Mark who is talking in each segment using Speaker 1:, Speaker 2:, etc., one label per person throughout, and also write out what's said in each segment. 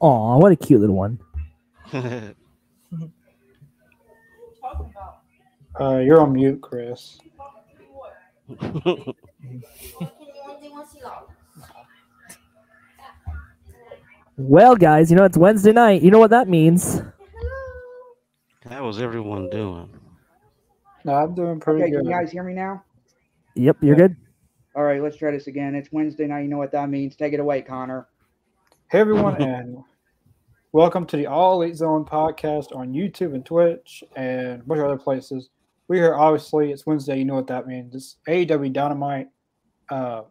Speaker 1: Aw, what a cute little one.
Speaker 2: Uh, you're on mute, Chris.
Speaker 1: Well, guys, you know it's Wednesday night. You know what that means.
Speaker 3: How was everyone doing?
Speaker 2: No, I'm doing pretty
Speaker 4: Okay, can
Speaker 2: good.
Speaker 4: you guys hear me now?
Speaker 1: Yep, you're good.
Speaker 4: All right, let's try this again. It's Wednesday night. You know what that means. Take it away, Connor.
Speaker 2: Hey everyone, and welcome to the All Elite Zone podcast on YouTube and Twitch and a bunch of other places. We're here, obviously. It's Wednesday. You know what that means. It's AEW Dynamite. Uh,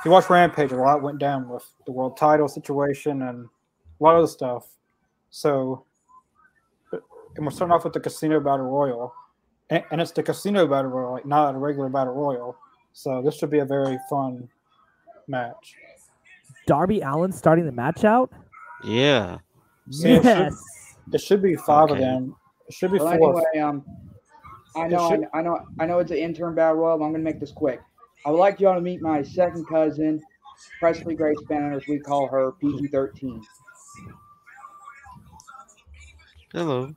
Speaker 2: if you watch Rampage, a lot went down with the world title situation and a lot of other stuff. So, and we're starting off with the Casino Battle Royal, and, and it's the Casino Battle Royal, like not a regular Battle Royal. So this should be a very fun match.
Speaker 1: Darby Allen starting the match out.
Speaker 3: Yeah.
Speaker 2: Yeah, it should-
Speaker 1: Yes.
Speaker 2: It should be five of
Speaker 3: Okay.
Speaker 2: them. It should be
Speaker 4: Well,
Speaker 2: four.
Speaker 4: anyway, um, I
Speaker 2: It
Speaker 4: know,
Speaker 2: should-
Speaker 4: I, I know, I know it's an interim battle royal. but I'm gonna make this quick. I would like y'all to meet my second cousin, Presley Grace Banner, as we call her PG-13.
Speaker 3: Hello.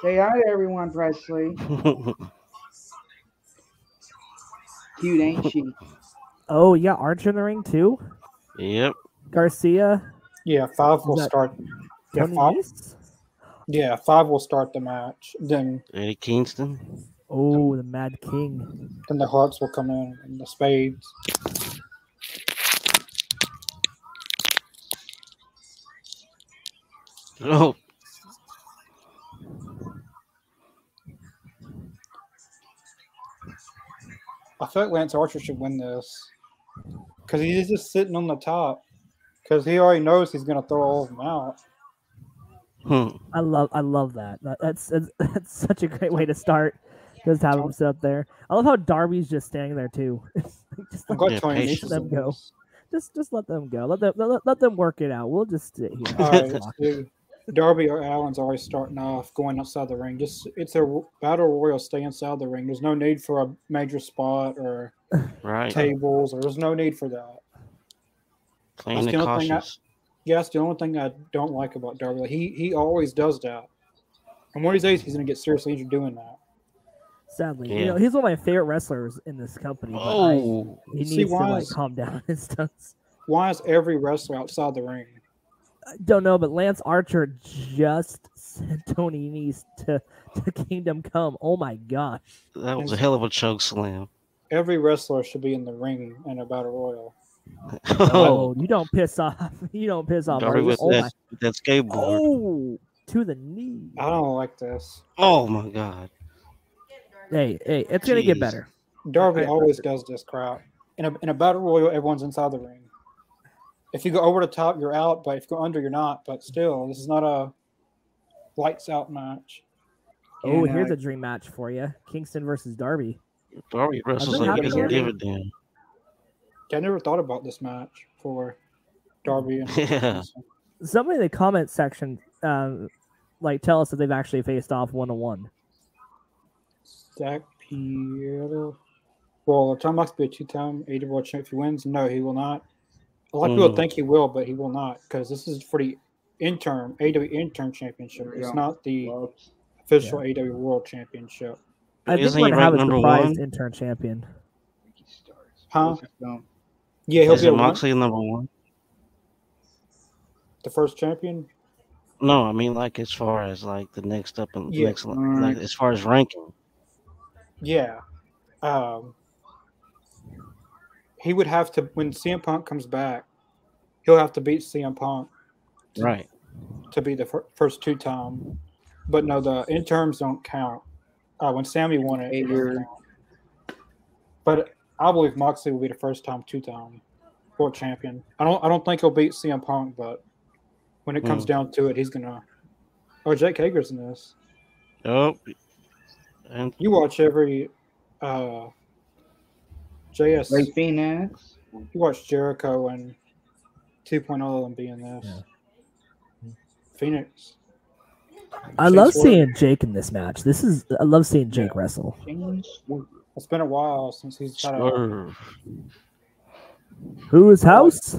Speaker 4: Say hi to everyone, Presley. Cute, ain't she?
Speaker 1: Oh, yeah, Archer in the ring too.
Speaker 3: yep.
Speaker 1: Garcia,
Speaker 2: Yeah, five will
Speaker 1: Is that-
Speaker 2: start. Yeah
Speaker 1: Tony
Speaker 2: five,
Speaker 1: Nese.
Speaker 2: yeah, five will start the match. Then,
Speaker 3: Eddie Kingston.
Speaker 1: Oh, the Mad King.
Speaker 2: then the hearts will come in and the spades.
Speaker 3: Oh,
Speaker 2: I feel like Lance Archer should win this because he's just sitting on the top because he already knows he's gonna throw all of them out.
Speaker 3: hmm.
Speaker 1: I love, I love that. That- That's that's, that's such a great way to start. Just have him sit up there. I love how Darby's just standing there too. just,
Speaker 2: I'm
Speaker 1: let,
Speaker 2: glad
Speaker 3: Yeah,
Speaker 2: Tony
Speaker 3: patience.
Speaker 2: Nese is in
Speaker 1: Let them go.
Speaker 2: this.
Speaker 1: just, just let them go. Let them, let, let them work it out. We'll just sit here.
Speaker 2: All right, dude. Darby or Allen's already starting off going outside the ring. Just it's a battle royal. Stay inside the ring. There's no need for a major spot or
Speaker 3: Right.
Speaker 2: tables. Or there's no need for that.
Speaker 3: Playing
Speaker 2: That's
Speaker 3: the
Speaker 2: the only thing I-
Speaker 3: cautious.
Speaker 2: Yeah, that's the only thing I don't like about Darby. Like, he he always does that. And one of these days he's gonna get seriously injured doing that.
Speaker 1: Sadly, you
Speaker 3: Yeah.
Speaker 1: know, he's one of my favorite wrestlers in this company. But I,
Speaker 3: Oh.
Speaker 1: he needs
Speaker 2: See,
Speaker 1: to
Speaker 2: why
Speaker 1: like
Speaker 2: is-
Speaker 1: calm down and stuff.
Speaker 2: Why is every wrestler outside the ring?
Speaker 1: I don't know, but Lance Archer just sent Tony Nese to, to Kingdom Come. Oh my gosh.
Speaker 3: That was a hell of a choke slam.
Speaker 2: Every wrestler should be in the ring in a battle royal.
Speaker 3: Oh,
Speaker 1: you don't piss off. You don't piss off.
Speaker 3: Darby
Speaker 1: Archer.
Speaker 3: with
Speaker 1: oh, my-
Speaker 3: that, with that skateboard.
Speaker 1: oh, to the knee.
Speaker 3: Ah,
Speaker 2: I don't like this.
Speaker 3: Oh my God.
Speaker 1: Hey, hey, it's gonna get
Speaker 3: Jeez.
Speaker 1: better.
Speaker 2: Darby
Speaker 1: Okay.
Speaker 2: always does this crap. In a in a battle royal, everyone's inside the ring. If you go over the top, you're out. But if you go under, you're not. But still, this is not a lights out match.
Speaker 1: Oh,
Speaker 4: And, uh,
Speaker 1: here's a dream match for you: Kingston versus Darby.
Speaker 3: Darby wrestles
Speaker 1: Doesn't
Speaker 3: like
Speaker 1: happen
Speaker 3: he doesn't
Speaker 1: already.
Speaker 3: give a damn.
Speaker 2: I never thought about this match for Darby and
Speaker 3: Yeah.
Speaker 1: Somebody in the comment section, um, like, tell us if they've actually faced off one on one.
Speaker 2: Zach Piero. Well, Tom Mox be a two-time AEW World Champion. If he wins, no, he will not. A lot of people
Speaker 3: Mhm.
Speaker 2: think he will, but he will not because this is for the interim AEW interim championship. It's
Speaker 4: Yeah.
Speaker 2: not the
Speaker 4: Whoops.
Speaker 2: official AEW World Championship.
Speaker 1: I think
Speaker 3: Isn't
Speaker 1: we're
Speaker 3: he
Speaker 1: gonna have
Speaker 3: ranked
Speaker 1: a
Speaker 3: number
Speaker 1: surprise
Speaker 3: one?
Speaker 1: intern champion.
Speaker 2: Huh?
Speaker 4: Um,
Speaker 2: Yeah, he'll be a
Speaker 3: Isn't
Speaker 2: one,
Speaker 3: Moxley number one?
Speaker 2: the first champion.
Speaker 3: No, I mean like as far as like the next up and
Speaker 2: Yeah.
Speaker 3: next like as far as ranking.
Speaker 2: Yeah. Um, he would have to when CM Punk comes back, he'll have to beat CM Punk
Speaker 3: Right.
Speaker 2: to be the fir- first two-time. But no, the interims don't count. Uh, when Sammy won it, it doesn't
Speaker 4: Figure.
Speaker 2: count. but I believe Moxley will be the first time two-time world champion. I don't. I don't think he'll beat CM Punk, but when it comes
Speaker 3: Hmm.
Speaker 2: down to it, he's gonna. Oh, Jake Hager's in this.
Speaker 3: Oh. And
Speaker 2: You watch every uh JS.
Speaker 4: Ray Phoenix.
Speaker 2: You watch Jericho and 2.0 and being this. Phoenix.
Speaker 1: I love
Speaker 2: Since we're-
Speaker 1: seeing Jake in this match. This is I love seeing Jake wrestle.
Speaker 4: James Wood.
Speaker 2: It's been a while since he's had a
Speaker 3: swerve.
Speaker 1: Whose house?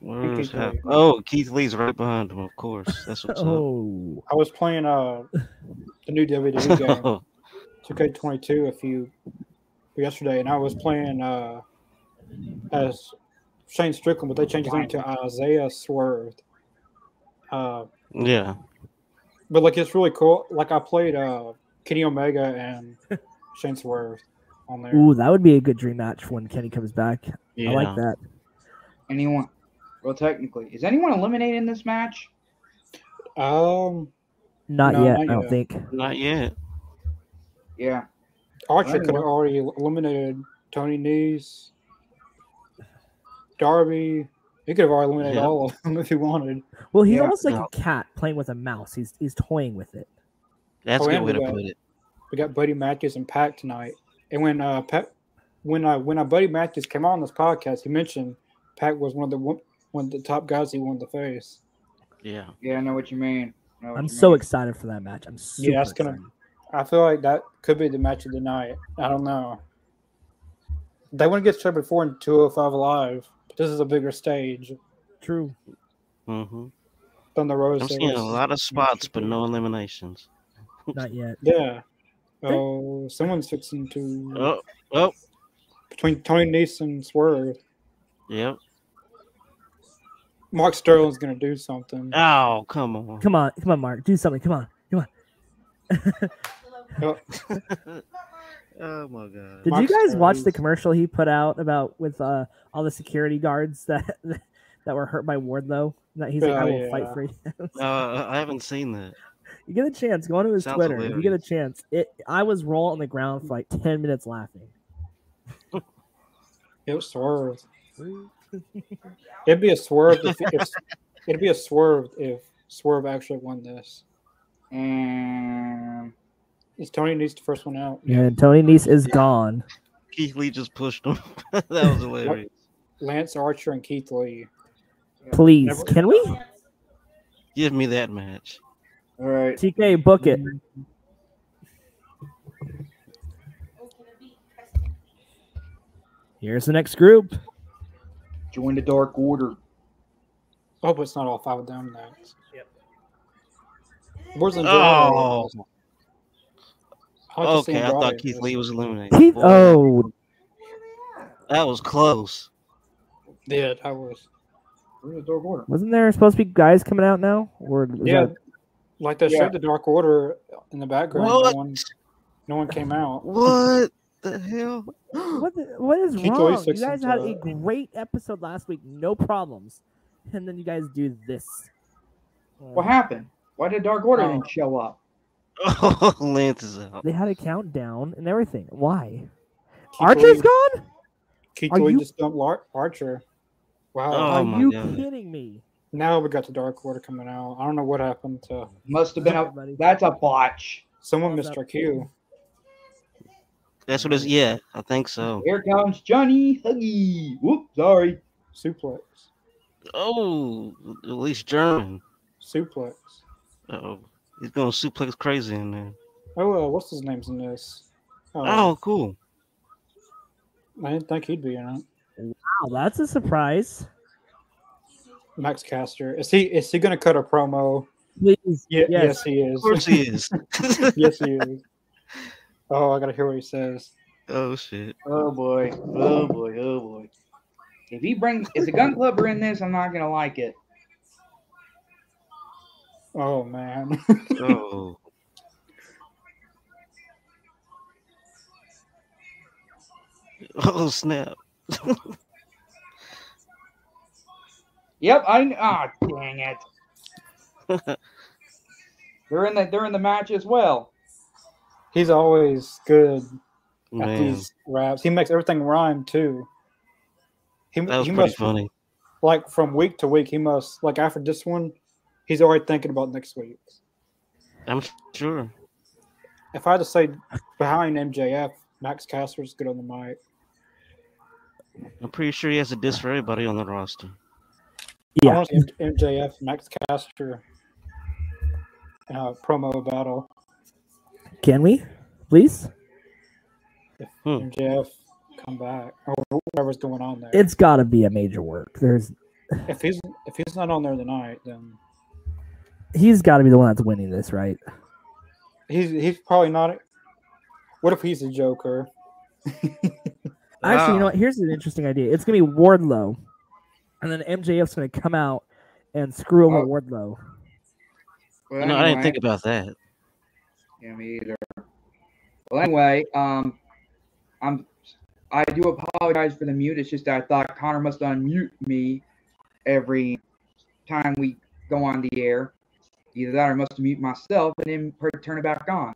Speaker 3: Where's
Speaker 2: Keith Lee.
Speaker 3: that? Oh, Keith Lee's right behind him. Of course, that's what's
Speaker 1: Oh,
Speaker 2: I was playing uh the new WWE game.
Speaker 4: Oh.
Speaker 3: up.
Speaker 2: 2K22 a few yesterday, and I was playing uh, as Shane Strickland, but they changed his name to Isaiah Swerve. Uh,
Speaker 3: yeah,
Speaker 2: but like it's really cool. Like I played uh, Kenny Omega and Shane Swerve on there.
Speaker 1: ooh, that would be a good dream match when Kenny comes back.
Speaker 3: yeah.
Speaker 1: I like that.
Speaker 4: Anyone? Well, technically, is anyone eliminated in this match?
Speaker 2: Um,
Speaker 1: Not
Speaker 2: No,
Speaker 1: yet,
Speaker 2: not
Speaker 1: I don't
Speaker 2: yet.
Speaker 1: think.
Speaker 3: Not yet.
Speaker 4: Yeah.
Speaker 2: Archer
Speaker 4: Alright,
Speaker 2: could have
Speaker 4: well-
Speaker 2: already eliminated Tony Nese, Darby. He could have already eliminated
Speaker 3: Yeah.
Speaker 2: all of them if he wanted.
Speaker 1: Well, he's
Speaker 2: Yeah.
Speaker 1: almost like
Speaker 3: No.
Speaker 1: a cat playing with a mouse. He's he's toying with it.
Speaker 3: That's
Speaker 2: Oh,
Speaker 3: a good
Speaker 2: and
Speaker 3: way to
Speaker 2: we got-
Speaker 3: put it.
Speaker 2: we got Buddy Matthews and Pat tonight. And when uh, Pat, when uh, when our Buddy Matthews came on this podcast, he mentioned Pat was one of the one one of the top guys he wanted to face.
Speaker 3: Yeah.
Speaker 4: Yeah, I know what you mean. I know what
Speaker 1: I'm
Speaker 4: Oh, you
Speaker 1: so
Speaker 4: mean.
Speaker 1: excited for that match. I'm super
Speaker 2: that's gonna-
Speaker 1: excited.
Speaker 2: I feel like that could be the match of the night. I don't know. They wouldn't get started before in 205 Live. But this is a bigger stage
Speaker 1: True.
Speaker 3: hmm
Speaker 2: than the Rose.
Speaker 3: I'm
Speaker 2: Series.
Speaker 3: seeing a lot of spots, but no eliminations.
Speaker 1: Not yet.
Speaker 2: Yeah. Oh, someone's fixing to
Speaker 3: Oh, oh,
Speaker 2: between Tony Nese and Swerve.
Speaker 3: yep.
Speaker 2: Mark Sterling's gonna do something.
Speaker 3: Oh, come on.
Speaker 1: Come on, come on, Mark. Do something. Come on.
Speaker 3: oh my god.
Speaker 1: Did
Speaker 2: Mark
Speaker 1: you guys watch
Speaker 2: Sterling's-
Speaker 1: the commercial he put out about with uh, all the security guards that that were hurt by Wardlow? That he's like,
Speaker 2: Oh,
Speaker 1: I will
Speaker 2: yeah.
Speaker 1: fight for you.
Speaker 3: Uh, I haven't seen that.
Speaker 1: You get a chance. Go onto his
Speaker 3: Sounds
Speaker 1: Twitter. If you get a
Speaker 3: hilarious.
Speaker 1: chance, it. I was rolling on the ground for like ten minutes laughing.
Speaker 2: It was Swerve. It'd be a swerve if, if it'd be a swerve if Swerve actually won this.
Speaker 4: And
Speaker 2: Is Tony needs the first one out?
Speaker 1: And Tony Nese is gone.
Speaker 3: Keith Lee just pushed him. that was hilarious.
Speaker 2: Lance Archer and Keith Lee.
Speaker 1: Please,
Speaker 2: Never-
Speaker 1: can we?
Speaker 3: Give me that match.
Speaker 4: all right,
Speaker 1: TK, book it. Here's the next group.
Speaker 4: join the Dark Order.
Speaker 2: I hope it's not all five of them next.
Speaker 1: Yep.
Speaker 2: Where's the
Speaker 3: Oh,
Speaker 2: I'd like to see
Speaker 3: okay. I thought
Speaker 2: Andrade
Speaker 3: Keith
Speaker 2: first.
Speaker 3: Lee was eliminated.
Speaker 1: Keith.
Speaker 3: Boy,
Speaker 1: Oh,
Speaker 3: that was close.
Speaker 2: Yeah, that was.
Speaker 4: Join the Dark Order.
Speaker 1: wasn't there supposed to be guys coming out now? Or was
Speaker 2: Yeah,
Speaker 1: that-
Speaker 2: like they
Speaker 4: Yeah.
Speaker 2: showed the Dark Order in the background.
Speaker 3: What?
Speaker 2: No one, no one came out.
Speaker 3: What the hell?
Speaker 1: what? The, what is
Speaker 2: Keith Lee
Speaker 1: wrong? You
Speaker 2: sticks
Speaker 1: guys
Speaker 2: into
Speaker 1: had a
Speaker 2: that.
Speaker 1: great episode last week, no problems, and then you guys do this.
Speaker 4: What happened? Why did Dark Order
Speaker 2: Oh.
Speaker 4: didn't show up?
Speaker 3: Oh, Lance is out.
Speaker 1: They had a countdown and everything. Why?
Speaker 2: Keith
Speaker 1: Archer's
Speaker 2: Lee,
Speaker 1: gone?
Speaker 2: Keith
Speaker 1: Are
Speaker 2: Lee
Speaker 1: you-
Speaker 2: just dumped Lar- Archer. Wow.
Speaker 3: Oh.
Speaker 1: Are
Speaker 3: my
Speaker 1: you
Speaker 3: God.
Speaker 1: kidding me?
Speaker 2: Now we got the Dark Order coming out. I don't know what happened to
Speaker 4: Must have been
Speaker 1: Sorry,
Speaker 4: a.
Speaker 1: buddy.
Speaker 4: That's a botch.
Speaker 2: someone.
Speaker 1: How's
Speaker 2: Missed
Speaker 1: that
Speaker 2: their cue.
Speaker 3: That's what it's. Yeah, I think so.
Speaker 4: Here comes Johnny Huggy. Whoop, sorry.
Speaker 2: Suplex.
Speaker 3: Oh, at least German.
Speaker 2: Suplex.
Speaker 3: Oh, he's going suplex crazy in there.
Speaker 2: Oh, uh, what's his name's in this?
Speaker 3: Oh, cool.
Speaker 2: I didn't think he'd be in it.
Speaker 1: Wow, that's a surprise.
Speaker 2: Max Caster. Is he? Is he going to cut a promo?
Speaker 1: Please.
Speaker 2: Yeah, yes.
Speaker 1: Yes.
Speaker 2: he
Speaker 3: Of
Speaker 2: is.
Speaker 3: course he is.
Speaker 2: yes, he is. Oh, I gotta hear what he says.
Speaker 3: oh shit.
Speaker 4: Oh boy. Oh boy. Oh boy. If he brings, is the gun clubber in this? I'm not gonna like it.
Speaker 2: Oh man,
Speaker 3: Oh. Oh snap!
Speaker 4: Yep. I. Ah, dang it. they're in the. They're in the match as well.
Speaker 2: he's always good at
Speaker 3: Man,
Speaker 2: these raps. He makes everything rhyme too. He,
Speaker 3: that was
Speaker 2: he
Speaker 3: pretty
Speaker 2: must
Speaker 3: funny.
Speaker 2: like from week to week. He must like after this one, he's already thinking about next week.
Speaker 3: I'm sure.
Speaker 2: If I had to say behind MJF, Max Caster's good on the mic.
Speaker 3: I'm pretty sure he has a diss for everybody on the roster.
Speaker 2: I
Speaker 1: Yeah.
Speaker 2: want to see MJF Max Caster uh, promo battle.
Speaker 1: Can we? Please?
Speaker 2: MJF come back or whatever's going on there.
Speaker 1: It's got to be a major work. There's
Speaker 2: If he's if he's not on there tonight, then
Speaker 1: He's got to be the one that's winning this, right?
Speaker 2: he's he's probably not. What if he's a Joker?
Speaker 1: Actually, you know what? Here's an interesting idea. It's gonna be Wardlow, and then MJF's gonna come out and screw over
Speaker 4: Oh.
Speaker 1: Wardlow.
Speaker 4: Well,
Speaker 3: No, I didn't
Speaker 4: anyway.
Speaker 3: think about that.
Speaker 4: Yeah, me either. Well, anyway, um, I'm I do apologize for the mute. It's just I thought Connor must unmute me every time we go on the air. Either that, or I must mute myself and then per- turn it back on.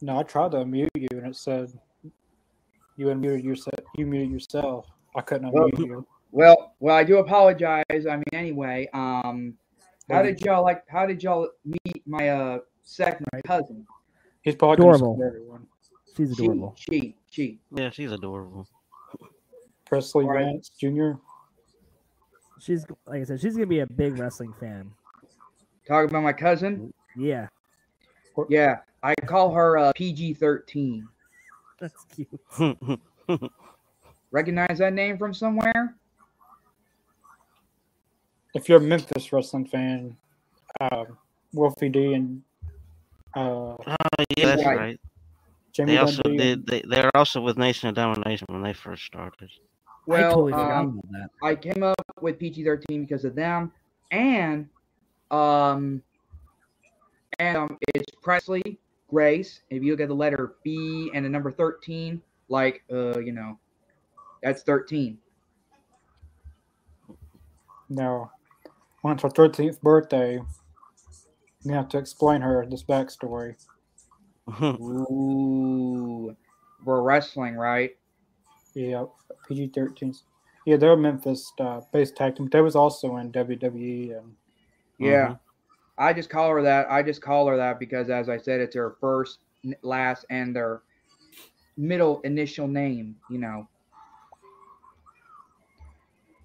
Speaker 2: No, I tried to unmute you, and it said you unmuted yourself. You muted yourself. I couldn't
Speaker 4: Well,
Speaker 2: unmute you.
Speaker 4: Well, well, I do apologize. I mean, anyway, um, how did y'all like? How did y'all meet my uh second cousin?
Speaker 2: He's probably gonna
Speaker 1: Adorable.
Speaker 2: screw everyone.
Speaker 1: She's
Speaker 4: She,
Speaker 1: adorable.
Speaker 4: she, she.
Speaker 3: Yeah, she's adorable.
Speaker 2: Presley
Speaker 4: All right.
Speaker 2: Vance Jr.
Speaker 1: She's like I said, she's gonna be a big wrestling fan.
Speaker 4: Talking about my cousin.
Speaker 1: Yeah,
Speaker 4: Yeah, I call her uh, PG thirteen.
Speaker 1: that's cute.
Speaker 4: Recognize that name from somewhere?
Speaker 2: If you're a Memphis wrestling fan, um, Wolfie D and uh,
Speaker 3: yeah, that's
Speaker 4: Right.
Speaker 3: right.
Speaker 2: Jamie
Speaker 3: They also
Speaker 2: Dundee
Speaker 3: did. They, they're also with Nation of Domination when they first started.
Speaker 1: I
Speaker 4: Well,
Speaker 1: totally forgot
Speaker 4: um,
Speaker 1: about that.
Speaker 4: I came up with PG-13 because of them, and um, and um, it's Presley Grace. If you look at the letter B and the number 13, like uh, you know, that's 13.
Speaker 2: No. Once her 13th birthday, you have to explain her this backstory.
Speaker 4: Ooh, we're wrestling, right?
Speaker 2: Yeah, PG 13s. Yeah, they're a Memphis uh, based tag team. They was also in WWE. And Mm-hmm.
Speaker 4: Yeah. I just call her that. I just call her that because, as I said, it's her first, n- last, and their middle initial name. You know.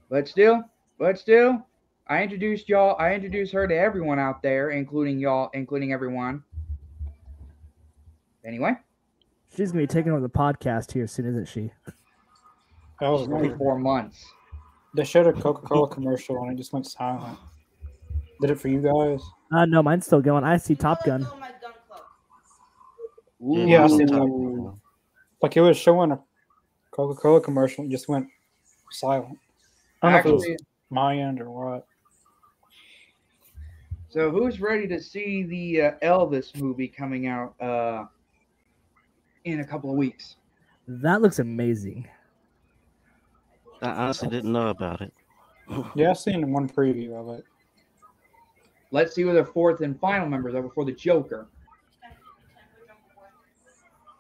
Speaker 4: But still, but still, I introduced y'all. I introduced her to everyone out there, including y'all, including everyone. Anyway,
Speaker 1: She's gonna be taking over the podcast here soon, isn't she?
Speaker 2: that was
Speaker 4: it's only
Speaker 2: weird.
Speaker 4: four months.
Speaker 2: They showed a Coca Cola commercial and it just went silent. Did it for you guys?
Speaker 1: Uh, no, mine's still going. I see Top Gun.
Speaker 3: Yeah,
Speaker 2: I seen
Speaker 4: Ooh.
Speaker 2: that. Like it was showing a Coca Cola commercial and just went silent. I don't know if it
Speaker 4: Actually,
Speaker 2: was my end or what.
Speaker 4: so who's ready to see the uh, Elvis movie coming out uh, in a couple of weeks?
Speaker 1: That looks amazing.
Speaker 3: I honestly didn't know about it.
Speaker 2: Yeah, I seen one preview of it.
Speaker 4: Let's see who the fourth and final members are before the Joker.
Speaker 2: I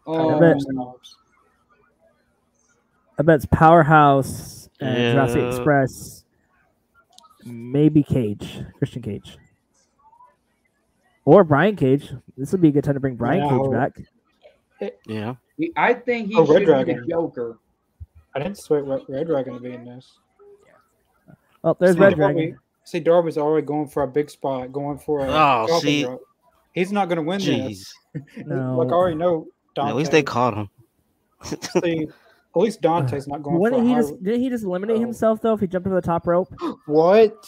Speaker 4: Oh,
Speaker 1: bet.
Speaker 2: don't
Speaker 1: I bet it's Powerhouse and Jurassic
Speaker 3: Yeah.
Speaker 1: Express. Maybe Cage, Christian Cage, or Brian Cage. This would be a good time to bring Brian
Speaker 2: No.
Speaker 1: Cage back.
Speaker 3: Yeah.
Speaker 4: he- I think he
Speaker 2: Oh, Red
Speaker 4: should be the
Speaker 2: Dragon.
Speaker 4: Joker.
Speaker 2: I didn't expect Red Red Dragon to be in this.
Speaker 1: Oh, there's
Speaker 2: see,
Speaker 1: Red
Speaker 2: Darby-
Speaker 1: Dragon.
Speaker 2: See, Darby's already going for a big spot, going for a.
Speaker 3: Oh,
Speaker 2: coffee
Speaker 3: see.
Speaker 2: drop. he's not going to win
Speaker 3: Jeez.
Speaker 2: this.
Speaker 1: No.
Speaker 2: Like I already know. Dante.
Speaker 3: At least they caught him.
Speaker 2: See, at least Dante's not going for
Speaker 1: Wouldn't
Speaker 2: a
Speaker 1: he
Speaker 2: high...
Speaker 1: just didn't he just eliminate
Speaker 2: Oh.
Speaker 1: himself though if he jumped over the top rope?
Speaker 2: What?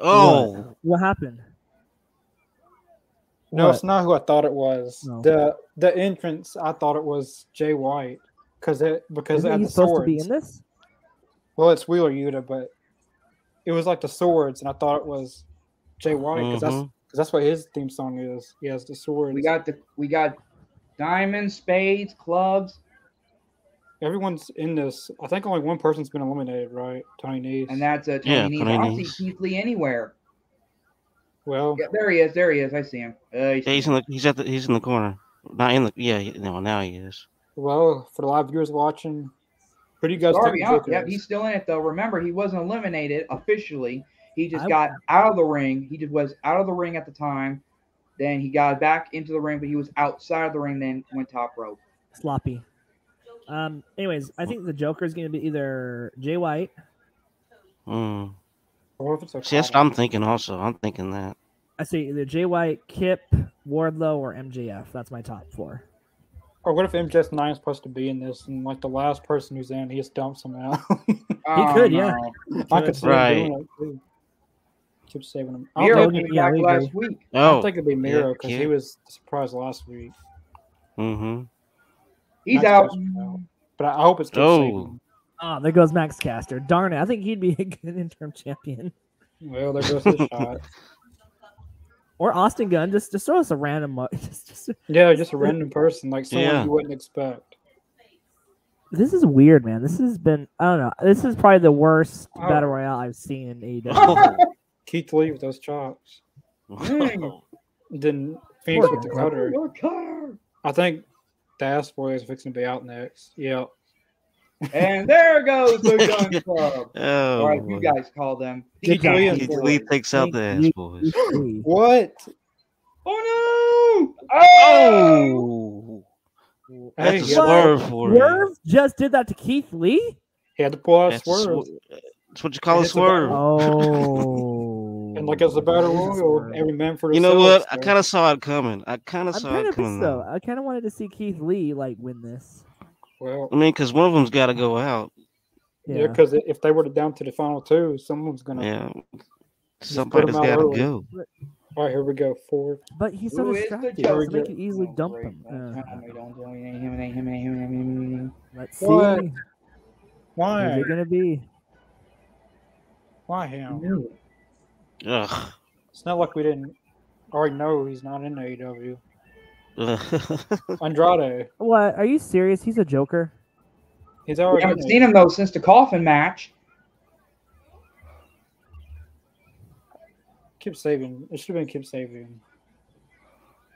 Speaker 3: oh,
Speaker 1: What happened?
Speaker 2: No,
Speaker 1: What?
Speaker 2: it's not who I thought it was.
Speaker 1: No.
Speaker 2: The the entrance, I thought it was Jay White because it because
Speaker 1: Isn't
Speaker 2: at
Speaker 1: he
Speaker 2: the
Speaker 1: supposed
Speaker 2: swords.
Speaker 1: to be in this?
Speaker 2: Well, it's Wheeler Yuta, but it was like the swords, and I thought it was Jay White because that's
Speaker 3: Mhm.
Speaker 2: because that's what his theme song is. He has the swords.
Speaker 4: We got the we got diamonds, spades, clubs,
Speaker 2: Everyone's in this. I think only one person's been eliminated, right? Tony Nese.
Speaker 4: and that's a Tony
Speaker 3: Yeah,
Speaker 4: Nese.
Speaker 3: Tony
Speaker 4: I don't see
Speaker 3: Nese.
Speaker 4: Keith Lee anywhere.
Speaker 2: well,
Speaker 4: Yeah, there he is. There he is. I see him. Uh, he's-
Speaker 3: Yeah, he's in the he's at the he's in the corner. Not in the yeah. he- No, now he is.
Speaker 2: well, for the live viewers watching, who do you guys
Speaker 4: Darby,
Speaker 2: think
Speaker 4: oh,
Speaker 2: the Joker
Speaker 4: yep,
Speaker 2: is?
Speaker 4: he's still in it though. Remember, he wasn't eliminated officially. He just
Speaker 1: I-
Speaker 4: got out of the ring. He just was out of the ring at the time. Then he got back into the ring, but he was outside of the ring. Then went top rope.
Speaker 1: Sloppy. Um. Anyways, I think the Joker is going to be either Jay White.
Speaker 3: Mm.
Speaker 2: Or Oh, if it's
Speaker 3: See, that's what
Speaker 2: O'Connor.
Speaker 3: I'm thinking. Also, I'm thinking that.
Speaker 1: I say either Jay White, Kip, Wardlow, or MJF. That's my top four.
Speaker 2: Or what if MJ9 is supposed to be in this and like the last person who's in, he just dumps him out?
Speaker 4: Oh,
Speaker 1: could, yeah.
Speaker 4: no.
Speaker 2: I could see
Speaker 3: Right.
Speaker 2: him doing that too. Keep saving him. I
Speaker 4: Miro
Speaker 2: don't,
Speaker 1: know,
Speaker 2: think,
Speaker 4: came
Speaker 1: yeah,
Speaker 4: back
Speaker 1: we
Speaker 4: last week.
Speaker 2: I don't
Speaker 3: Oh,
Speaker 2: think it'd be Miro because
Speaker 3: yeah.
Speaker 2: he was surprised last week.
Speaker 3: mm-hmm.
Speaker 4: He's
Speaker 2: Max
Speaker 4: out.
Speaker 2: Caster's out. But I I hope it's keep
Speaker 3: Oh.
Speaker 2: saving.
Speaker 1: Ah, there goes Max Caster. Darn it. I think he'd be a good interim champion.
Speaker 2: Well, there goes his shot.
Speaker 1: Or Austin Gunn. Just just throw us a random mo- just, just
Speaker 2: Yeah, just a random person, like someone
Speaker 3: Yeah.
Speaker 2: you wouldn't expect.
Speaker 1: this is weird, man. This has been I don't know. This is probably the worst
Speaker 2: Oh.
Speaker 1: battle royale I've seen in E AEW.
Speaker 3: Oh.
Speaker 2: Keith Lee with those chops.
Speaker 4: Dang.
Speaker 2: Then Phoenix
Speaker 1: Poor
Speaker 2: with the
Speaker 1: guy.
Speaker 2: cutter.
Speaker 4: Your cutter.
Speaker 2: I think Das Boy is fixing to be out next. Yeah.
Speaker 4: and there goes the Gun Club.
Speaker 3: oh.
Speaker 4: All right, you guys call them.
Speaker 2: Keith
Speaker 1: guy.
Speaker 2: Lee
Speaker 3: Keith
Speaker 2: and
Speaker 3: Lee takes out the ass boys.
Speaker 2: What?
Speaker 4: Oh no!
Speaker 3: Oh, that's a
Speaker 2: Hey,
Speaker 3: swerve for you.
Speaker 1: Swerve just did that to Keith Lee?
Speaker 2: He had to pull out a
Speaker 3: That's, a
Speaker 2: swerve.
Speaker 3: swer- that's what you call a
Speaker 2: It's about-
Speaker 3: swerve.
Speaker 1: Oh.
Speaker 2: And like it's the battle royal, every man for
Speaker 3: You know
Speaker 2: themselves,
Speaker 3: what? I
Speaker 2: so-
Speaker 3: kind of saw it coming. I kind of
Speaker 1: I'm
Speaker 3: saw
Speaker 1: kind
Speaker 3: it
Speaker 1: of pissed
Speaker 3: coming.
Speaker 1: though.
Speaker 3: though.
Speaker 1: I kind of wanted to see Keith Lee like win this.
Speaker 2: Well,
Speaker 3: I mean, because one of them's got to go out.
Speaker 2: yeah, because if they were to down to the final two, someone's gonna.
Speaker 3: Yeah,
Speaker 2: put 'em
Speaker 3: somebody's
Speaker 2: out
Speaker 3: got to
Speaker 2: early.
Speaker 3: go.
Speaker 2: All right, here we go. Four.
Speaker 1: But he's so
Speaker 4: Who is the
Speaker 1: distracted, so
Speaker 2: judge?
Speaker 1: they could easily
Speaker 4: Oh,
Speaker 1: dump
Speaker 4: great.
Speaker 1: him.
Speaker 4: Don't
Speaker 1: Uh,
Speaker 4: tell me, don't tell me, him, him, him, him, him, him, him.
Speaker 1: let's see.
Speaker 2: What?
Speaker 1: Who's
Speaker 2: Why?
Speaker 1: it gonna be?
Speaker 2: Why him?
Speaker 4: No.
Speaker 3: Ugh.
Speaker 2: It's not like we didn't already know he's not in AEW.
Speaker 3: Ugh.
Speaker 2: Andrade,
Speaker 1: What? Are you serious? He's a joker.
Speaker 2: he's
Speaker 4: We
Speaker 2: already.
Speaker 4: haven't
Speaker 2: in
Speaker 4: seen him though since the coffin match.
Speaker 2: Keep saving. It should have been keep saving.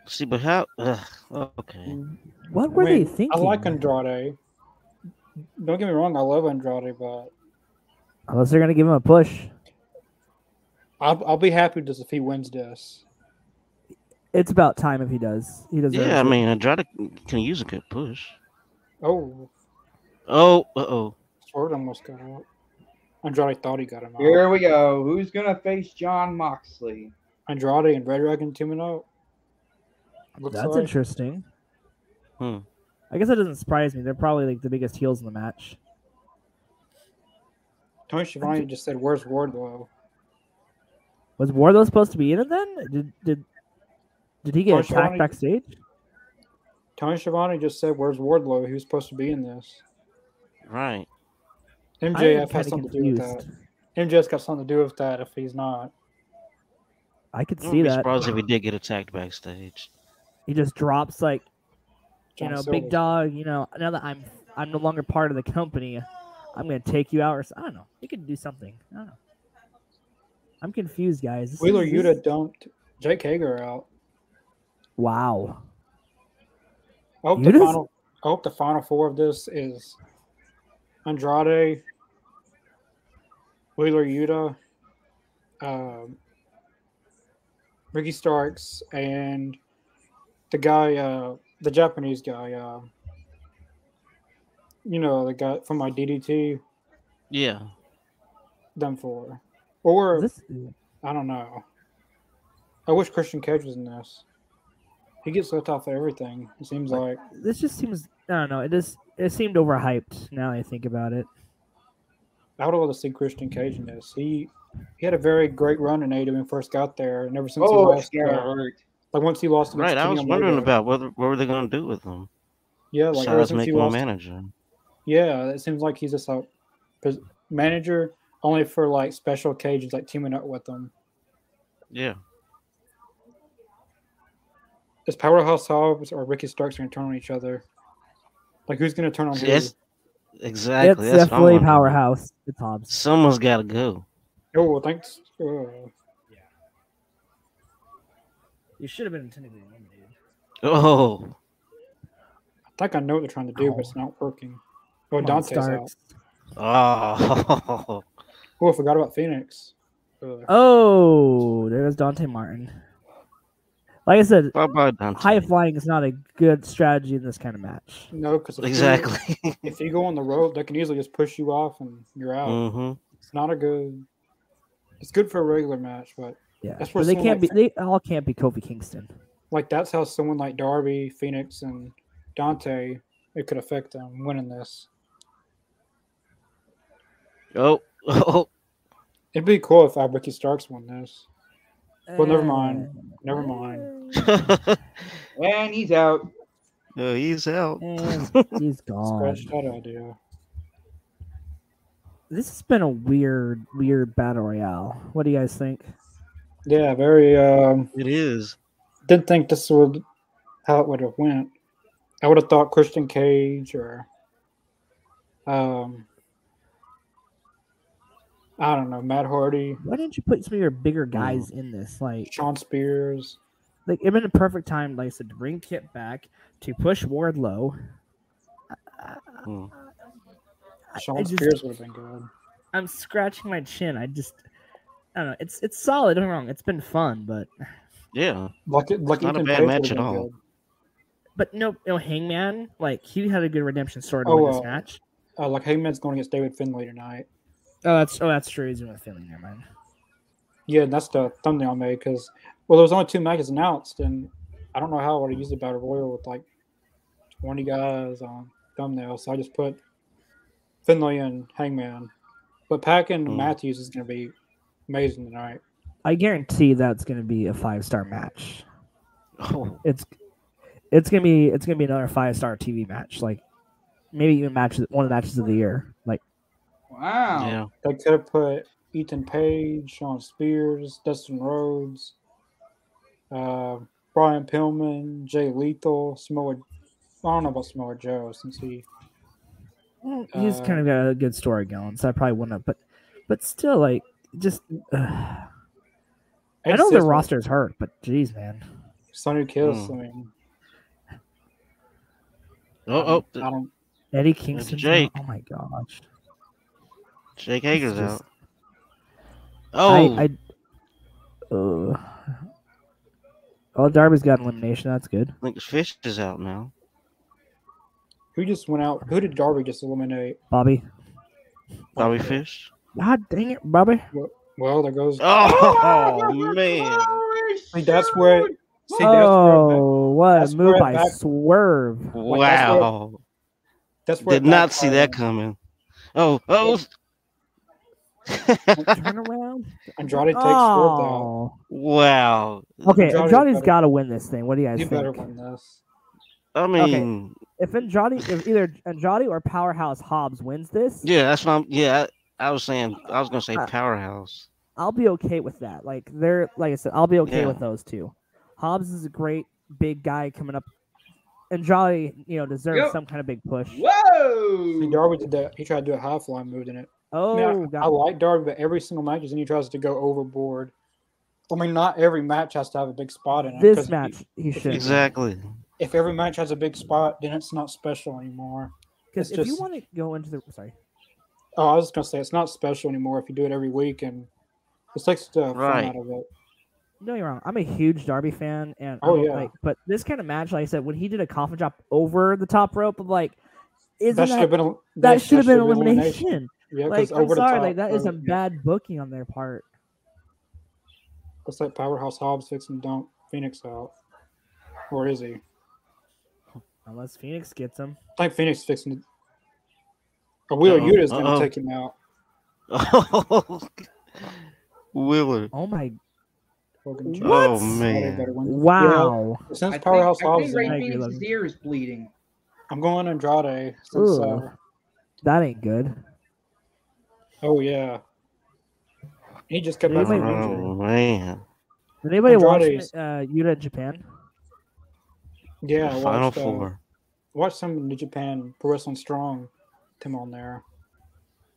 Speaker 3: See, but how? Ugh. Okay.
Speaker 1: What were
Speaker 2: I
Speaker 1: they
Speaker 2: mean,
Speaker 1: thinking?
Speaker 2: I like Andrade. Don't get me wrong, I love Andrade, but
Speaker 1: Unless they're gonna give him a push.
Speaker 2: I'll, I'll be happy just if he wins this.
Speaker 1: It's about time if he does. He deserves.
Speaker 3: Yeah, I
Speaker 1: it.
Speaker 3: mean, Andrade can use a good push.
Speaker 2: Oh,
Speaker 3: Oh, uh oh.
Speaker 2: Swerve almost got out. Andrade thought he got him out.
Speaker 4: Here we go. Who's gonna face John Moxley?
Speaker 2: Andrade and Red Dragon teaming up. Looks
Speaker 1: That's
Speaker 2: like.
Speaker 1: interesting.
Speaker 3: Hmm.
Speaker 1: I guess that doesn't surprise me. They're probably like the biggest heels in the match.
Speaker 2: Tony Schiavone just said, "Where's Wardlow?"
Speaker 1: Was Wardlow supposed to be in it then? Did did did he get
Speaker 2: Or
Speaker 1: attacked
Speaker 2: Shawn-
Speaker 1: backstage?
Speaker 2: Tony Schiavone just said, "Where's Wardlow?" He was supposed to be in this.
Speaker 3: Right.
Speaker 1: I am
Speaker 2: MJF has
Speaker 1: kinda
Speaker 2: something to do with
Speaker 1: confused.
Speaker 2: that. MJF's got something to do with that. If he's not,
Speaker 1: I could
Speaker 3: I
Speaker 1: see
Speaker 3: wouldn't be
Speaker 1: that.
Speaker 3: surprised if he did get attacked backstage.
Speaker 1: He just drops like you
Speaker 2: John
Speaker 1: know,
Speaker 2: Silver.
Speaker 1: big dog. You know, now that I'm I'm no longer part of the company, I'm gonna take you out. Or so- I don't know. We could do something. I don't know. I'm confused, guys. This
Speaker 2: Wheeler
Speaker 1: is- this
Speaker 2: Yuta
Speaker 1: is-
Speaker 2: dumped Jake Hager out.
Speaker 1: Wow.
Speaker 2: I hope the
Speaker 1: Yuta's-
Speaker 2: final. I hope the final four of this is Andrade, Wheeler Yuta, um, Ricky Starks, and the guy, uh, the Japanese guy. Uh, you know, the guy from my DDT.
Speaker 3: Yeah.
Speaker 2: Them four, or
Speaker 1: This
Speaker 2: I don't know. I wish Christian Cage was in this. He gets left off of everything. It seems like
Speaker 1: this just seems. I don't know. It just it seemed overhyped. Now that I think about it.
Speaker 2: I would love to see Christian Cage in this. He he had a very great run in AEW when he first got there, and ever since he
Speaker 4: Oh,
Speaker 2: lost,
Speaker 4: it's gonna
Speaker 2: uh,
Speaker 4: hurt.
Speaker 2: like once he lost, against
Speaker 3: Right. I
Speaker 2: Kenny
Speaker 3: was wondering
Speaker 2: Omega-
Speaker 3: about what, what were they going to do with him
Speaker 2: yeah, like ever
Speaker 3: besides
Speaker 2: since
Speaker 3: make
Speaker 2: he
Speaker 3: him a
Speaker 2: lost,
Speaker 3: manager.
Speaker 2: yeah, it seems like he's just a pos- manager only for like special cages, like teaming up with them.
Speaker 3: Yeah.
Speaker 2: Is Powerhouse Hobbs or Ricky Starks going to turn on each other? Like who's going to turn on? who?
Speaker 3: See, that's- exactly.
Speaker 1: it's
Speaker 3: that's what I'm
Speaker 1: definitely
Speaker 3: wondering.
Speaker 1: powerhouse. It's Hobbs.
Speaker 3: Someone's got to go.
Speaker 2: Oh, thanks. Uh,
Speaker 1: You should have been technically eliminated.
Speaker 3: Oh.
Speaker 2: I think I know what they're trying to do, but it's not working. Oh, Dante's out.
Speaker 3: Oh.
Speaker 2: Oh, I forgot about Phoenix. Uh, Ugh.
Speaker 1: Uh, Oh, there's Dante Martin. Like I said,
Speaker 3: Bye bye, Dante.
Speaker 1: high flying is not a good strategy in this kind of match.
Speaker 2: No, because
Speaker 3: Exactly.
Speaker 2: if you go on the road, they can easily just push you off and you're out.
Speaker 3: hmm
Speaker 2: It's not a good. It's good for a regular match, but
Speaker 1: Yeah,
Speaker 2: That's where
Speaker 1: but they
Speaker 2: someone
Speaker 1: can't be.
Speaker 2: like-
Speaker 1: They all can't be Kofi Kingston.
Speaker 2: like that's how someone like Darby, Phoenix, and Dante, it could affect them winning this.
Speaker 3: Oh, oh,
Speaker 2: It'd be cool if uh, Ricky Starks won this. Well, never
Speaker 1: Eh,
Speaker 2: mind. Never mind. uh,
Speaker 4: And he's out.
Speaker 3: no, he's out.
Speaker 1: eh, he's gone.
Speaker 2: Scratch that idea.
Speaker 1: This has been a weird, weird battle royale. What do you guys think?
Speaker 2: Yeah, very. Um,
Speaker 3: It is.
Speaker 2: didn't think this would how it would have went. I would have thought Christian Cage or um, I don't know, Matt Hardy,
Speaker 1: Why didn't you put some of your bigger
Speaker 2: Hmm.
Speaker 1: guys in this? Like,
Speaker 2: Sean Spears.
Speaker 1: like it'd been a perfect time, like I said, to bring Kip back to push Wardlow.
Speaker 3: Hmm.
Speaker 1: I
Speaker 2: Sean
Speaker 1: just-
Speaker 2: Spears would have been good.
Speaker 1: I'm scratching my chin. I just, I don't know. It's it's solid. Don't get me wrong. It's been fun, but
Speaker 3: Yeah.
Speaker 2: Lucky, lucky
Speaker 3: not a
Speaker 2: Ethan
Speaker 3: bad
Speaker 2: Page
Speaker 3: match
Speaker 2: would've
Speaker 3: at
Speaker 2: been
Speaker 3: all.
Speaker 2: good.
Speaker 1: but no, no Hangman. Like he had a good redemption story to
Speaker 2: Oh,
Speaker 1: win this
Speaker 2: uh,
Speaker 1: match.
Speaker 2: Uh, like Heyman's going against David Finlay tonight.
Speaker 1: Oh, that's oh that's true. He's doing a feeling. Never mind.
Speaker 2: Yeah, and that's the thumbnail I made because well, there was only two matches announced, and I don't know how I would have used the battle royal with like twenty guys on thumbnail. So I just put Finlay and Hangman, but Pack and
Speaker 3: Hmm.
Speaker 2: Matthews is going to be amazing tonight.
Speaker 1: I guarantee that's going to be a five star match.
Speaker 3: Oh,
Speaker 1: It's it's gonna be it's gonna be another five star TV match. Like maybe even match one of the matches of the year. Like
Speaker 4: Wow.
Speaker 3: yeah.
Speaker 2: They could have put Ethan Page, Sean Spears, Dustin Rhodes, uh, Brian Pillman, Jay Lethal, Samoa. I don't know about Samoa Joe since he
Speaker 1: mm, he's
Speaker 2: Uh,
Speaker 1: kind of got a good story going, so I probably wouldn't. Have, but but still, like just uh, I know the roster's hurt, but geez, man.
Speaker 2: Sonny Kiss.
Speaker 3: Hmm.
Speaker 2: I mean.
Speaker 3: Oh,
Speaker 2: I
Speaker 3: oh,
Speaker 2: don't.
Speaker 1: Eddie Kingston.
Speaker 3: Jake.
Speaker 1: Oh my gosh.
Speaker 3: Jake Hager's
Speaker 1: just-
Speaker 3: out. Oh,
Speaker 1: I, I uh, well, Darby's got an elimination. That's good.
Speaker 3: Link's Fish is out now.
Speaker 2: Who just went out? Who did Darby just eliminate?
Speaker 1: Bobby.
Speaker 3: Bobby Fish.
Speaker 1: God dang it, Bobby.
Speaker 2: Well, there goes.
Speaker 3: Oh,
Speaker 4: my
Speaker 3: man.
Speaker 4: gosh,
Speaker 2: See, that's where.
Speaker 4: dude.
Speaker 2: See, that's where. Back,
Speaker 1: oh, what
Speaker 2: that's
Speaker 1: a move
Speaker 2: where
Speaker 1: by
Speaker 2: back-
Speaker 1: Swerve.
Speaker 2: that's where-
Speaker 3: Wow.
Speaker 2: that's where
Speaker 3: Did not see that
Speaker 2: backfired
Speaker 3: coming. Oh, oh.
Speaker 1: Turnaround.
Speaker 2: on Andrade takes Swerve out.
Speaker 1: oh.
Speaker 3: wow.
Speaker 1: Okay,
Speaker 2: Andrade
Speaker 1: Andrade's
Speaker 2: better-
Speaker 1: got to win this thing. What do you guys
Speaker 2: You better
Speaker 1: think?
Speaker 2: win this.
Speaker 3: I mean,
Speaker 1: If Andrade, if either Andrade or Powerhouse Hobbs wins this,
Speaker 3: yeah, that's what I'm. Yeah, I, I was saying. I was gonna say
Speaker 1: Uh,
Speaker 3: powerhouse.
Speaker 1: I'll be okay with that. Like they're like I said, I'll be okay
Speaker 3: Yeah.
Speaker 1: with those two. Hobbs is a great big guy coming up. And Jolly, you know, deserves
Speaker 4: Yep.
Speaker 1: some kind of big push.
Speaker 2: See,
Speaker 4: Whoa.
Speaker 2: Darby did that. He tried to do a high fly move in it. I,
Speaker 1: Oh,
Speaker 2: mean, I- I,
Speaker 1: God.
Speaker 2: like Darby, but every single match, is and he tries to go overboard. I mean, not every match has to have a big spot in it. 'cause
Speaker 1: this
Speaker 2: if-
Speaker 1: match he should.
Speaker 3: Exactly.
Speaker 2: If every match has a big spot, then it's not special anymore.
Speaker 1: Because
Speaker 2: it's
Speaker 1: if you
Speaker 2: just-
Speaker 1: want to go into the sorry,
Speaker 2: Oh, I was just gonna say it's not special anymore if you do it every week, and it takes the
Speaker 3: Right.
Speaker 2: fun out of it.
Speaker 1: no, you're wrong. I'm a huge Darby fan, and
Speaker 2: Oh,
Speaker 1: I'm
Speaker 2: yeah.
Speaker 1: like, but this kind of match, like I said, when he did a coffin drop over the top rope, I'm like, isn't
Speaker 2: That should have
Speaker 1: that
Speaker 2: been. a-
Speaker 1: that should have been
Speaker 2: should've
Speaker 1: elimination?
Speaker 2: Yeah,
Speaker 1: Like,
Speaker 2: because
Speaker 1: I'm
Speaker 2: over the
Speaker 1: sorry,
Speaker 2: top,
Speaker 1: like that is
Speaker 2: uh,
Speaker 1: some bad booking on their part.
Speaker 2: Looks like Powerhouse Hobbs fixing to dump Phoenix out. Or is he?
Speaker 1: Unless Phoenix gets him,
Speaker 2: I think Phoenix fixing to. Or Wheeler
Speaker 3: Uh-oh,
Speaker 2: Yuta is going
Speaker 3: uh-oh.
Speaker 2: to take him out.
Speaker 3: Willard.
Speaker 1: oh my,
Speaker 2: Logan Chubb.
Speaker 1: What?
Speaker 3: Oh
Speaker 2: Somebody
Speaker 3: man.
Speaker 2: better win.
Speaker 1: wow.
Speaker 2: Since
Speaker 4: I think, I
Speaker 2: Powerhouse Hobbs,
Speaker 4: think
Speaker 2: is
Speaker 4: Ray
Speaker 2: in,
Speaker 1: I agree,
Speaker 4: Phoenix's
Speaker 1: Logan.
Speaker 4: ear is bleeding.
Speaker 2: I'm going Andrade. Since,
Speaker 1: Ooh,
Speaker 2: uh,
Speaker 1: that ain't good.
Speaker 2: oh yeah. He just kept
Speaker 1: They
Speaker 2: out from
Speaker 1: might-
Speaker 2: injury.
Speaker 3: Oh man.
Speaker 1: Did anybody watch
Speaker 2: Andrade's-
Speaker 1: uh, Yuta in Japan?
Speaker 2: Yeah, I
Speaker 3: Final
Speaker 2: watched, Uh,
Speaker 3: four.
Speaker 2: watched some New Japan Pro Wrestling Strong. Tim on there.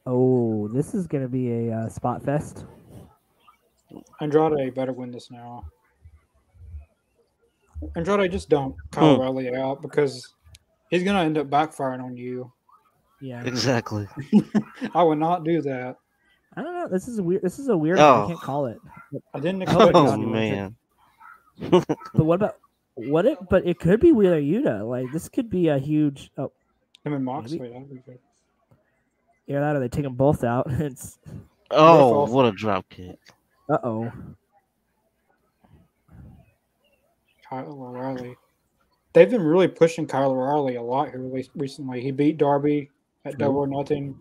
Speaker 1: Oh, this is gonna be a uh, spot fest.
Speaker 2: Andrade better win this now. Andrade just dump Kyle
Speaker 3: Hmm.
Speaker 2: Riley out because he's going to end up backfiring on you.
Speaker 1: Yeah,
Speaker 3: Exactly.
Speaker 2: I would not do that.
Speaker 1: I don't know. This is weird. This is a weird. one. I
Speaker 3: Oh.
Speaker 1: can't call it.
Speaker 2: I didn't
Speaker 1: Oh,
Speaker 2: expect.
Speaker 3: Oh
Speaker 1: God.
Speaker 3: man.
Speaker 1: But what about what it? But it could be Wheeler Yuta. Like this could be a huge. Oh,
Speaker 2: him and Moxley. That'd be good.
Speaker 1: yeah, that or they take them both out. It's
Speaker 3: Oh,
Speaker 2: off.
Speaker 3: what a drop kick.
Speaker 1: uh oh.
Speaker 2: Kyle O'Reilly. they've been really pushing Kyle O'Reilly a lot here re- recently. He beat Darby at Double or Nothing.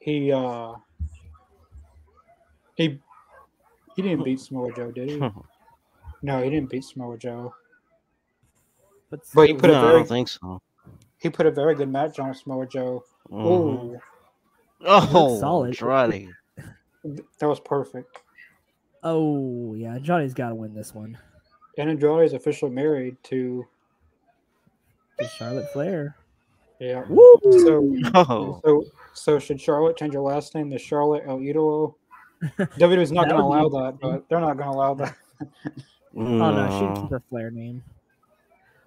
Speaker 2: He uh he he didn't beat Samoa Joe, did he? No, he didn't beat Samoa Joe. But he put
Speaker 3: no,
Speaker 2: a
Speaker 3: I
Speaker 2: very
Speaker 3: don't think so.
Speaker 2: he put a very good match on Samoa Joe.
Speaker 3: Mhm.
Speaker 2: Ooh,
Speaker 3: Oh,
Speaker 1: solid.
Speaker 3: Andrade.
Speaker 2: that was perfect.
Speaker 1: oh yeah, Johnny's got to win this one.
Speaker 2: And Andrade is officially married to
Speaker 1: To Charlotte Flair.
Speaker 2: yeah.
Speaker 1: Woo!
Speaker 2: So
Speaker 3: Oh,
Speaker 2: So, so should Charlotte change her last name to Charlotte El Idolo? WWE's not
Speaker 1: That
Speaker 2: going to
Speaker 1: would be
Speaker 2: allow that, but they're not going to allow that.
Speaker 1: Oh no,
Speaker 3: Mm.
Speaker 1: she
Speaker 3: Uh.
Speaker 1: keep her Flair name.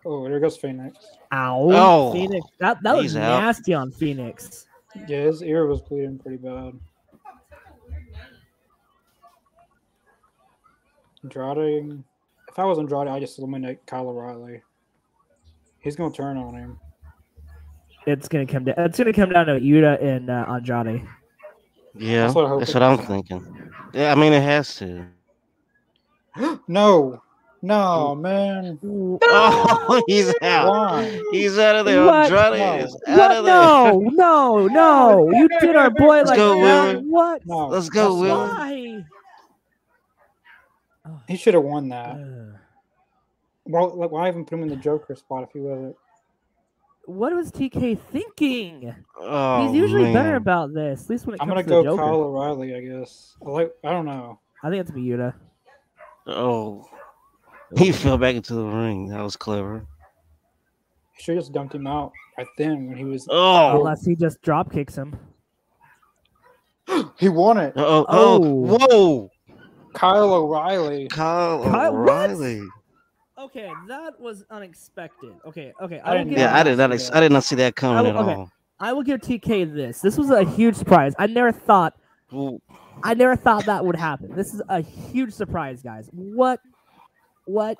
Speaker 2: Oh, there goes Phoenix.
Speaker 1: Ow,
Speaker 3: Oh,
Speaker 1: Phoenix. That that was
Speaker 3: he's out.
Speaker 1: nasty on Phoenix.
Speaker 2: Yeah, his ear was bleeding pretty bad. Andrade, if I was Andrade, I just eliminate Kyle O'Reilly. He's going to turn on him.
Speaker 1: It's gonna come down. It's gonna come down to Yuta and uh, Andrade.
Speaker 3: yeah,
Speaker 2: That's what I hope
Speaker 3: that's
Speaker 2: it
Speaker 3: what I'm
Speaker 2: is.
Speaker 3: thinking. Yeah, I mean it has to.
Speaker 2: No, no, man.
Speaker 3: Oh, he's out.
Speaker 2: Why?
Speaker 3: He's out of there.
Speaker 1: What?
Speaker 3: Andrade is
Speaker 1: What?
Speaker 3: out of there.
Speaker 1: No, no, no! You did our boy
Speaker 3: Let's
Speaker 1: like
Speaker 3: go,
Speaker 1: that.
Speaker 3: Wheeler.
Speaker 1: What?
Speaker 2: No,
Speaker 3: Let's
Speaker 2: that's
Speaker 3: go, Will.
Speaker 2: not-
Speaker 1: Why? Oh,
Speaker 2: He should have won that.
Speaker 1: uh,
Speaker 2: Well, like, why even put him in the Joker spot if he wasn't?
Speaker 1: What was TK thinking?
Speaker 3: Oh,
Speaker 1: He's usually better
Speaker 3: man.
Speaker 1: about this, at least when it
Speaker 2: I'm
Speaker 1: comes to the
Speaker 2: gonna go
Speaker 1: Joker.
Speaker 2: Kyle O'Reilly, I guess. I like, I don't know.
Speaker 1: I think it's be Yuta.
Speaker 3: Oh, he fell back into the ring. That was clever.
Speaker 2: He should just dumped him out right then when he was.
Speaker 3: Oh,
Speaker 1: Unless he just drop kicks him.
Speaker 2: He won it.
Speaker 3: oh,
Speaker 1: Oh.
Speaker 3: oh, whoa,
Speaker 2: Kyle O'Reilly.
Speaker 3: Kyle
Speaker 1: Kyle- what?
Speaker 3: O'Reilly.
Speaker 1: Okay, that was unexpected. Okay, okay.
Speaker 2: I
Speaker 1: I will
Speaker 2: didn't
Speaker 1: give,
Speaker 3: Yeah, I did not. Ex- I did not see that coming
Speaker 1: I-
Speaker 3: at
Speaker 1: okay.
Speaker 3: all.
Speaker 1: I will give TK this. This was a huge surprise. I never thought.
Speaker 3: Ooh,
Speaker 1: I never thought that would happen. This is a huge surprise, guys. What? What?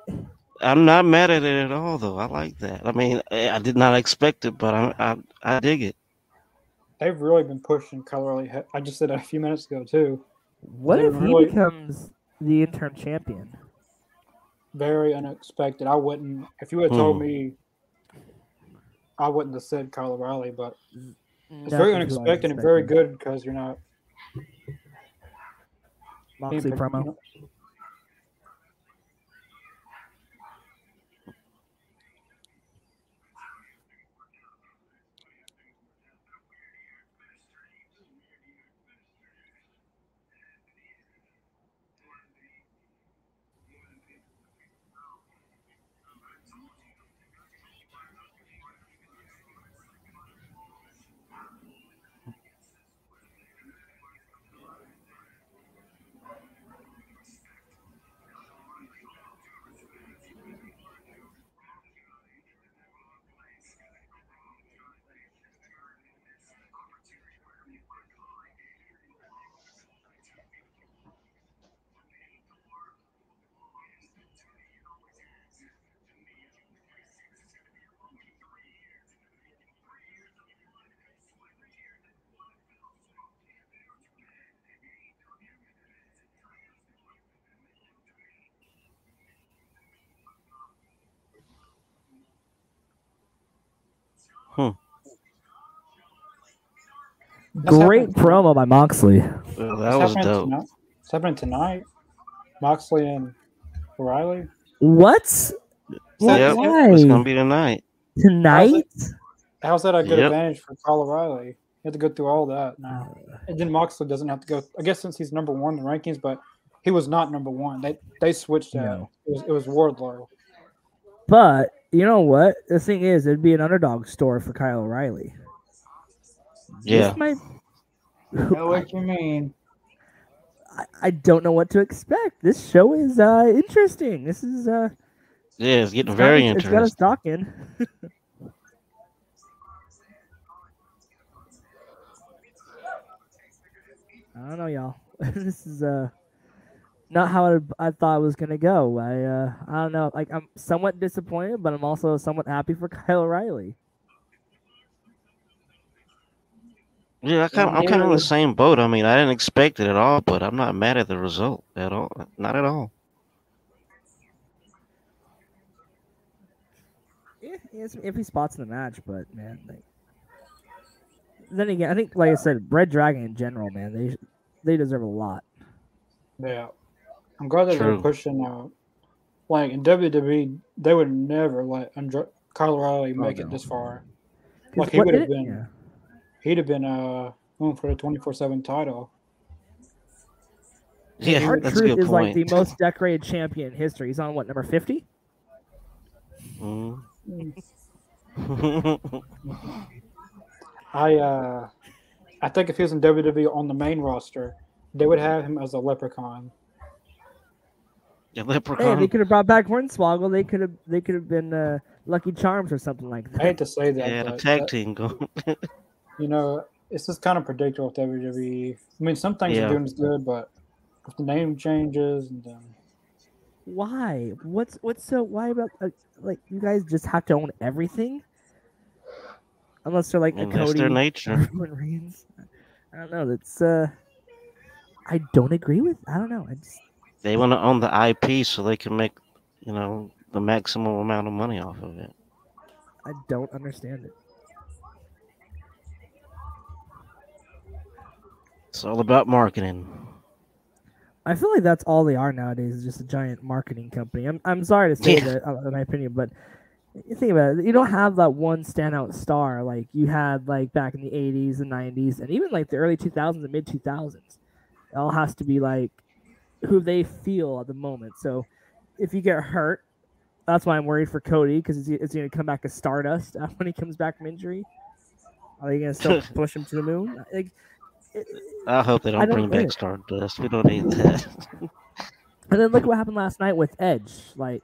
Speaker 3: I'm not mad at it at all, though. I like that. I mean, eh, I I did not expect it, but I I, I dig it.
Speaker 2: They've really been pushing Kyle O'Reilly. he- I just said that a few minutes ago too.
Speaker 1: What
Speaker 2: Dude,
Speaker 1: if he
Speaker 2: really-
Speaker 1: becomes the interim champion?
Speaker 2: Very unexpected. I wouldn't. If you had told
Speaker 3: Hmm.
Speaker 2: me, I wouldn't have said Kyle O'Reilly. But it's
Speaker 1: That's
Speaker 2: very
Speaker 1: what I was
Speaker 2: unexpected and very
Speaker 1: expecting.
Speaker 2: good because you're not. being
Speaker 1: Moxley
Speaker 2: pre-
Speaker 1: promo.
Speaker 2: That's
Speaker 1: Great
Speaker 2: happening-
Speaker 1: promo by Moxley. Oh,
Speaker 3: Well, Uh, that
Speaker 2: that's
Speaker 3: was
Speaker 2: happening
Speaker 3: dope.
Speaker 2: Tonight. It's happening tonight. Moxley and O'Reilly.
Speaker 1: What?
Speaker 2: That-
Speaker 3: Yep,
Speaker 1: Why?
Speaker 3: it's gonna be tonight.
Speaker 1: Tonight?
Speaker 2: How's that a good
Speaker 3: Yep.
Speaker 2: advantage for Kyle O'Reilly? You have to go through all that now. And then Moxley doesn't have to go. I guess since he's number one in the rankings, but he was not number one. They they switched that.
Speaker 1: No.
Speaker 2: It, was, it was Wardlow.
Speaker 1: But you know what? The thing is, it'd be an underdog store for Kyle O'Reilly.
Speaker 3: Yeah.
Speaker 1: This might-
Speaker 4: know what you mean.
Speaker 1: I, I don't know what to expect. This show is uh interesting. This is uh
Speaker 3: Yeah, it's getting
Speaker 1: it's got
Speaker 3: very
Speaker 1: us- It's got us
Speaker 3: interesting.
Speaker 1: talking. I don't know, y'all. this is uh not how I, I thought it was gonna go. I uh I don't know. Like I'm somewhat disappointed, but I'm also somewhat happy for Kyle O'Reilly.
Speaker 3: Yeah, I kind of, I'm kind of on the same boat. I mean, I didn't expect it at all, but I'm not mad at the result at all. Not at all.
Speaker 1: Yeah, he had some iffy spots in the match, but man, like, then again, I think like I said, Red Dragon in general, man, they they deserve a lot.
Speaker 2: Yeah, I'm glad that they're
Speaker 3: True.
Speaker 2: pushing out. Like in WWE, they would never let Andre- Kyle O'Reilly
Speaker 4: Oh,
Speaker 2: make
Speaker 4: no.
Speaker 2: it this far.
Speaker 1: 'Cause
Speaker 2: Like he
Speaker 1: what
Speaker 2: would have
Speaker 1: did it-
Speaker 2: been, he'd have been uh going for the 24 seven title.
Speaker 3: Yeah,
Speaker 1: Our
Speaker 3: that's a
Speaker 1: truth
Speaker 3: good
Speaker 1: is like
Speaker 3: point.
Speaker 1: the most decorated champion in history. He's on what number fifty?
Speaker 3: Mhm.
Speaker 2: I uh, I think if he was in WWE on the main roster, they would have him as a leprechaun.
Speaker 3: Yeah,
Speaker 1: Hey,
Speaker 3: leprechaun.
Speaker 1: they could have brought back Hornswoggle. They could have they could have been uh, Lucky Charms or something like uh,
Speaker 2: I
Speaker 1: that.
Speaker 2: hate to say that,
Speaker 3: yeah,
Speaker 2: but
Speaker 3: tag
Speaker 2: that-
Speaker 3: team going.
Speaker 2: you know, it's just kind of predictable with WWE. I mean, some things
Speaker 3: Yeah.
Speaker 2: are doing is good, but if the name changes and um, then
Speaker 1: Why? What's what's so why about uh, like you guys just have to own everything? Unless they're like a
Speaker 3: And that's
Speaker 1: Cody
Speaker 3: their nature.
Speaker 1: Roman Reigns. I don't know. That's uh, I don't agree with. I don't know. I just
Speaker 3: They want to own the IP so they can make, you know, the maximum amount of money off of it.
Speaker 1: I don't understand it.
Speaker 3: It's all about marketing.
Speaker 1: I feel like that's all they are nowadays is just a giant marketing company. I'm, I'm sorry to say
Speaker 3: Yeah.
Speaker 1: that, uh, in my opinion, but you think about it. You don't have that one standout star like you had like back in the 80s and 90s and even like the early 2000s and mid 2000s. It all has to be like who they feel at the moment. So if you get hurt, that's why I'm worried for Cody because is he, is he going to come back as Stardust when he comes back from injury? Are they going to still push him to the moon? Like, it,
Speaker 3: I hope they
Speaker 1: I
Speaker 3: don't,
Speaker 1: don't
Speaker 3: bring
Speaker 1: get
Speaker 3: back
Speaker 1: it.
Speaker 3: Stardust. We don't need that.
Speaker 1: And then look what happened last night with Edge. Like,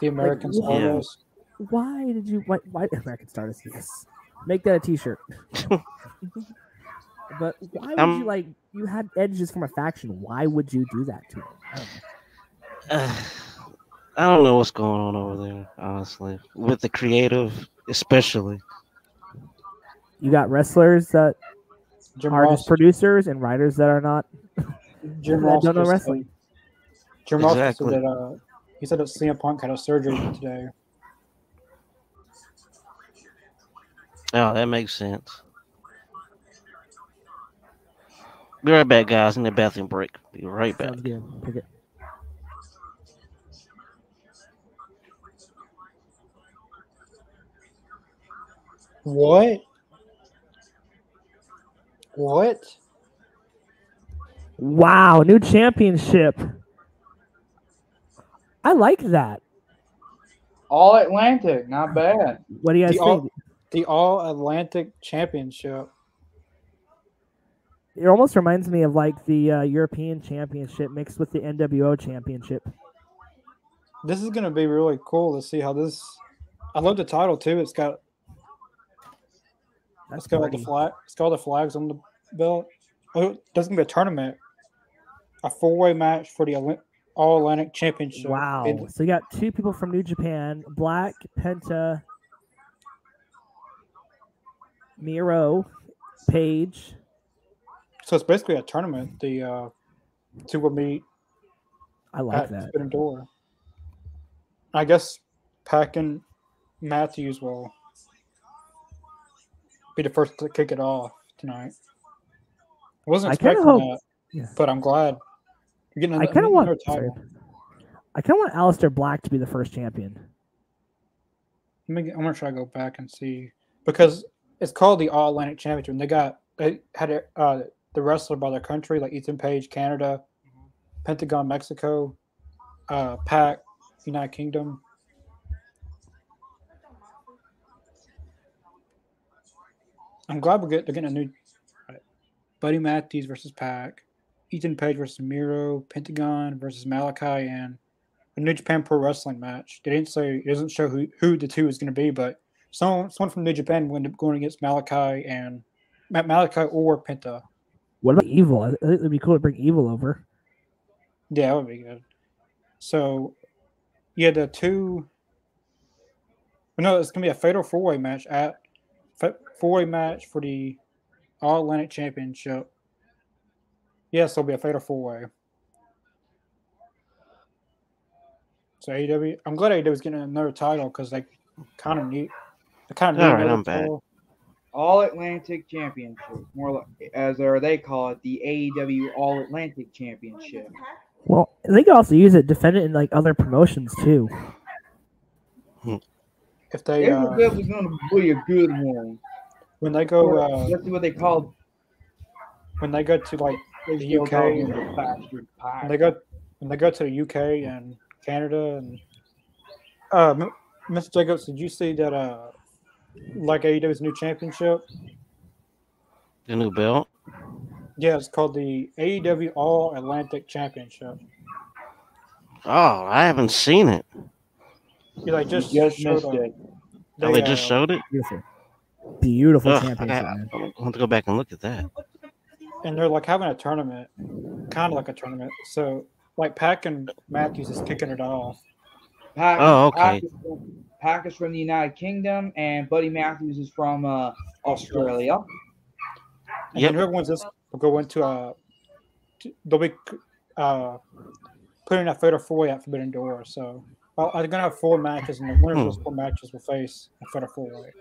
Speaker 2: the Americans
Speaker 1: yeah.
Speaker 2: almost
Speaker 1: why did you? Why? why American Stardust? Yes, make that a T-shirt. but why would
Speaker 3: Um,
Speaker 1: you like? You had Edge just from a faction. Why would you do that to him? I don't know.
Speaker 3: Uh, I don't know what's going on over there, honestly, with the creative, especially.
Speaker 1: You got wrestlers that
Speaker 2: Jim
Speaker 1: are
Speaker 2: Ross.
Speaker 1: just producers and writers that are not.
Speaker 2: Jim
Speaker 1: that
Speaker 2: Ross
Speaker 1: don't know
Speaker 2: just said-
Speaker 1: wrestling.
Speaker 2: Jim Ross just
Speaker 3: Exactly.
Speaker 2: said that uh, he said that CM Punk had a surgery today.
Speaker 3: Oh, that makes sense. Be right back, guys. In the bathroom break. Be right back.
Speaker 1: Sounds good. Pick it.
Speaker 2: What? What?
Speaker 1: Wow, new championship. I like that.
Speaker 4: All Atlantic, not bad.
Speaker 1: What do you guys
Speaker 2: The
Speaker 1: think?
Speaker 2: all- The All Atlantic Championship.
Speaker 1: It almost reminds me of like the uh, European Championship mixed with the NWO Championship.
Speaker 2: This is gonna be really cool to see how this. I love the title too. It's got
Speaker 1: That's
Speaker 2: it's got like the
Speaker 1: pretty.
Speaker 2: flag. It's got all the flags on the belt. Oh, there's gonna be a tournament, a four way match for the Olymp- All Atlantic Championship.
Speaker 1: Wow.
Speaker 2: It-
Speaker 1: so you got two people from New Japan, Black, Penta, Miro, Page.
Speaker 2: so it's basically a tournament. The uh, two will meet
Speaker 1: I like
Speaker 2: at
Speaker 1: that.
Speaker 2: Spinning Door. I guess Pack and Matthews will be the first to kick it off tonight. I wasn't
Speaker 1: I kinda
Speaker 2: expecting
Speaker 1: hope-
Speaker 2: that,
Speaker 1: yeah.
Speaker 2: but I'm glad you're getting.
Speaker 1: I
Speaker 2: another-
Speaker 1: kind of want.
Speaker 2: another
Speaker 1: sorry.
Speaker 2: title.
Speaker 1: I kind of want Alistair Black to be the first champion.
Speaker 2: Let me. get- I'm gonna try to go back and see because it's called the All Atlantic Championship. And they got they had it, uh, the wrestler by their country, like Ethan Page, Canada, Pentagon, Mexico, uh, Pac, United Kingdom. I'm glad we're get, they're getting a new Buddy Matthews versus Pac, Ethan Page versus Miro, Pentagon versus Malachi, and a New Japan Pro Wrestling match. They didn't say it doesn't show who, who the two is going to be, but someone someone from New Japan will end up going against Malachi and Ma- Malachi or Penta.
Speaker 1: What about Evil? I I think it'd be cool to bring Evil over.
Speaker 2: Yeah, that would be good. So, yeah, the two. No, it's going to be a fatal four way match at four way match for the All Atlantic Championship. Yes, it'll be a fatal four way. E So AEW, I'm glad AEW is getting another title because like Kind of neat. I kind of
Speaker 3: All right, I'm back.
Speaker 4: All Atlantic Championship, more like, as or they call it, the AEW All Atlantic Championship.
Speaker 1: Well, they could also use it defend it in like other promotions too.
Speaker 2: If they
Speaker 4: It
Speaker 2: uh,
Speaker 4: was definitely going to be a good one.
Speaker 2: when they go uh,
Speaker 4: That's what they call
Speaker 2: when they go to like
Speaker 4: they
Speaker 2: UK.
Speaker 4: call it the bastard
Speaker 2: when
Speaker 4: pie.
Speaker 2: they go when they go to the UK and Canada and uh, M- Mr. Jacobs, did you see that? Uh, like AEW's new championship.
Speaker 3: The new belt.
Speaker 2: Yeah, it's called the AEW All Atlantic Championship.
Speaker 3: Oh, I haven't seen it.
Speaker 2: You like just
Speaker 4: You just
Speaker 2: showed
Speaker 4: missed
Speaker 2: up.
Speaker 4: it.
Speaker 3: Oh, they just
Speaker 2: uh,
Speaker 3: showed it.
Speaker 1: Beautiful, beautiful
Speaker 3: Ugh, I,
Speaker 1: championship. man.
Speaker 3: I want to go back and look at that.
Speaker 2: and they're like having a tournament, kind of like a tournament. So like Pack and Matthews is kicking it off.
Speaker 4: Pac,
Speaker 3: Oh,
Speaker 4: Pac
Speaker 3: okay.
Speaker 4: is from- Pac is from the United Kingdom, and Buddy Matthews is from uh, Australia.
Speaker 2: And
Speaker 3: Yep.
Speaker 2: then whoever wins this will go into uh, t- they'll be uh, putting that fatal four way at Forbidden Door. So well, they're gonna have four matches, and the winner of
Speaker 3: Hmm.
Speaker 2: those four matches will face a fatal four way.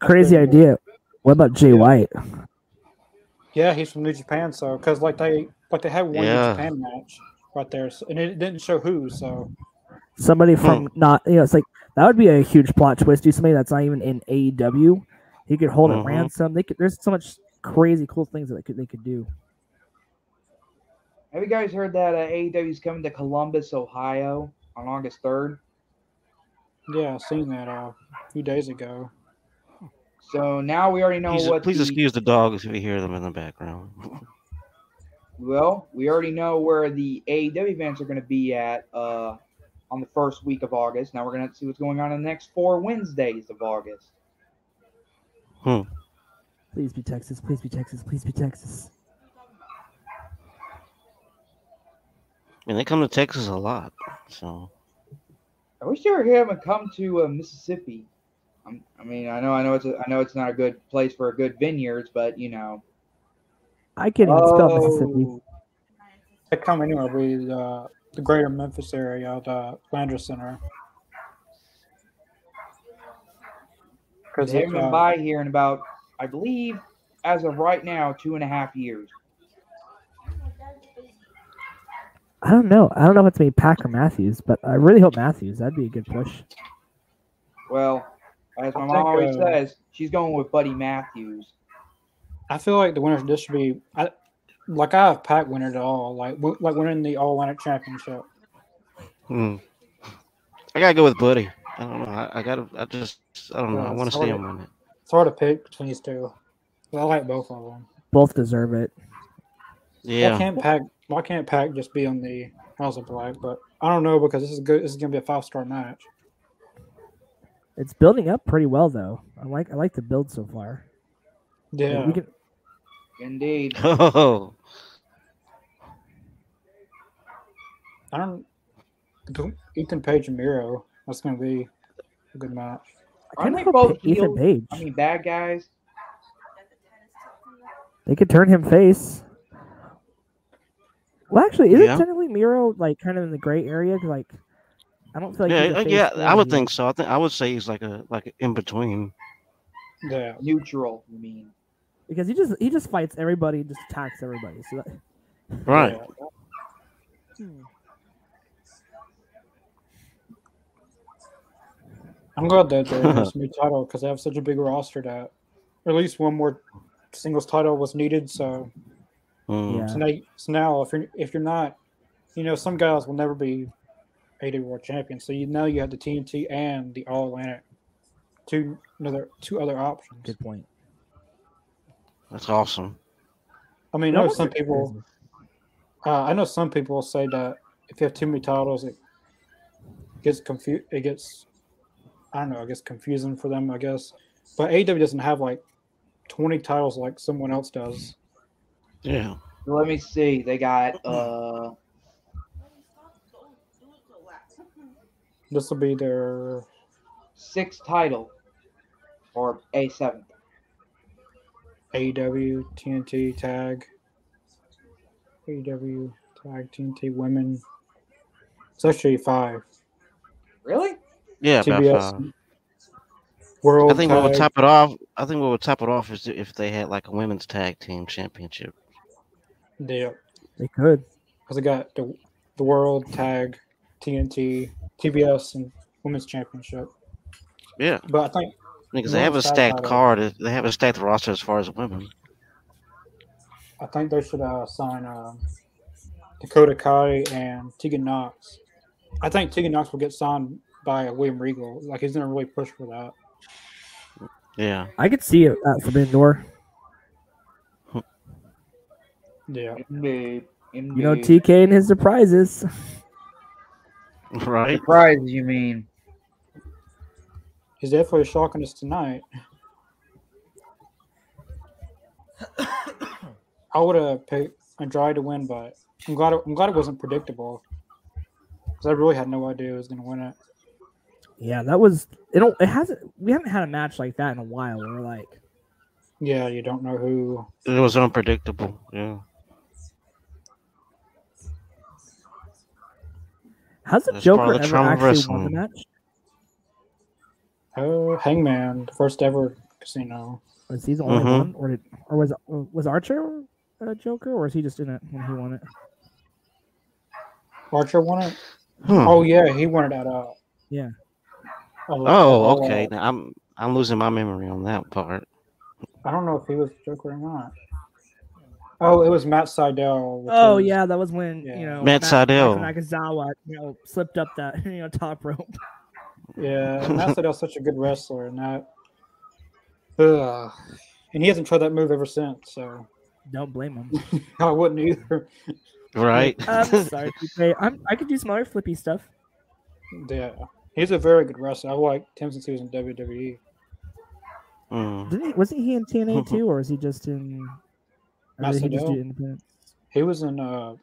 Speaker 1: Crazy idea. What about Jay White?
Speaker 2: Yeah, he's from New Japan, so because like they like they had one
Speaker 3: Yeah.
Speaker 2: New Japan match right there, so, and it didn't show who. So
Speaker 1: Somebody from
Speaker 4: Hmm.
Speaker 1: not you know, it's like that would be a huge plot twist. Do somebody that's not even in AEW. He could hold
Speaker 4: Mm-hmm.
Speaker 3: Mhm.
Speaker 1: it ransom. They could. There's so much crazy cool things that they could they could do.
Speaker 4: Have you guys heard that uh, AEW is coming to Columbus, Ohio on August 3rd?
Speaker 2: yeah, I seen that uh, a few days ago.
Speaker 4: So now we already know
Speaker 3: Please,
Speaker 4: what.
Speaker 3: please
Speaker 4: the-
Speaker 3: excuse the dogs if you hear them in the background.
Speaker 4: Well, we already know where the AEW events are going to be at uh, on the first week of August. Now we're going to see what's going on in the next four Wednesdays of August.
Speaker 1: Please be Texas. Please be Texas. Please be Texas.
Speaker 3: And they come to Texas a lot, so
Speaker 4: I wish they were here and come to uh, Mississippi. i I mean, I know, I know it's, a, I know it's not a good place for a good vineyards, but you know.
Speaker 1: I can't even spell Mississippi.
Speaker 4: Oh,
Speaker 2: They come anywhere with uh, the greater Memphis area, the Landers Center. Because
Speaker 4: they haven't been by here in about, I believe, as of right now, two and a half years.
Speaker 1: I don't know. I don't know if it's me, Pack or Matthews, but I really hope Matthews. That'd be a good push.
Speaker 4: Well, as my
Speaker 2: I
Speaker 4: mom
Speaker 2: think,
Speaker 4: always
Speaker 2: uh,
Speaker 4: says, she's going with Buddy Matthews.
Speaker 2: I feel like the winners of this should be I, like I have Pac winning it all, like w- like winning the All Atlantic Championship.
Speaker 3: hmm. I gotta go with Buddy. I don't know. I, I gotta. I just. I don't know.
Speaker 2: Yeah,
Speaker 3: I want
Speaker 2: it's
Speaker 3: to stay
Speaker 2: hard.
Speaker 3: on it.
Speaker 2: It's hard to pick between these two. But I like both of them.
Speaker 1: Both deserve it.
Speaker 2: Why
Speaker 3: Yeah.
Speaker 2: can't Pac? Why can't Pac just be on the House of Black? But I don't know because this is good. This is gonna be a five star match.
Speaker 1: It's building up pretty well though. I like I like the build so far.
Speaker 2: Yeah,
Speaker 1: We can
Speaker 4: Indeed.
Speaker 3: Oh,
Speaker 2: I don't. between Ethan Page and Miro. That's gonna be a good match.
Speaker 1: I kinda
Speaker 4: Aren't they
Speaker 1: hope
Speaker 4: both
Speaker 1: Pa- Ethan
Speaker 4: heels?
Speaker 1: Page.
Speaker 4: I mean, bad guys.
Speaker 1: they could turn him face. Well, actually, isn't
Speaker 3: Yeah.
Speaker 1: technically Miro like kind of in the gray area? 'Cause, Like, I don't feel like he's
Speaker 3: yeah.
Speaker 1: a
Speaker 3: uh,
Speaker 1: face
Speaker 3: Yeah.
Speaker 1: heel
Speaker 3: I would
Speaker 1: yet.
Speaker 3: think so. I think I would say he's like a like in between.
Speaker 2: Yeah,
Speaker 4: Neutral, you mean.
Speaker 1: because he just he just fights everybody, and just attacks everybody. So that,
Speaker 3: Right.
Speaker 2: yeah. I'm glad that there's a new title because they have such a big roster that at least one more singles title was needed. So,
Speaker 3: Mm.
Speaker 1: yeah,
Speaker 2: so, now, so now if you're if you're not, you know, some guys will never be AEW World Champion. So you now you have the TNT and the All Atlantic, two another two other options.
Speaker 1: good point.
Speaker 3: That's awesome.
Speaker 2: I mean,
Speaker 1: That
Speaker 2: I know
Speaker 1: was
Speaker 2: some
Speaker 1: pretty
Speaker 2: people.
Speaker 1: crazy.
Speaker 2: Uh, I know some people say that if you have too many titles, it gets confused. It gets, I don't know, it gets confusing for them, I guess. But AEW doesn't have like 20 titles like someone else does.
Speaker 3: Yeah.
Speaker 4: Let me see. They got uh
Speaker 2: This will be their,
Speaker 4: six title or a seventh.
Speaker 2: AEW, TNT, tag, AEW, tag, TNT, women. It's actually five.
Speaker 4: Really?
Speaker 3: Yeah. About
Speaker 2: TBS,
Speaker 3: five.
Speaker 2: World.
Speaker 3: I think what would
Speaker 2: Tag-
Speaker 3: top it off. I think what would top it off is if they had like a women's tag team championship.
Speaker 2: Yeah,
Speaker 1: They could.
Speaker 2: because I got the the World Tag, TNT, TBS, and Women's Championship.
Speaker 3: Yeah,
Speaker 2: But I think
Speaker 3: because they have a
Speaker 2: Women's tag
Speaker 3: stacked
Speaker 2: title.
Speaker 3: card. They have a stacked roster as far as women.
Speaker 2: I think they should uh, sign um, Dakota Kai and Tegan Knox. I think Tegan Knox will get signed by William Regal. Like he's gonna really push for that.
Speaker 3: Yeah,
Speaker 1: I could see it at Forbidden Door.
Speaker 2: Yeah,
Speaker 4: Indeed.
Speaker 1: You
Speaker 3: Mm.
Speaker 1: know,
Speaker 4: indeed.
Speaker 1: TK and his surprises.
Speaker 3: right.
Speaker 4: Surprise, you mean?
Speaker 2: he's definitely shocking us tonight. I would have picked Andrade to win, but I'm glad it, I'm glad it wasn't predictable because I really had no idea who was gonna win it.
Speaker 1: Yeah, that was. It don't. It hasn't. We haven't had a match like that in a while. Where we're like,
Speaker 2: Yeah, you don't know who.
Speaker 3: It was unpredictable. Yeah,
Speaker 1: hasn't
Speaker 3: That's part
Speaker 1: Joker
Speaker 3: of the
Speaker 1: ever
Speaker 3: charm of
Speaker 1: actually won the
Speaker 3: wrestling.
Speaker 1: match?
Speaker 2: Oh, Hangman, the first ever casino.
Speaker 1: Was he the only
Speaker 3: Mhm.
Speaker 1: one, or did, or was was Archer a Joker, or is he just in it when he won it?
Speaker 2: Archer won it.
Speaker 3: Hmm.
Speaker 2: Oh yeah, he wanted that out.
Speaker 1: Yeah.
Speaker 2: Oh,
Speaker 3: Oh, okay. Now, I'm I'm losing my memory on that part.
Speaker 2: I don't know if he was the Joker or not. Oh, it was Matt Seidel. which
Speaker 1: Oh
Speaker 2: was-
Speaker 1: yeah, that was when
Speaker 2: Yeah.
Speaker 1: you know
Speaker 3: Matt
Speaker 1: Matt-
Speaker 3: Sydal.
Speaker 1: Nakazawa you know slipped up that you know top rope.
Speaker 2: yeah. and Matt Seidel's such a good wrestler, and that. Ugh. And he hasn't tried that move ever since, so
Speaker 1: Don't blame him.
Speaker 2: I wouldn't either.
Speaker 3: Right.
Speaker 1: I'm sorry, TK. I'm, I could do some other flippy stuff.
Speaker 2: Yeah, he's a very good wrestler. I like him since he was in E. WWE.
Speaker 3: Hmm.
Speaker 1: Didn't he, wasn't he in TNA too, or is he just in? or did he just do
Speaker 2: Macedon.
Speaker 1: independent?
Speaker 2: He was in uh,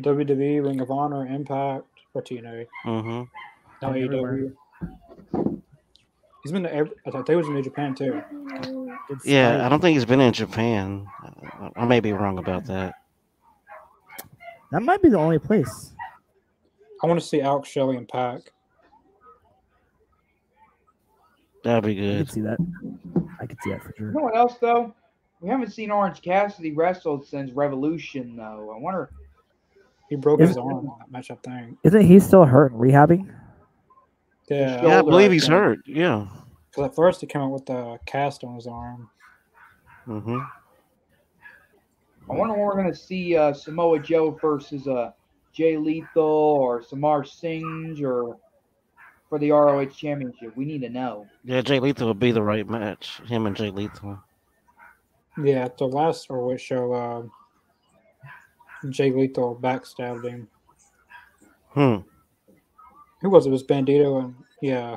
Speaker 2: WWE, Ring of Honor, Impact, or TNA.
Speaker 3: hmm
Speaker 2: Now
Speaker 1: And
Speaker 2: AEW. E He's been to every. I thought they was in New Japan too.
Speaker 1: Good
Speaker 3: Yeah,
Speaker 1: spike.
Speaker 3: I don't think he's been in Japan. I, I may be wrong about that.
Speaker 1: that might be the only place.
Speaker 2: I want to see Alex Shelley and Pac.
Speaker 3: That'd be
Speaker 1: I
Speaker 3: good.
Speaker 1: could see that. I could see that for sure.
Speaker 4: You know what else though? We haven't seen Orange Cassidy wrestle since Revolution though. I wonder.
Speaker 2: He broke
Speaker 1: Is-
Speaker 2: his arm on that match, I think.
Speaker 1: Isn't he still hurt and rehabbing?
Speaker 2: Yeah,
Speaker 3: Yeah, I believe
Speaker 4: I
Speaker 3: he's
Speaker 4: think.
Speaker 3: hurt. Yeah.
Speaker 2: 'cause at first he came out with a cast on his arm.
Speaker 3: hmm
Speaker 4: I wonder when we're gonna see uh, Samoa Joe versus uh, Jay Lethal or Samar Singh or for the ROH Championship. We need to know.
Speaker 3: Yeah, Jay Lethal would be the right match. Him and Jay Lethal.
Speaker 2: Yeah, at the last or what show, uh, Jay Lethal backstabbed him.
Speaker 3: Hmm.
Speaker 2: Who was it? It was Bandito and yeah,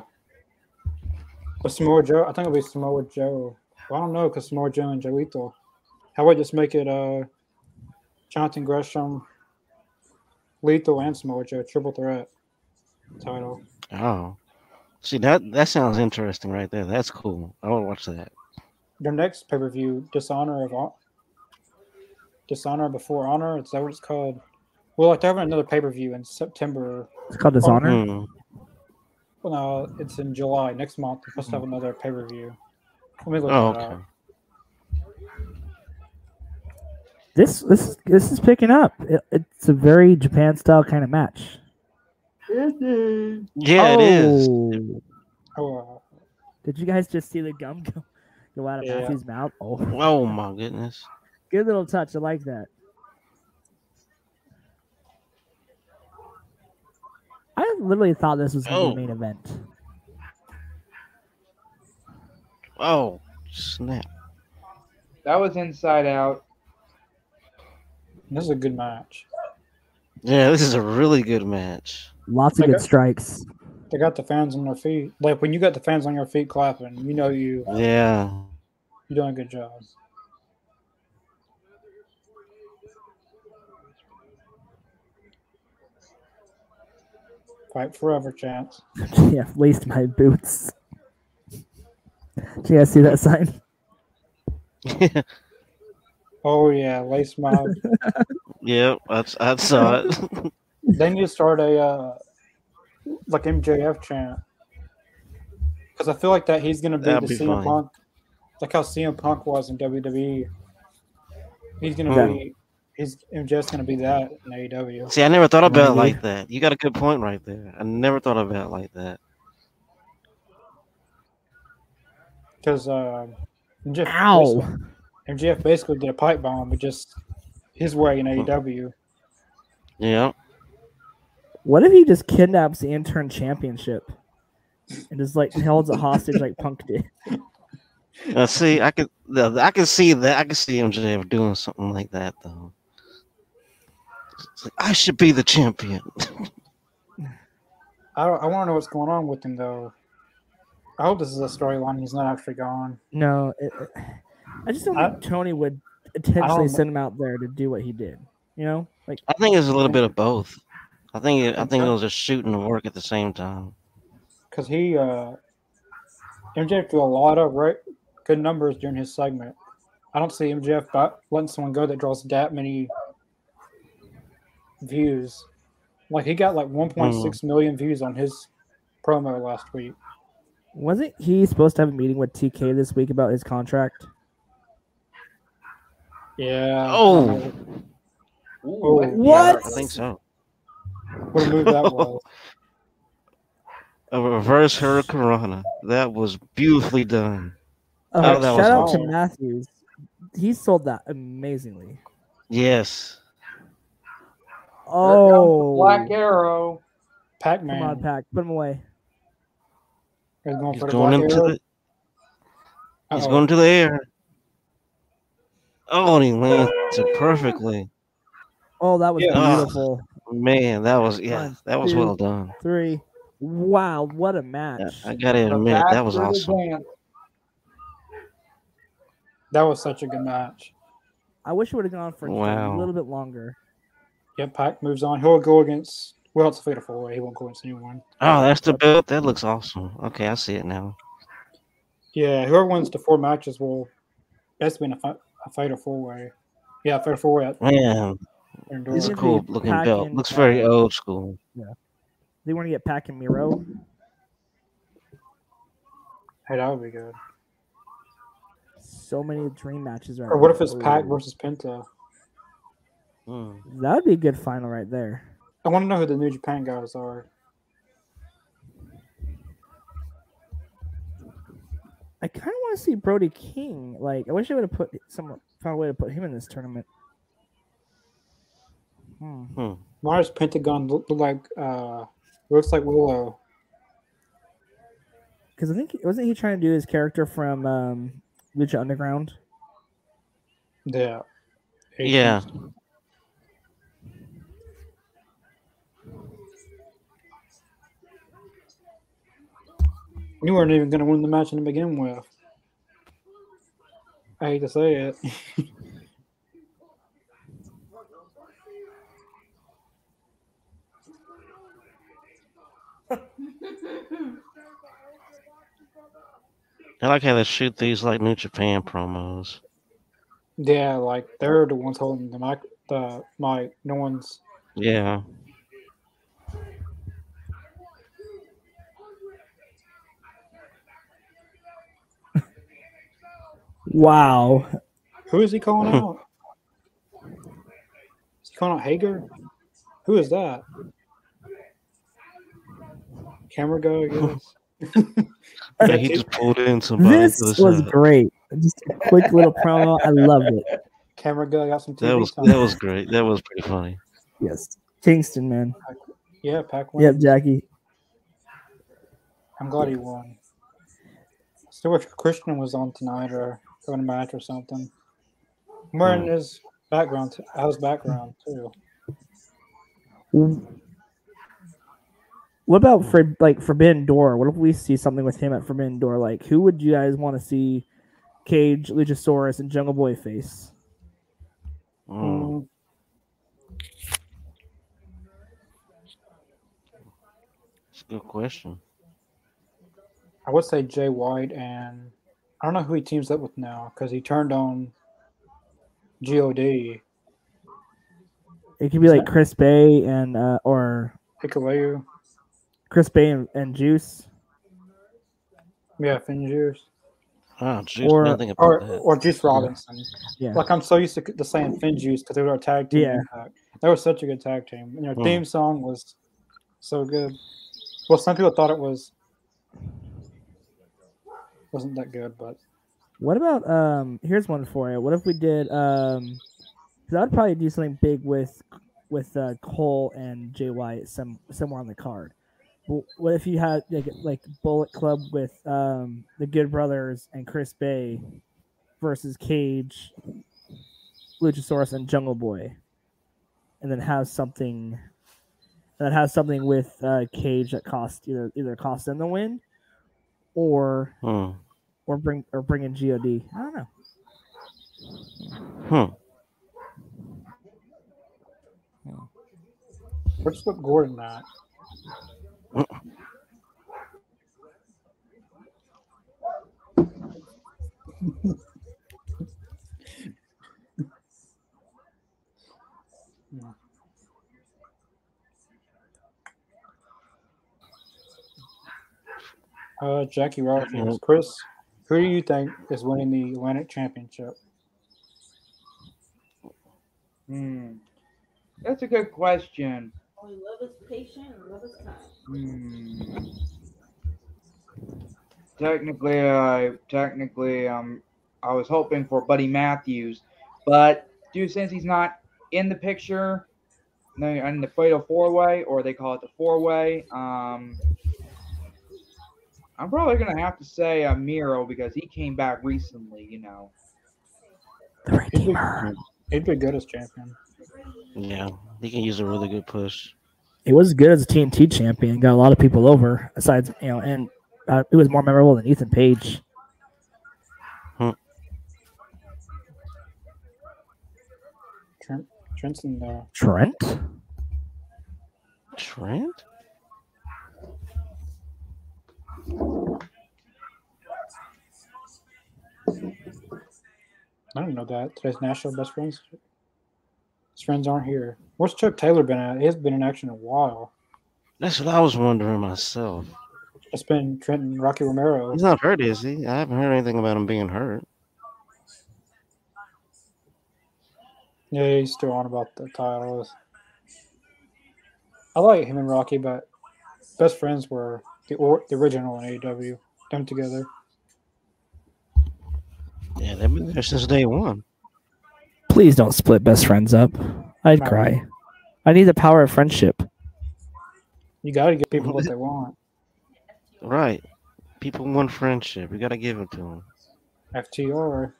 Speaker 2: but Samoa Joe. I think it'll be Samoa Joe. Well, I don't know because Samoa Joe and Jay Lethal. How about just make it uh, Jonathan Gresham, Lethal and Samoa Joe triple threat title.
Speaker 3: Oh. See that that sounds interesting right there. That's cool. I would watch that.
Speaker 2: their next pay per view, Dishonor of Hon- Dishonor Before Honor. Is that what it's called? Well, like they're having another pay per view in September.
Speaker 1: It's called Dishonor.
Speaker 3: Hmm.
Speaker 2: Well, no, it's in July next month. They're supposed to have another pay per view. Let me look
Speaker 3: Oh,
Speaker 2: that
Speaker 3: okay.
Speaker 2: up.
Speaker 1: This this is this is picking up. It, it's a very Japan style kind of match.
Speaker 3: Yeah, it is.
Speaker 1: Oh.
Speaker 2: Oh, uh,
Speaker 1: Did you guys just see the gum go, go out of
Speaker 2: Yeah.
Speaker 1: Matthew's mouth? Oh,
Speaker 3: Oh my goodness.
Speaker 1: good little touch. I like that. I literally thought this was gonna be
Speaker 3: Oh.
Speaker 1: the main event.
Speaker 3: Oh snap.
Speaker 4: That was Inside Out.
Speaker 2: this is a good match.
Speaker 3: Yeah, this is a really good match.
Speaker 1: Lots of
Speaker 2: Okay.
Speaker 1: good strikes.
Speaker 2: They got the fans on their feet. Like when you got the fans on your feet clapping, you know you
Speaker 3: Yeah.
Speaker 2: you're doing a good job. Fight forever, chance.
Speaker 1: yeah, laced my boots. Do you guys see that sign?
Speaker 2: Oh yeah, lace my
Speaker 3: yep, I, I saw it.
Speaker 2: They need to start a uh, like MJF chant. because I feel like that he's gonna be
Speaker 3: That'd
Speaker 2: the
Speaker 3: be
Speaker 2: CM
Speaker 3: fine.
Speaker 2: Punk, like how CM Punk was in WWE. He's gonna
Speaker 1: Yeah.
Speaker 2: be, he's just gonna be that in E AEW.
Speaker 3: See, I never thought about it
Speaker 1: Mhm.
Speaker 3: like that. You got a good point right there. I never thought about it like that.
Speaker 2: Because um, MJF,
Speaker 1: Ow.
Speaker 2: basically- MJF basically did a pipe bomb, but just his way in E AEW.
Speaker 3: Yeah.
Speaker 1: What if he just kidnaps the intern championship and just like holds it hostage like Punk did?
Speaker 3: Uh, see, I could, the- I could see that. I could see MJF doing something like that though. It's like, I should be the champion.
Speaker 2: I don't, I want to know what's going on with him though. I hope this is a storyline. He's not actually gone.
Speaker 1: No, it, it- I just don't
Speaker 2: I-
Speaker 1: think Tony would intentionally
Speaker 2: know.
Speaker 1: send him out there to do what he did. You know, like
Speaker 3: I think it's a little bit of both. I think it, I think it was just shooting and work at the same time.
Speaker 2: because he uh MJF drew a lot of right good numbers during his segment. I don't see MJF but letting someone go that draws that many views. Like he got like
Speaker 3: Hmm.
Speaker 2: 1.6 million views on his promo last week.
Speaker 1: wasn't he supposed to have a meeting with TK this week about his contract?
Speaker 2: Yeah.
Speaker 3: Oh.
Speaker 4: Ooh, that's-
Speaker 1: What?
Speaker 3: I think so.
Speaker 2: What a move that was.
Speaker 3: A reverse hurricanrana. That was beautifully done.
Speaker 1: Uh,
Speaker 3: Oh, that was
Speaker 1: shout out to
Speaker 2: awesome.
Speaker 1: Matthews. He sold that amazingly.
Speaker 3: Yes.
Speaker 4: Here comes the
Speaker 1: Oh,
Speaker 4: Black Arrow.
Speaker 2: Pac
Speaker 1: come on,
Speaker 2: Man
Speaker 1: Pack, put him away.
Speaker 2: is going
Speaker 3: He's
Speaker 2: for the
Speaker 3: going
Speaker 2: black
Speaker 3: into
Speaker 2: arrow.
Speaker 3: the he's
Speaker 2: Uh-oh.
Speaker 3: going to the air. Oh, and he lands it perfectly.
Speaker 1: Oh, that was
Speaker 2: Yeah.
Speaker 3: Ah.
Speaker 1: beautiful.
Speaker 3: Man, that was yeah,
Speaker 1: One,
Speaker 3: that was
Speaker 1: two.
Speaker 3: well done.
Speaker 1: Three. Wow, what a match.
Speaker 3: Yeah, I gotta
Speaker 4: The
Speaker 3: admit, that was
Speaker 4: Bastard
Speaker 3: awesome.
Speaker 4: Advance.
Speaker 2: That was such a good match.
Speaker 1: I wish it would have gone for
Speaker 3: Wow.
Speaker 1: a little bit longer.
Speaker 2: Yep, Pac moves on. He'll go against well, it's a fatal four way. He won't go against anyone.
Speaker 3: Oh, that's the build. That looks awesome. Okay, I see it now.
Speaker 2: Yeah, whoever wins the four matches will that's been a, fi- a fatal four way. Yeah, fatal four way.
Speaker 3: Man,
Speaker 1: Is
Speaker 3: it's a
Speaker 1: it
Speaker 3: cool
Speaker 1: the
Speaker 3: looking
Speaker 1: pack
Speaker 3: belt.
Speaker 1: in,
Speaker 3: Looks very
Speaker 1: uh,
Speaker 3: old school.
Speaker 1: They want to get Pack and Miro.
Speaker 2: Hey, that would be good.
Speaker 1: So many dream matches right
Speaker 2: Or what if it's
Speaker 1: now.
Speaker 2: Pac versus Penta?
Speaker 3: Hmm.
Speaker 1: That would be a good final right there.
Speaker 2: I want to know who the New Japan guys are.
Speaker 1: I kind of want to see Brody King. Like, I wish I would have put some found a way to put him in this tournament. Hmm.
Speaker 3: Hmm.
Speaker 2: Why does Pentagon look, look like uh looks like Willow?
Speaker 1: Because I think wasn't he trying to do his character from um, Lucha Underground?
Speaker 2: Yeah.
Speaker 3: Yeah.
Speaker 2: You weren't even gonna win the match to begin with. I hate to say it.
Speaker 3: I like how they shoot these like New Japan promos.
Speaker 2: yeah, like they're the ones holding the mic. The mic. No one's.
Speaker 3: Yeah.
Speaker 1: Wow.
Speaker 2: Who is he calling out? Is he calling out Hager? Who is that? Camera guy, I guess.
Speaker 3: Yeah, he just pulled in somebody. to
Speaker 1: this
Speaker 3: the
Speaker 1: was
Speaker 3: side.
Speaker 1: great. Just a quick little promo. I loved it.
Speaker 2: Camera guy got some TV
Speaker 3: That was
Speaker 2: time.
Speaker 3: that was great. That was pretty funny.
Speaker 1: Yes. Kingston, man.
Speaker 2: yeah, Pac won.
Speaker 1: Yep, Jackie.
Speaker 2: I'm glad he won. Still wish Christian was on tonight or doing a match or something. I'm wearing
Speaker 3: Hmm.
Speaker 2: his background, t- how's background too.
Speaker 1: What about for like Forbidden Door? What if we see something with him at Forbidden Door? Like, who would you guys want to see? Cage, Luchasaurus, and Jungle Boy face.
Speaker 3: Mm.
Speaker 2: Mm,
Speaker 3: It's a good question.
Speaker 2: I would say Jay White and I don't know who he teams up with now because he turned on God. Hikaleu.
Speaker 1: It could be like Chris Bay and uh, or Chris Bay and, and Juice.
Speaker 2: Yeah, Finn Juice.
Speaker 3: Oh, jeez,
Speaker 1: Or-
Speaker 3: nothing about
Speaker 2: Or,
Speaker 3: that.
Speaker 2: or Juice Robinson.
Speaker 1: Yeah.
Speaker 2: Like, I'm so used to the saying Finn Juice because they were a tag team.
Speaker 1: Yeah.
Speaker 2: Impact. They were such a good tag team. And their
Speaker 3: Hmm.
Speaker 2: theme song was so good. Well, some people thought it was. Wasn't that good, but
Speaker 1: What about um? Here's one for you. What if we did um? Because I would probably do something big with with uh, Cole and Jay White some somewhere on the card. W- What if you had like like Bullet Club with um the Good Brothers and Chris Bay versus Cage, Luchasaurus and Jungle Boy, and then have something and then have something with uh, Cage that costs either either costs them the win or
Speaker 3: Hmm.
Speaker 1: or bring or bring in God. I don't know.
Speaker 3: Hmm.
Speaker 2: where's Flip Gordon at? Uh, Jackie Rogers. Chris, who do you think is winning the Atlantic Championship?
Speaker 4: Hmm. That's a good question.
Speaker 5: Only love is patient and love is kind.
Speaker 4: Hmm. Technically, I technically um I was hoping for Buddy Matthews, but dude, since he's not in the picture, no, in the fatal four way or they call it the four way, um, I'm probably gonna have to say uh, Miro because he came back recently, you know.
Speaker 1: The
Speaker 2: He'd be, he'd be good as champion.
Speaker 3: Yeah, he can use a really good push.
Speaker 1: It was good as a TNT champion. Got a lot of people over. Besides, you know, and uh, it was more memorable than Ethan Page.
Speaker 2: Trent, Trent's in there.
Speaker 1: Trent.
Speaker 3: Trent?
Speaker 2: I don't know that. Today's National Best Friends. His friends aren't here. Where's Chuck Taylor been at? He hasn't been in action in a while.
Speaker 3: That's what I was wondering myself.
Speaker 2: It's been Trent and Rocky Romero.
Speaker 3: He's not hurt, is he? I haven't heard anything about him being hurt.
Speaker 2: Yeah, he's still on about the titles. I like him and Rocky, but best friends were the or, the original in AEW. Them together.
Speaker 3: Yeah, they've been there since day one.
Speaker 1: Please don't split best friends up. I'd
Speaker 2: No.
Speaker 1: cry. I need the power of friendship.
Speaker 2: You got to give people what they want.
Speaker 3: Right. People want friendship. You got to give it to them.
Speaker 2: FTR.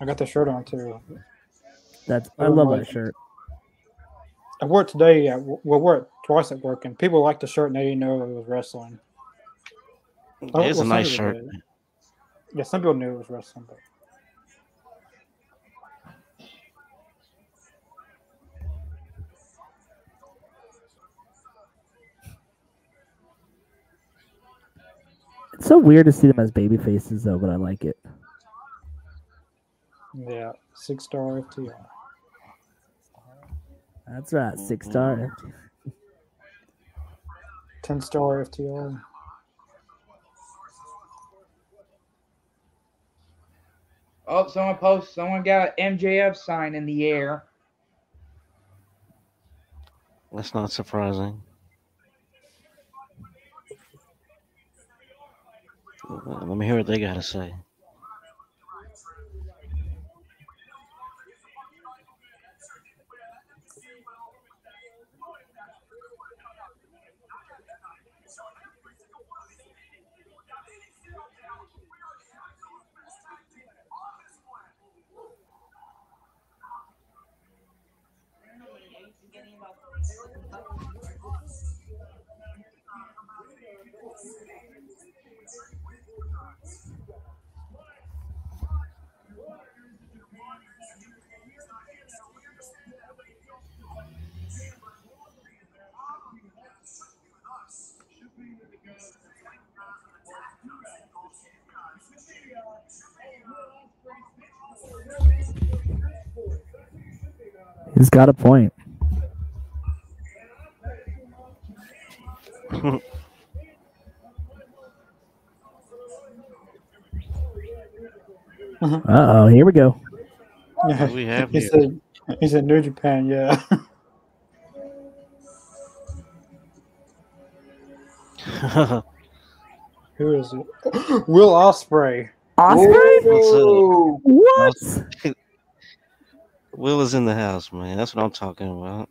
Speaker 2: I got the shirt on too.
Speaker 1: That's I
Speaker 2: Oh
Speaker 1: love
Speaker 2: my.
Speaker 1: that shirt.
Speaker 2: I wore it today. At, well, wore it twice at work, and people liked the shirt, and they didn't know it was wrestling. Oh,
Speaker 3: It is a
Speaker 2: well,
Speaker 3: nice
Speaker 2: some
Speaker 3: shirt.
Speaker 2: people did. Yeah, some people knew it was wrestling, but
Speaker 1: It's so weird to see them as baby faces though, but I like it.
Speaker 2: yeah, six star FTR.
Speaker 1: That's right. Six star.
Speaker 2: 10 star FTR.
Speaker 4: Oh, someone posts. Someone got a MJF sign in the air.
Speaker 3: That's not surprising. Let me hear what they got to say.
Speaker 1: He's got a point. Uh oh, here we go.
Speaker 3: What do we have
Speaker 2: he
Speaker 3: here?
Speaker 2: said, he said New Japan, yeah. Who is it? Will Osprey.
Speaker 1: Osprey?
Speaker 4: Whoa.
Speaker 1: What?
Speaker 3: Will is in the house, man. That's what I'm talking about.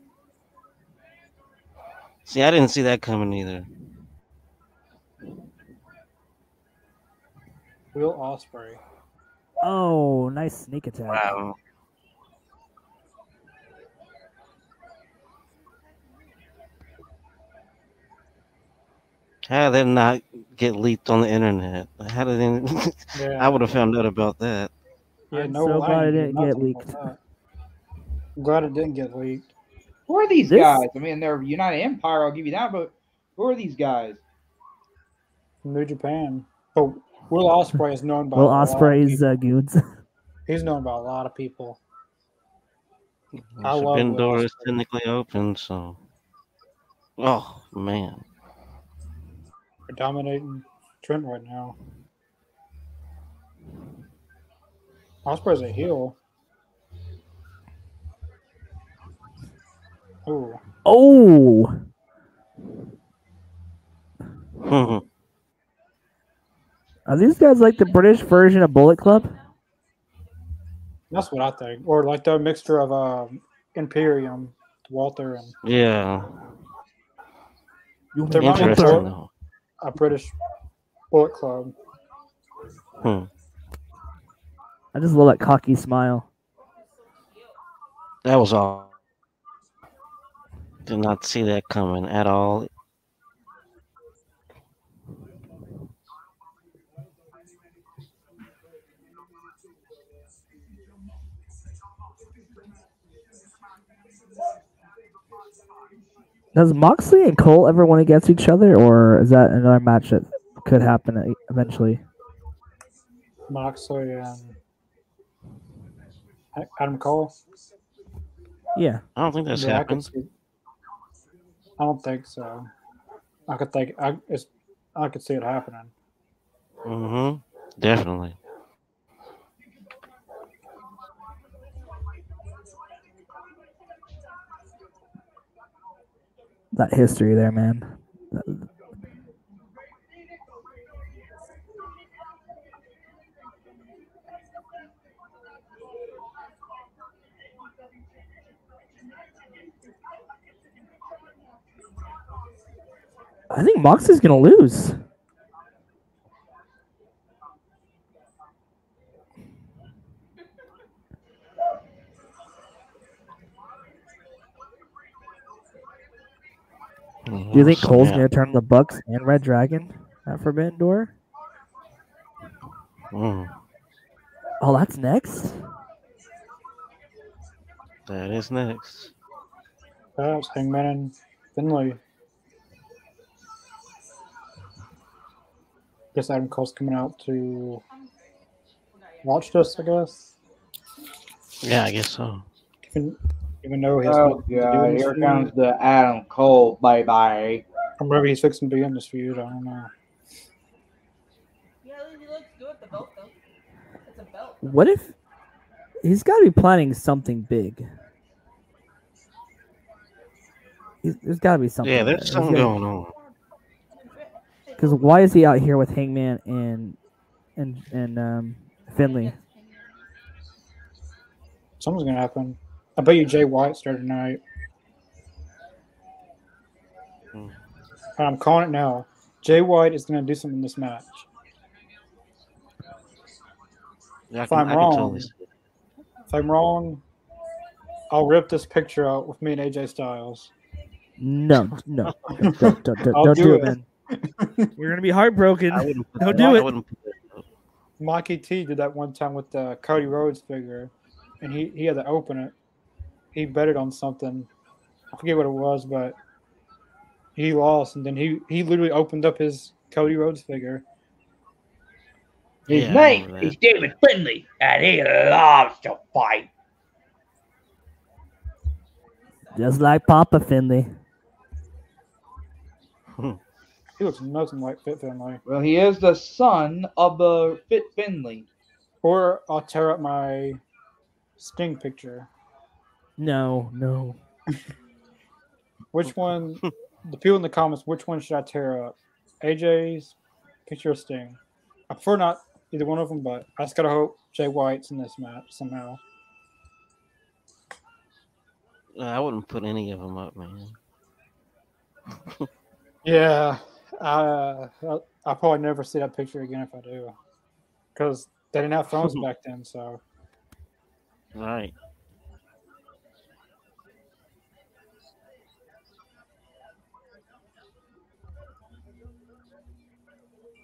Speaker 3: See, I didn't see that coming either.
Speaker 2: Will Osprey.
Speaker 1: Oh, nice sneak attack.
Speaker 3: Wow. How did it not get leaked on the internet? How did it,
Speaker 2: Yeah,
Speaker 3: I would have found out about that?
Speaker 2: yeah
Speaker 1: I'm
Speaker 2: no
Speaker 1: so
Speaker 2: lie,
Speaker 1: glad it
Speaker 2: you
Speaker 1: didn't
Speaker 2: did not
Speaker 1: get
Speaker 2: talk about
Speaker 1: leaked.
Speaker 2: that. I'm glad it didn't get leaked.
Speaker 4: Who are these
Speaker 1: This-
Speaker 4: guys? I mean, they're United Empire. I'll give you that, but who are these guys?
Speaker 2: New Japan. But Will Osprey is known by
Speaker 1: Will
Speaker 2: a lot of
Speaker 1: Osprey's
Speaker 2: people.
Speaker 1: uh, goods.
Speaker 2: He's known by a lot of people. I love
Speaker 3: Forbidden
Speaker 2: Will
Speaker 3: door is
Speaker 2: Ospreay.
Speaker 3: technically open, so. Oh man,
Speaker 2: They're dominating Trent right now. Osprey's a heel. Ooh.
Speaker 1: Oh,
Speaker 3: Hmm.
Speaker 1: are these guys like the British version of Bullet Club?
Speaker 2: That's what I think. Or like the mixture of um, Imperium, Walter, and
Speaker 3: yeah,
Speaker 1: You
Speaker 2: They're
Speaker 1: want
Speaker 2: Interesting.
Speaker 1: to-
Speaker 3: interesting though.
Speaker 2: a British Bullet Club.
Speaker 3: Hmm.
Speaker 1: I just love that cocky smile.
Speaker 3: That was all. Did not see that coming at all.
Speaker 1: Does Moxley and Cole ever win against each other, or is that another match that could happen e- eventually?
Speaker 2: Moxley and Adam Cole.
Speaker 1: Yeah.
Speaker 3: I don't think that's
Speaker 2: Yeah, I could
Speaker 3: happened.
Speaker 2: see- I don't think so. I could think I it's, I could see it happening.
Speaker 3: Mm-hmm. Definitely.
Speaker 1: That history there, man. I think Moxley's gonna lose. Do you think
Speaker 3: Oh,
Speaker 1: Cole's gonna turn the Bucks and Red Dragon at Forbidden Door?
Speaker 3: Mm,
Speaker 1: Oh, that's next.
Speaker 3: that is next.
Speaker 2: Perhaps Hangman and Finley. Guess Adam Cole's coming out to watch this. I guess
Speaker 3: Yeah, I guess so.
Speaker 2: even even though he's
Speaker 4: Oh,
Speaker 2: do
Speaker 4: God.
Speaker 2: this
Speaker 4: Here
Speaker 2: feud.
Speaker 4: comes the Adam Cole. Bye bye.
Speaker 2: or maybe he's fixing to be in this feud. I don't know.
Speaker 5: Yeah, at least he looks good with the belt though. It's a belt.
Speaker 1: What if he's got to be planning something big? He's- There's got to be something.
Speaker 3: Yeah, there's something going on.
Speaker 1: Because why is he out here with Hangman and and and um, Finley?
Speaker 2: Something's gonna happen. I bet you Jay White's there tonight.
Speaker 3: Hmm.
Speaker 2: I'm calling it now. Jay White is gonna do something in this match.
Speaker 3: Yeah, I
Speaker 2: If
Speaker 3: can,
Speaker 2: I'm
Speaker 3: I can
Speaker 2: wrong.
Speaker 3: totally see. it.
Speaker 2: If I'm wrong, I'll rip this picture out with me and AJ Styles.
Speaker 1: No, no, don't, don't, don't,
Speaker 2: I'll
Speaker 1: don't do,
Speaker 2: do
Speaker 1: it,
Speaker 2: it.
Speaker 1: man. We're gonna be heartbroken.
Speaker 3: I wouldn't put
Speaker 1: Don't
Speaker 3: that-
Speaker 1: do
Speaker 3: I
Speaker 1: it.
Speaker 3: wouldn't put that up.
Speaker 2: Mikey E T did that one time with the Cody Rhodes figure, and he, he had to open it. He betted on something. I forget what it was, but he lost, and then he, he literally opened up his Cody Rhodes figure.
Speaker 4: His
Speaker 3: Yeah, I
Speaker 4: name
Speaker 3: remember
Speaker 4: is
Speaker 3: that.
Speaker 4: David Finley, and he loves to fight.
Speaker 1: Just like Papa Finley.
Speaker 2: He looks nothing like Fit Finley.
Speaker 4: Well, he is the son of the Fit Finley.
Speaker 2: Or I'll tear up my Sting picture.
Speaker 1: No, no.
Speaker 2: Which one? the people in the comments. Which one should I tear up? AJ's picture of Sting. I prefer not either one of them, but I just gotta hope Jay White's in this match somehow.
Speaker 3: No, I wouldn't put any of them up, man.
Speaker 2: Yeah, uh, I I'll probably never see that picture again if I do, because they didn't have phones back then. So
Speaker 3: Right.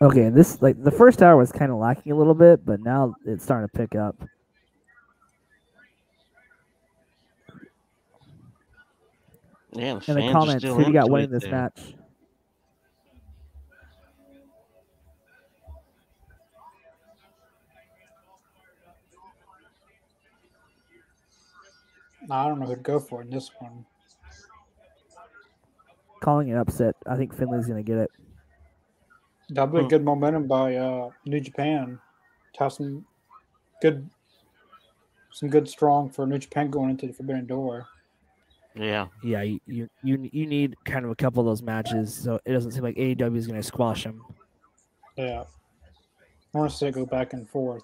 Speaker 1: Okay, this like the first hour was kind of lacking a little bit, but now it's starting to pick up.
Speaker 3: Yeah.
Speaker 1: In
Speaker 3: fans
Speaker 1: the
Speaker 3: are
Speaker 1: comments,
Speaker 3: still
Speaker 1: who do you got
Speaker 3: into
Speaker 1: winning
Speaker 3: it
Speaker 1: this
Speaker 3: there.
Speaker 1: match?
Speaker 2: I don't know who'd go for in this one.
Speaker 1: Calling it upset. I think Finley's gonna get it.
Speaker 2: That'd be
Speaker 3: Hmm.
Speaker 2: good momentum by uh, New Japan to have some good, some good strong for New Japan going into the Forbidden Door.
Speaker 3: Yeah.
Speaker 1: Yeah, you you you, you need kind of a couple of those matches, so it doesn't seem like AEW is gonna squash them.
Speaker 2: Yeah, I want to see it go back and forth.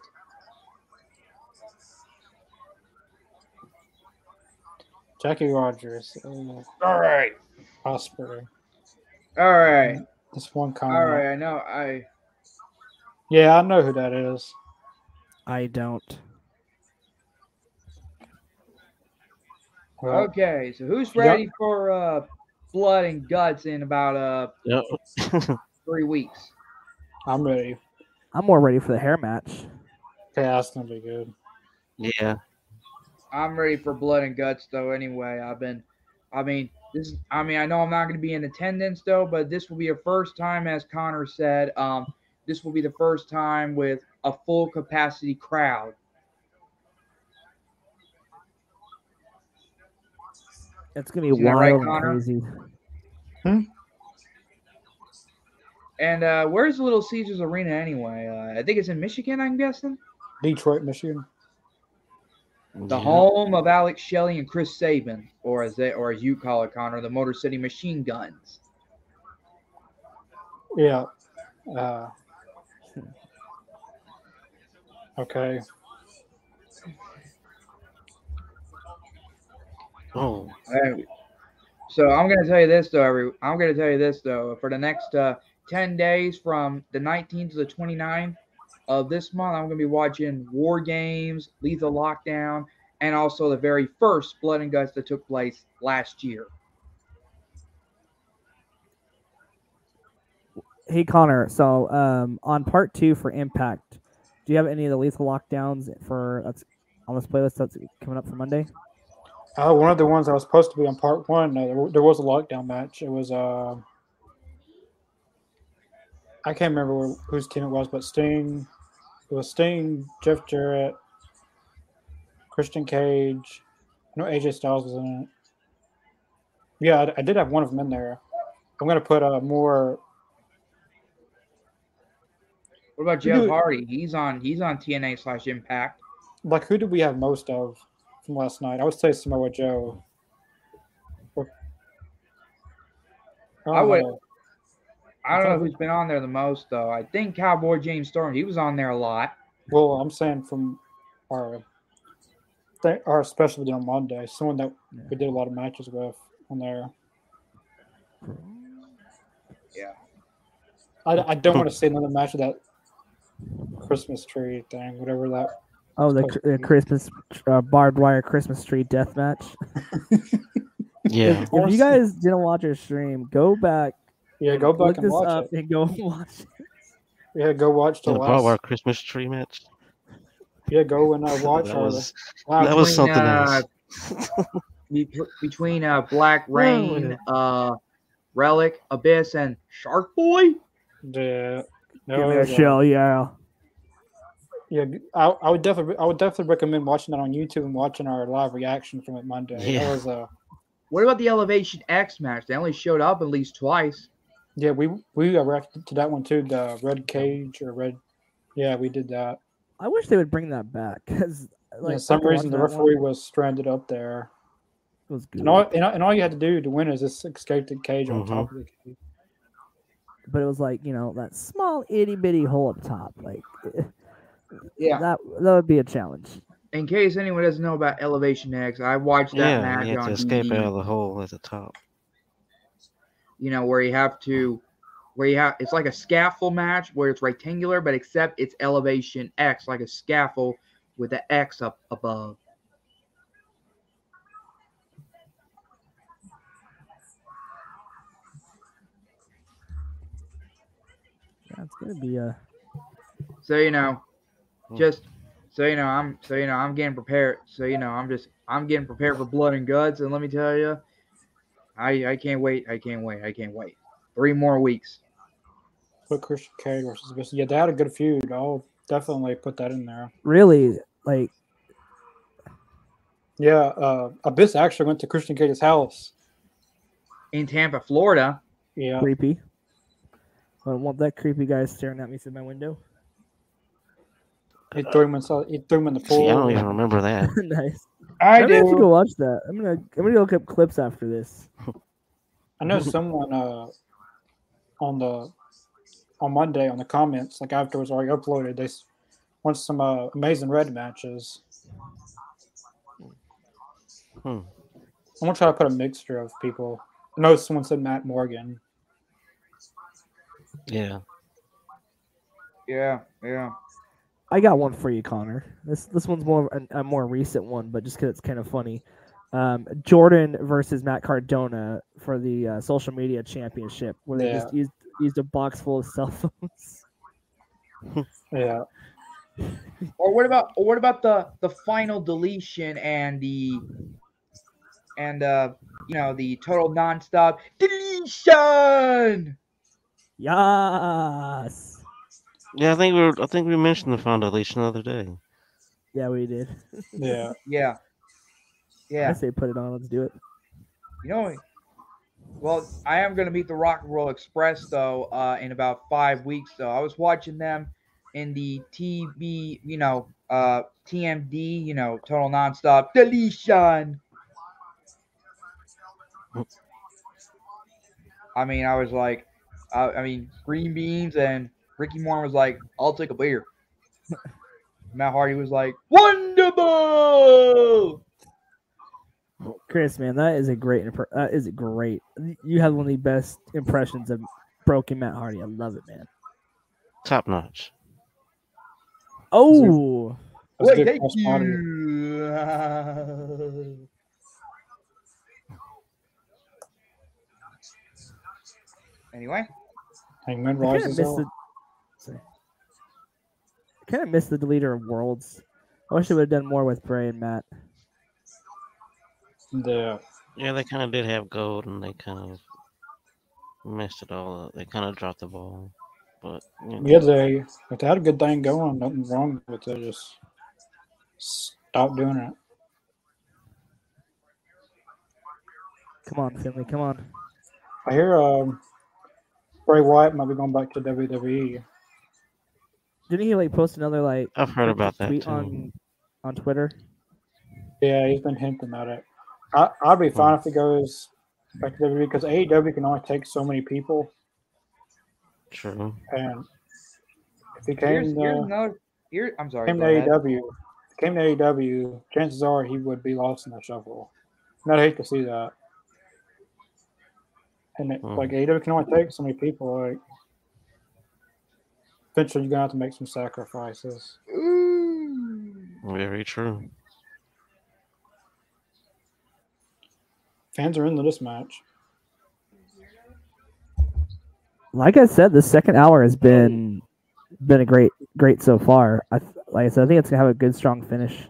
Speaker 2: Jackie Rogers, uh,
Speaker 4: All right.
Speaker 2: Osprey.
Speaker 4: All right.
Speaker 2: This one comment.
Speaker 4: All right. I know. I
Speaker 2: Yeah, I know who that is.
Speaker 1: I don't.
Speaker 2: Well,
Speaker 4: okay. So who's
Speaker 2: Yep.
Speaker 4: ready for uh blood and guts in about uh
Speaker 3: Yep.
Speaker 4: three weeks?
Speaker 2: I'm ready.
Speaker 1: I'm more ready for the hair match.
Speaker 2: Yeah, that's gonna be good.
Speaker 3: Yeah.
Speaker 4: I'm ready for blood and guts though. Anyway, I've been. I mean, this. is- I mean, I know I'm not going to be in attendance though, but this will be a first time, as Connor said. Um, this will be the first time with a full capacity crowd.
Speaker 1: It's gonna be
Speaker 4: Is that
Speaker 1: wild
Speaker 4: right,
Speaker 1: and
Speaker 4: Connor?
Speaker 1: crazy.
Speaker 4: And uh, where's Little Caesars Arena anyway? Uh, I think it's in Michigan. I'm guessing
Speaker 2: Detroit, Michigan.
Speaker 4: the
Speaker 3: yeah.
Speaker 4: home of Alex Shelley and Chris Sabin, or as they, or as you call it, Connor, the Motor City Machine Guns.
Speaker 2: Yeah. Uh, okay.
Speaker 3: Oh.
Speaker 4: Alright. So I'm gonna tell you this though, every I'm gonna tell you this though. For the next uh, ten days, from the 19th to the 29th of this month, I'm gonna be watching War Games, Lethal Lockdown, and also the very first Blood and Guts that took place last year.
Speaker 1: Hey Connor, so um, on part two for Impact, do you have any of the lethal lockdowns for that's on this playlist that's coming up for Monday?
Speaker 2: Uh, one of the ones I was supposed to be on part one, uh, there, there was a lockdown match. It was, uh, I can't remember wh- whose team it was, but Sting. It was Sting, Jeff Jarrett, Christian Cage. I know AJ Styles was in it. Yeah, I, I did have one of them in there. I'm going to put uh, more.
Speaker 4: What about
Speaker 2: You
Speaker 4: Jeff
Speaker 2: do-
Speaker 4: Hardy? He's on he's on TNA slash Impact.
Speaker 2: Like, who did we have most of from last night? I would say Samoa Joe. Or-
Speaker 4: I would-
Speaker 2: don't know.
Speaker 4: I don't know who's been on there the most though. I think Cowboy James Storm. He was on there a lot.
Speaker 2: Well, I'm saying from our th- our special we did on Monday, someone that we did a lot of matches with on there.
Speaker 4: Yeah.
Speaker 2: I, I don't want to see another match of that Christmas tree thing, whatever that.
Speaker 1: Oh, the, cr- the Christmas uh, barbed wire Christmas tree death match.
Speaker 3: Yeah.
Speaker 1: If you guys didn't watch our stream, go back,
Speaker 2: Yeah, go
Speaker 1: look
Speaker 2: back and
Speaker 1: this
Speaker 2: watch
Speaker 1: up,
Speaker 2: it.
Speaker 1: and go watch. It.
Speaker 2: Yeah, go watch the
Speaker 3: The Barbed Wire
Speaker 2: last.
Speaker 3: Christmas tree match.
Speaker 2: Yeah, go and uh, watch
Speaker 3: that
Speaker 2: our
Speaker 3: was
Speaker 2: live
Speaker 3: that was
Speaker 2: stream.
Speaker 3: something
Speaker 4: uh,
Speaker 3: else.
Speaker 4: be- between uh, Black Rain, uh, Relic, Abyss, and Shark Boy.
Speaker 2: Yeah. No,
Speaker 1: Give me
Speaker 2: yeah.
Speaker 1: a shell, yeah.
Speaker 2: Yeah, I, I would definitely, I would definitely recommend watching that on YouTube and watching our live reaction from it Monday.
Speaker 3: Yeah.
Speaker 2: That was uh,
Speaker 4: What about the Elevation X match? They only showed up at least twice.
Speaker 2: Yeah, we we reacted to that one too. The red cage or red. Yeah, we did that.
Speaker 1: I wish they would bring that back because
Speaker 2: yeah,
Speaker 1: like
Speaker 2: some
Speaker 1: after watching
Speaker 2: reason the
Speaker 1: that one,
Speaker 2: referee was stranded up there.
Speaker 1: it was good,
Speaker 2: And all, and all and all you had to do to win is just escape the cage on
Speaker 3: Mhm.
Speaker 2: top of the cage.
Speaker 1: but it was like you know that small itty bitty hole up top. Like eh,
Speaker 4: Yeah.
Speaker 1: that that would be a challenge.
Speaker 4: In case anyone doesn't know about Elevation X, I watched uh, that
Speaker 3: yeah,
Speaker 4: match
Speaker 3: you have
Speaker 4: on
Speaker 3: to escape
Speaker 4: TV.
Speaker 3: out of the hole at the top.
Speaker 4: you know, where you have to, where you have, it's like a scaffold match where it's rectangular, but except it's elevation X, like a scaffold with the X up above.
Speaker 1: Yeah, it's gonna be a
Speaker 4: So you know,
Speaker 3: Hmm.
Speaker 4: just so you know, I'm so you know, I'm getting prepared. So you know, I'm just I'm getting prepared for blood and guts, and let me tell you, I I can't wait, I can't wait, I can't wait. Three more weeks.
Speaker 2: Put Christian Cage versus Bishop. Yeah, they had a good feud. I'll definitely put that in there.
Speaker 1: really like
Speaker 2: Yeah, uh, Abyss actually went to Christian Cage's house.
Speaker 4: In Tampa, Florida,
Speaker 2: Yeah,
Speaker 1: creepy. I don't want that creepy guy staring at me through my window.
Speaker 2: he threw him inside. He threw him in the
Speaker 3: See,
Speaker 2: pool.
Speaker 3: I don't even remember that.
Speaker 1: nice.
Speaker 2: I
Speaker 1: I'm gonna have to go
Speaker 2: do.
Speaker 1: watch that. I'm gonna I'm gonna go look up clips after this.
Speaker 2: I know someone uh, on the on Monday on the comments, like afterwards, already uploaded. They s- want some uh, amazing red matches.
Speaker 3: Hmm.
Speaker 2: I'm gonna try to put a mixture of people. I know someone said Matt Morgan.
Speaker 3: Yeah.
Speaker 4: yeah, yeah.
Speaker 1: I got one for you, Connor. This this one's more of a, a more recent one, but just because it's kind of funny. Um, Jordan versus Matt Cardona for the uh, social media championship, where they
Speaker 2: Yeah.
Speaker 1: just used used a box full of cell phones.
Speaker 2: Yeah,
Speaker 4: Or what about or what about the the final deletion and the and uh you know the total nonstop deletion?
Speaker 1: Yes.
Speaker 3: Yeah, I think we were, I think we mentioned the foundation the other day.
Speaker 1: Yeah, we did.
Speaker 2: yeah.
Speaker 4: Yeah.
Speaker 1: I
Speaker 4: Yeah.
Speaker 1: say put it on. Let's do it.
Speaker 4: You know well, I am gonna meet the Rock and Roll Express though, uh in about five weeks though. I was watching them in the TB, you know, uh TMD, you know, total nonstop deletion. I mean, I was like, I, I mean, green beans and Ricky Moore was like, I'll take a beer. Matt Hardy was like, wonderful.
Speaker 1: Chris, man, that is a great. Impr- that is great. You have one of the best impressions of broken Matt Hardy. I love it, man.
Speaker 3: Top notch.
Speaker 1: Oh,
Speaker 2: That's
Speaker 4: Wait,
Speaker 2: good
Speaker 4: thank
Speaker 2: cross audio.
Speaker 4: you. Anyway,
Speaker 2: Hangman
Speaker 1: I kind of
Speaker 2: rises
Speaker 1: missed
Speaker 2: up.
Speaker 1: the. Sorry. I kind of missed the deleter of worlds. I wish they would have done more with Bray and Matt.
Speaker 2: Yeah,
Speaker 3: Yeah, they kind of did have gold, and they kind of messed it all up. They kind of dropped the ball, but you know,
Speaker 2: yeah. They if they had a good thing going, nothing wrong with it. Just stop doing it.
Speaker 1: Come on, Finley. Come on.
Speaker 2: I hear um, Bray Wyatt might be going back to E. WWE.
Speaker 1: Didn't he like post another like
Speaker 3: I've heard about that
Speaker 1: tweet
Speaker 3: too.
Speaker 1: on on Twitter?
Speaker 2: Yeah, he's been hinting at it. I, I'd be fine if he goes back to WWE because AEW E can only take so many people,
Speaker 3: True.
Speaker 2: and if he
Speaker 4: here's,
Speaker 2: came
Speaker 1: uh,
Speaker 4: here's
Speaker 2: to,
Speaker 4: another. Here, I'm sorry.
Speaker 2: came to
Speaker 4: go ahead.
Speaker 2: AEW, if he came to AEW, chances are he would be lost in the shuffle. And I'd hate to see that. And it,
Speaker 3: Hmm.
Speaker 2: like AEW can only take so many people. Like eventually, you're gonna have to make some sacrifices.
Speaker 3: Very true.
Speaker 2: Fans are into this match.
Speaker 1: Like I said, the second hour has been been a great great so far. I th- like I said, I think it's gonna have a good strong finish.
Speaker 2: That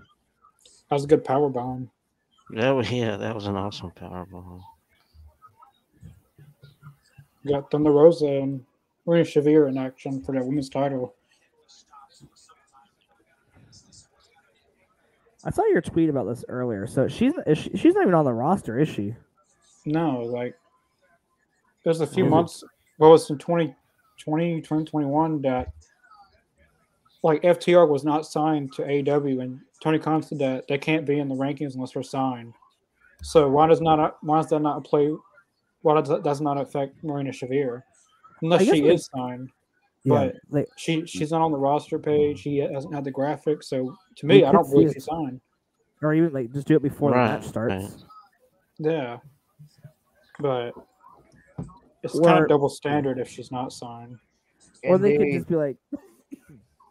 Speaker 2: was a good power bomb.
Speaker 3: That was, yeah, that was an awesome power ball.
Speaker 2: We got Thunder Rosa and Rhea Shavir in action for that women's title.
Speaker 1: I saw your tweet about this earlier. So she's is she, she's not even on the roster, is she?
Speaker 2: No, like it was a few
Speaker 3: Mhm.
Speaker 2: months. Well, it's in 2020, 2021 that like FTR was not signed to AW and Tony Khan said that they can't be in the rankings unless they're signed. So why does not why does that not play? Why does that does not affect Marina Shavir unless
Speaker 1: I guess
Speaker 2: she
Speaker 1: we-
Speaker 2: is signed?
Speaker 1: Yeah,
Speaker 2: But
Speaker 1: like
Speaker 2: she she's not on the roster page. She hasn't had the graphics. So to me,
Speaker 1: We
Speaker 2: I
Speaker 1: could
Speaker 2: don't believe
Speaker 1: see it.
Speaker 2: she's signed.
Speaker 1: or even like just do it before
Speaker 3: Right,
Speaker 1: the match starts.
Speaker 3: right.
Speaker 2: Yeah, but it's
Speaker 1: Or-
Speaker 2: kind of double standard if she's not signed.
Speaker 1: Or they could
Speaker 4: Indeed.
Speaker 1: just be like,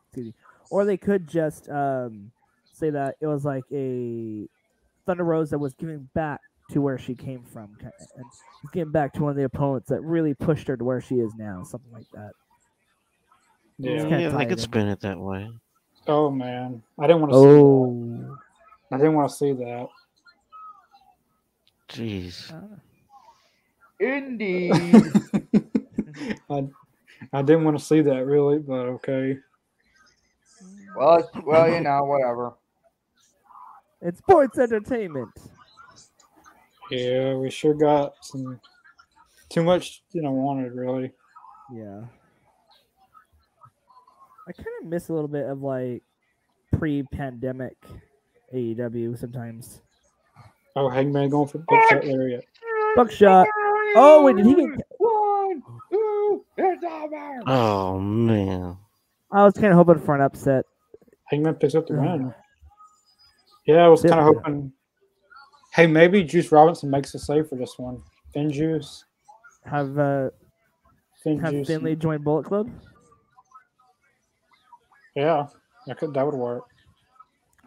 Speaker 1: excuse me. or they could just um, say that it was like a Thunder Rosa was giving back to where she came from, ki- and was giving back to one of the opponents that really pushed her to where she is now, something like that.
Speaker 2: Yeah.
Speaker 1: kinda
Speaker 3: Yeah, they
Speaker 1: tied
Speaker 3: could
Speaker 1: in.
Speaker 3: spin it that way.
Speaker 2: Oh man, I didn't want to. See
Speaker 1: Oh,
Speaker 2: that. I didn't want to see that.
Speaker 3: Jeez.
Speaker 1: Ah.
Speaker 4: Indeed.
Speaker 2: I, I didn't want to see that really, but okay.
Speaker 4: well, it's- well, you know, whatever.
Speaker 1: it's sports entertainment.
Speaker 2: Yeah, we sure got some too much, you know, wanted really.
Speaker 1: Yeah, I kind of miss a little bit of like pre-pandemic AEW sometimes.
Speaker 2: Oh, Hangman going for Buckshot Lariat.
Speaker 1: Buckshot. Oh wait, did he get?
Speaker 4: One, two, it's over.
Speaker 3: Oh man.
Speaker 1: I was kind of hoping for an upset.
Speaker 2: Hangman picks up the
Speaker 1: Mm.
Speaker 2: win. Yeah, I was kind of hoping. Hey, maybe Juice Robinson makes a save for this one. Finn Juice,
Speaker 1: Have uh,
Speaker 2: Finn
Speaker 1: have
Speaker 2: Juice.
Speaker 1: Finley join Bullet Club.
Speaker 2: Yeah, that could that would work.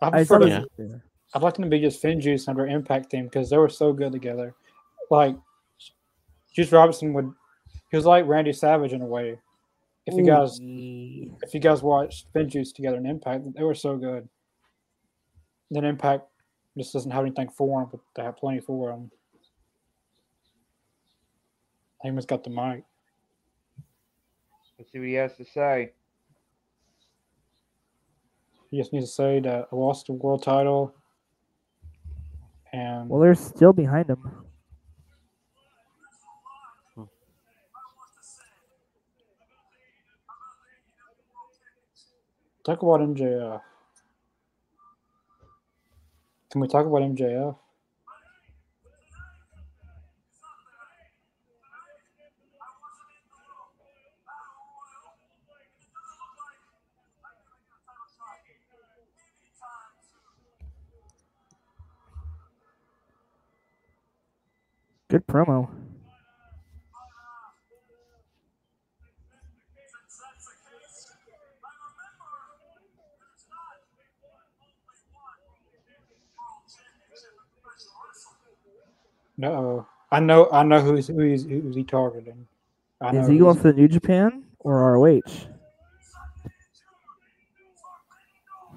Speaker 2: I
Speaker 1: I
Speaker 2: prefer
Speaker 1: saw
Speaker 2: to-
Speaker 1: this- yeah.
Speaker 2: I'd like them to be just Finn Juice under Impact team because they were so good together. Like Juice Robinson would, he was like Randy Savage in a way. If you guys,
Speaker 1: Ooh.
Speaker 2: if you guys watched Finn Juice together in Impact, they were so good. Then Impact just doesn't have anything for him, but they have plenty for him. Heyman's got the mic.
Speaker 4: Let's see what he has to say.
Speaker 2: He just needs to say that I lost the world title, and
Speaker 1: well, they're still behind him.
Speaker 2: Talk about MJF. Can we talk about MJF?
Speaker 1: Good promo.
Speaker 2: No, uh, I know, I know who's who he's who's he targeting. I know
Speaker 1: Is he
Speaker 2: who's-
Speaker 1: going for the New Japan or ROH?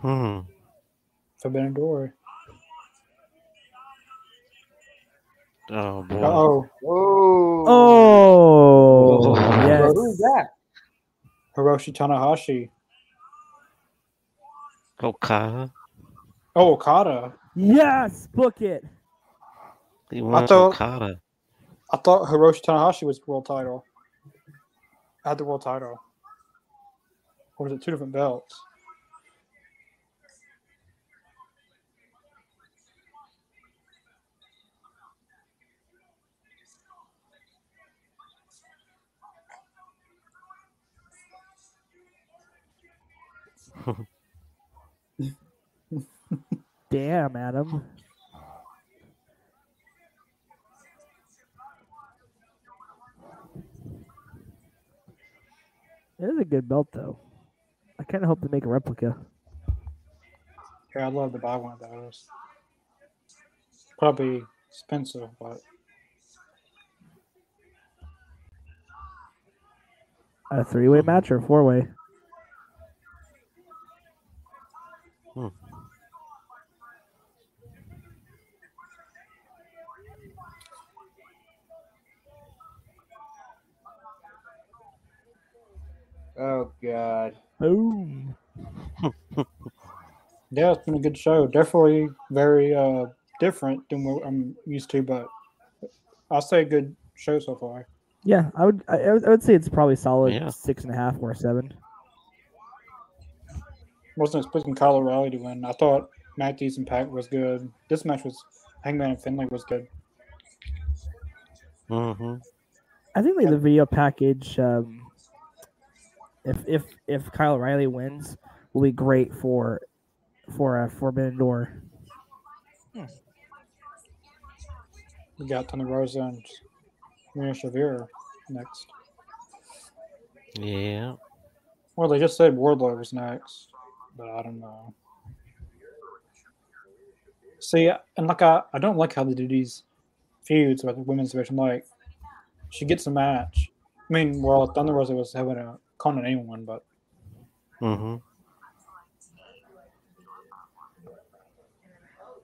Speaker 3: Hmm.
Speaker 2: Forbidden Door.
Speaker 3: Oh boy.
Speaker 2: Oh,
Speaker 4: Whoa.
Speaker 1: Oh,
Speaker 3: Oh.
Speaker 1: yes.
Speaker 4: Who's that?
Speaker 2: Hiroshi Tanahashi.
Speaker 3: Okada.
Speaker 2: Oh, Okada.
Speaker 1: Yes, book it.
Speaker 3: He won
Speaker 2: thought-
Speaker 3: Okada.
Speaker 2: I thought Hiroshi Tanahashi was world title. I had the world title. Or was it two different belts?
Speaker 1: Damn, Adam. It is a good belt, though. I kind of hope they make a replica.
Speaker 2: Yeah, I'd love to buy one of those. Probably expensive, but
Speaker 1: A three-way match or a four-way?
Speaker 4: Oh God.
Speaker 1: Boom.
Speaker 2: yeah, it's been a good show. Definitely very uh, different than what I'm used to, but I'll say a good show so far.
Speaker 1: Yeah, I would. I, I would- I would say it's probably solid
Speaker 3: Yeah.
Speaker 1: six and a half or seven.
Speaker 2: wasn't expecting Kyle O'Reilly to win. I thought Matthews and Pack was good. This match was Hangman and Finley was good.
Speaker 3: Mm-hmm.
Speaker 1: I think like the video package, um, if if if Kyle O'Reilly wins, will be great for for a Forbidden Door.
Speaker 2: We got Thunder Rosa and Maria Shavir next.
Speaker 3: Yeah.
Speaker 2: Well, they just said Wardlow was next, but I don't know. See, and like I, I don't like how they do these feuds with the women's division. Like, she gets a match. I mean, well, Thunder Rosa was having a con on anyone, but
Speaker 3: Mm-hmm.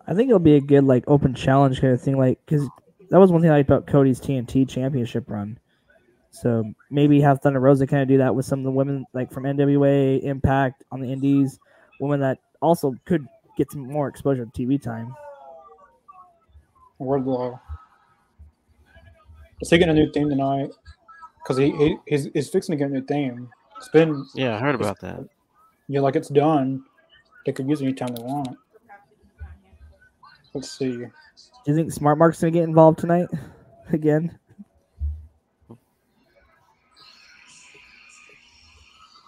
Speaker 1: I think it'll be a good like open challenge kind of thing, like because that was one thing I liked about Cody's TNT Championship run. So maybe have Thunder Rosa kind of do that with some of the women like from NWA Impact on the Indies, women that also could get some more exposure to TV time.
Speaker 2: Wardlow. Is he getting a new theme tonight? Because he, he he's, he's fixing to get a new theme. It's been
Speaker 3: Yeah, I heard about that.
Speaker 2: Yeah, like it's done. They could use it anytime they want. Let's see.
Speaker 1: Do you think Smart Mark's gonna get involved tonight again?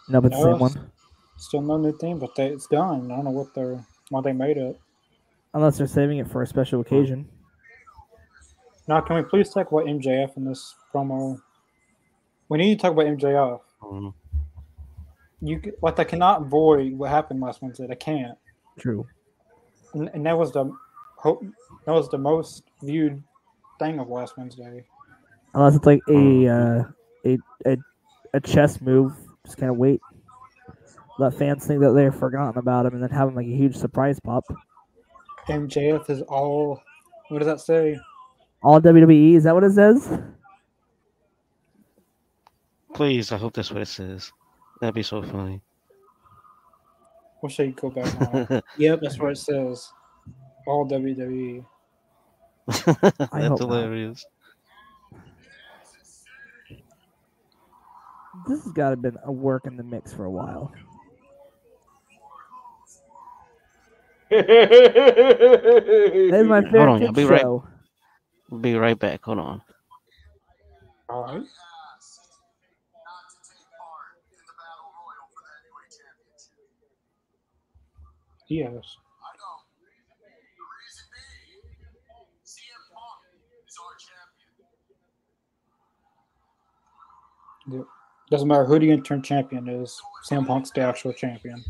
Speaker 1: No, but the
Speaker 2: No.
Speaker 1: same one.
Speaker 2: Still no new thing, but they, it's done. I don't know what they're why they made it.
Speaker 1: Unless they're saving it for a special occasion.
Speaker 2: Now, can we please talk about MJF in this promo? We need to talk about MJF.
Speaker 3: Mhm.
Speaker 2: You c- like they cannot void what happened last Wednesday. They can't,
Speaker 1: True.
Speaker 2: and, and that was the hope. That was the most viewed thing of last Wednesday.
Speaker 1: Unless it's like
Speaker 3: Oh,
Speaker 1: a uh, a a a chess move, just kind of wait, let fans think that they've forgotten about him, and then have him like a huge surprise pop.
Speaker 2: MJF is all. What does that say?
Speaker 1: All WWE E, is that what it says?
Speaker 3: Please, I hope that's what it says. That'd be so funny.
Speaker 2: Wish I could go back. now. yep, that's what it says. All E. WWE.
Speaker 1: hope not.
Speaker 3: that's hilarious.
Speaker 1: This has got to been a work in the mix for a while. That is my favorite
Speaker 3: on, y'all, be right-
Speaker 1: show.
Speaker 3: We'll be right back. Hold on.
Speaker 2: All right. Yes. Yep. Doesn't matter who the interim champion is, Sam Punk's the actual champion.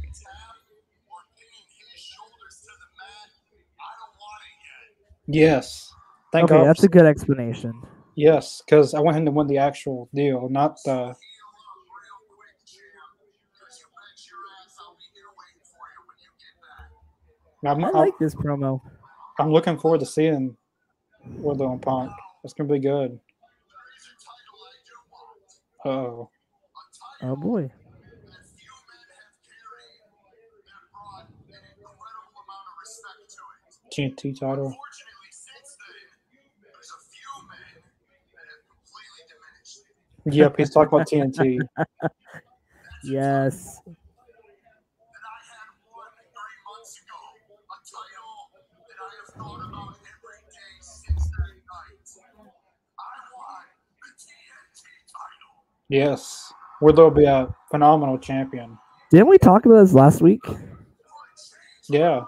Speaker 2: Yes. Thank
Speaker 1: okay,
Speaker 2: God.
Speaker 1: that's a good explanation.
Speaker 2: Yes, because I want him to win the actual deal, not the. I'm,
Speaker 1: I
Speaker 2: I'm,
Speaker 1: like this promo.
Speaker 2: I'm looking forward to seeing Wardlow and Punk. It's gonna be good. Oh,
Speaker 1: Oh boy.
Speaker 2: TNT title. Yep, he's talking about TNT.
Speaker 1: Yes.
Speaker 2: Yes, Wardlow will be a phenomenal champion.
Speaker 1: Didn't we talk about this last week?
Speaker 2: Yeah,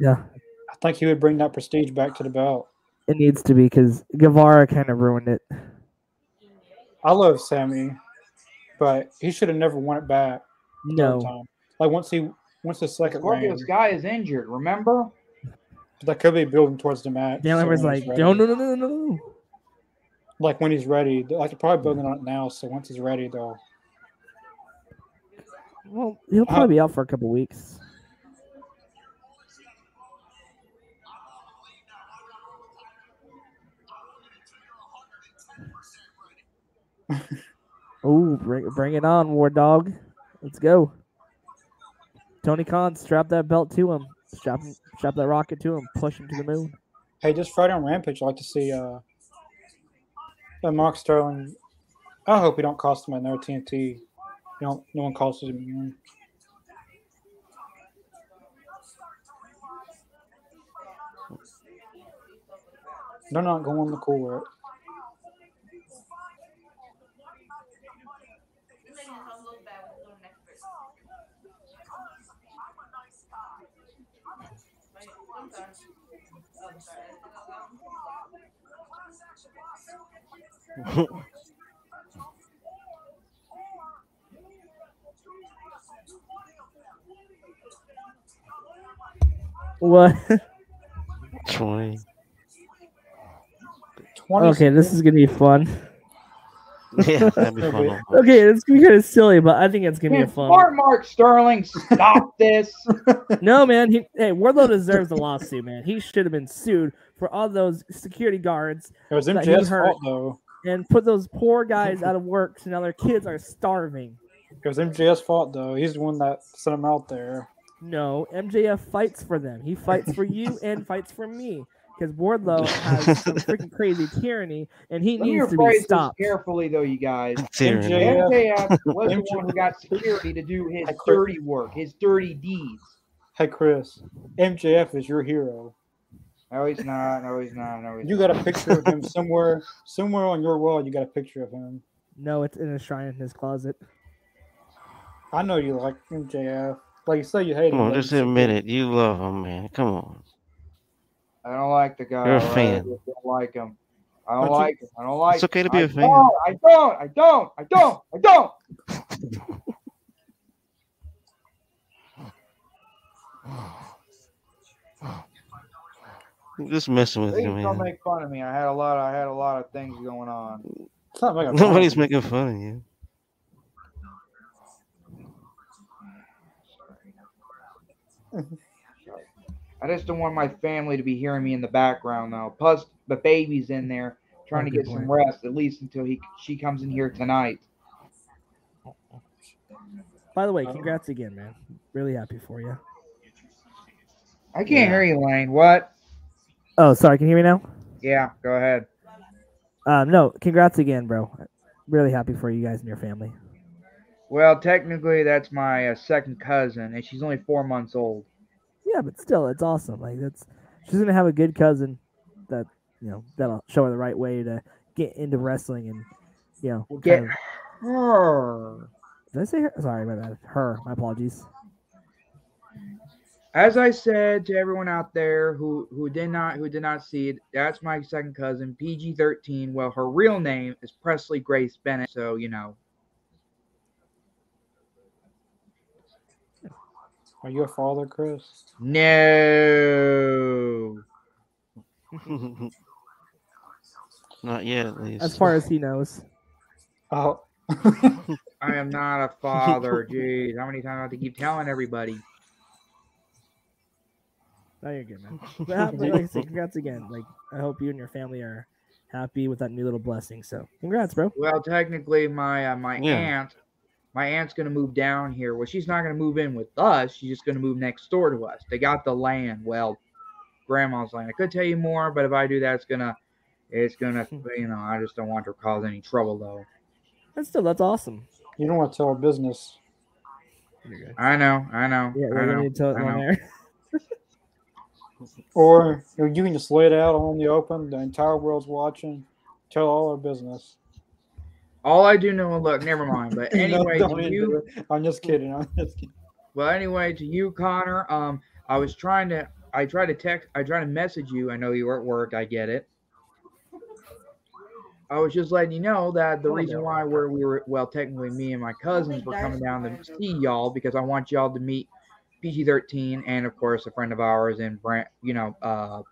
Speaker 1: Yeah.
Speaker 2: I think he would bring that prestige back to the belt.
Speaker 1: It needs to be because Guevara kind of ruined it.
Speaker 2: I love Sammy, but he should have never won it back. third
Speaker 1: No.
Speaker 2: time. Like once he once the second round,
Speaker 4: Scorpio's guy is injured, remember?
Speaker 2: that could be building towards the match.
Speaker 1: Dan Lambert's
Speaker 2: when he's
Speaker 1: like,
Speaker 2: ready.
Speaker 1: no, no, no, no, no, no.
Speaker 2: Like when he's ready, They're, like they're probably building on it now. So once he's ready, though,
Speaker 1: Well, he'll probably be out for a couple weeks. Ooh, bring, bring it on, War Dog. Let's go. Tony Khan, strap that belt to him. Strap, him- strap that rocket to him. Push him to the moon.
Speaker 2: hey, just Friday on Rampage, I'd like to see uh, uh Mark Sterling. I hope he don't cost him another TNT. You don't, no one costs him. you know. They're not going the court.
Speaker 1: What?
Speaker 3: 20.
Speaker 2: 20
Speaker 1: Okay, this is gonna be fun.
Speaker 3: Yeah, that'd be fun.
Speaker 1: Okay, it's gonna be kind of silly, but I think it's gonna be
Speaker 4: Man,
Speaker 1: fun.
Speaker 4: Mark, Mark Sterling, stop this.
Speaker 1: No, man. He, hey, Wardlow deserves a lawsuit, man. He should have been sued for all those security guards
Speaker 2: It was
Speaker 1: But he
Speaker 2: MJF's
Speaker 1: hurt.
Speaker 2: fault, though.
Speaker 1: and put those poor guys out of work. So now their kids are starving.
Speaker 2: It was MJF's fault, though. He's the one that sent him out there.
Speaker 1: No, MJF fights for them. He fights for you and fights for me because Wardlow has some freaking crazy tyranny, and he
Speaker 4: Let me
Speaker 1: needs to be
Speaker 4: rephrase this
Speaker 1: stopped.
Speaker 4: carefully, though, you guys.
Speaker 3: Tyranny.
Speaker 2: Yeah.
Speaker 4: MJF was the one who got security to do his
Speaker 2: I quit.
Speaker 4: dirty work, his dirty deeds.
Speaker 2: Hey, Chris, MJF is your hero.
Speaker 4: No, he's not. No, he's not. No, he's
Speaker 2: You got a picture of him somewhere, somewhere on your wall. You got a picture of him.
Speaker 1: No, it's in a shrine in his closet.
Speaker 2: I know you like MJF. Like you say, you hate
Speaker 3: Come
Speaker 2: him.
Speaker 3: on,
Speaker 2: but
Speaker 3: just
Speaker 2: you-
Speaker 3: admit it. You love him, man. Come on.
Speaker 4: I don't like the guy.
Speaker 3: You're a
Speaker 4: I really
Speaker 3: fan.
Speaker 4: just don't like him. I don't
Speaker 2: Don't you-
Speaker 4: like him. I don't like
Speaker 3: It's okay to
Speaker 4: him.
Speaker 3: be
Speaker 4: I
Speaker 3: a fan.
Speaker 4: Don't, I don't. I don't. I don't. I don't.
Speaker 3: I'm just messing with
Speaker 4: Please
Speaker 3: you,
Speaker 4: don't
Speaker 3: man.
Speaker 4: make fun of me. I had a lot. I had a lot of things going on.
Speaker 2: It's not like a-
Speaker 3: Nobody's making fun of you.
Speaker 4: I just don't want my family to be hearing me in the background now. Plus, the baby's in there trying to
Speaker 1: Good
Speaker 4: get some rest, at least until he she comes in here tonight.
Speaker 1: By the way,
Speaker 4: Uh-huh.
Speaker 1: congrats again, man. Really happy for you.
Speaker 4: I can't hear you, Lane. What?
Speaker 1: Oh, sorry. Can you hear me now?
Speaker 4: Yeah, go ahead.
Speaker 1: Um, no, congrats again, bro. Really happy for you guys and your family.
Speaker 4: Well, technically, that's my uh, second cousin, and she's only four months old.
Speaker 1: Yeah, but still, it's awesome. Like that's she's gonna have a good cousin that you know that'll show her the right way to get into wrestling and you know
Speaker 4: Well,
Speaker 1: kind
Speaker 4: get
Speaker 1: of-
Speaker 4: her.
Speaker 1: did I say her? Sorry, my bad. Her, my apologies.
Speaker 4: As I said to everyone out there who who did not who did not see it, that's my second cousin, PG thirteen. Well, her real name is Presley Grace Bennett, so you know.
Speaker 2: Are you a father, Chris?
Speaker 4: No.
Speaker 3: Not yet, at least.
Speaker 1: As far as he knows,
Speaker 2: Oh,
Speaker 4: I am not a father. Jeez, how many times do I have to keep telling everybody?
Speaker 1: no, you're good, man. But, ha- but like I said, congrats again. Like I hope you and your family are happy with that new little blessing. So congrats, bro.
Speaker 4: Well, technically, my uh, my
Speaker 3: Yeah.
Speaker 4: aunt, my aunt's gonna move down here. Well, she's not gonna move in with us. She's just gonna move next door to us. They got the land. Well, grandma's land. I could tell you more, but if I do that, it's gonna, it's gonna, you know, I just don't want to cause any trouble though.
Speaker 1: And still, that's awesome.
Speaker 2: you don't want to tell her business.
Speaker 4: I know, I know,
Speaker 1: Yeah,
Speaker 4: I
Speaker 1: we're gonna
Speaker 4: know.
Speaker 1: need to tell it
Speaker 4: I
Speaker 1: on
Speaker 4: know.
Speaker 1: there.
Speaker 2: Or you know, you can just lay it out on the open. The entire world's watching. Tell all our business.
Speaker 4: All I do know, look, never mind. But
Speaker 2: No,
Speaker 4: anyway,
Speaker 2: don't
Speaker 4: to
Speaker 2: even
Speaker 4: you,
Speaker 2: do it. I'm just kidding. I'm just kidding.
Speaker 4: Well, anyway, to you, Connor. Um, I was trying to, I tried to text, I tried to message you. I know you were at work. I get it. I was just letting you know that the reason why we're, we were, well, technically, me and my cousins were coming down to see y'all because I want y'all to meet PG13 and, of course, a friend of ours in, Bran- you know, uh,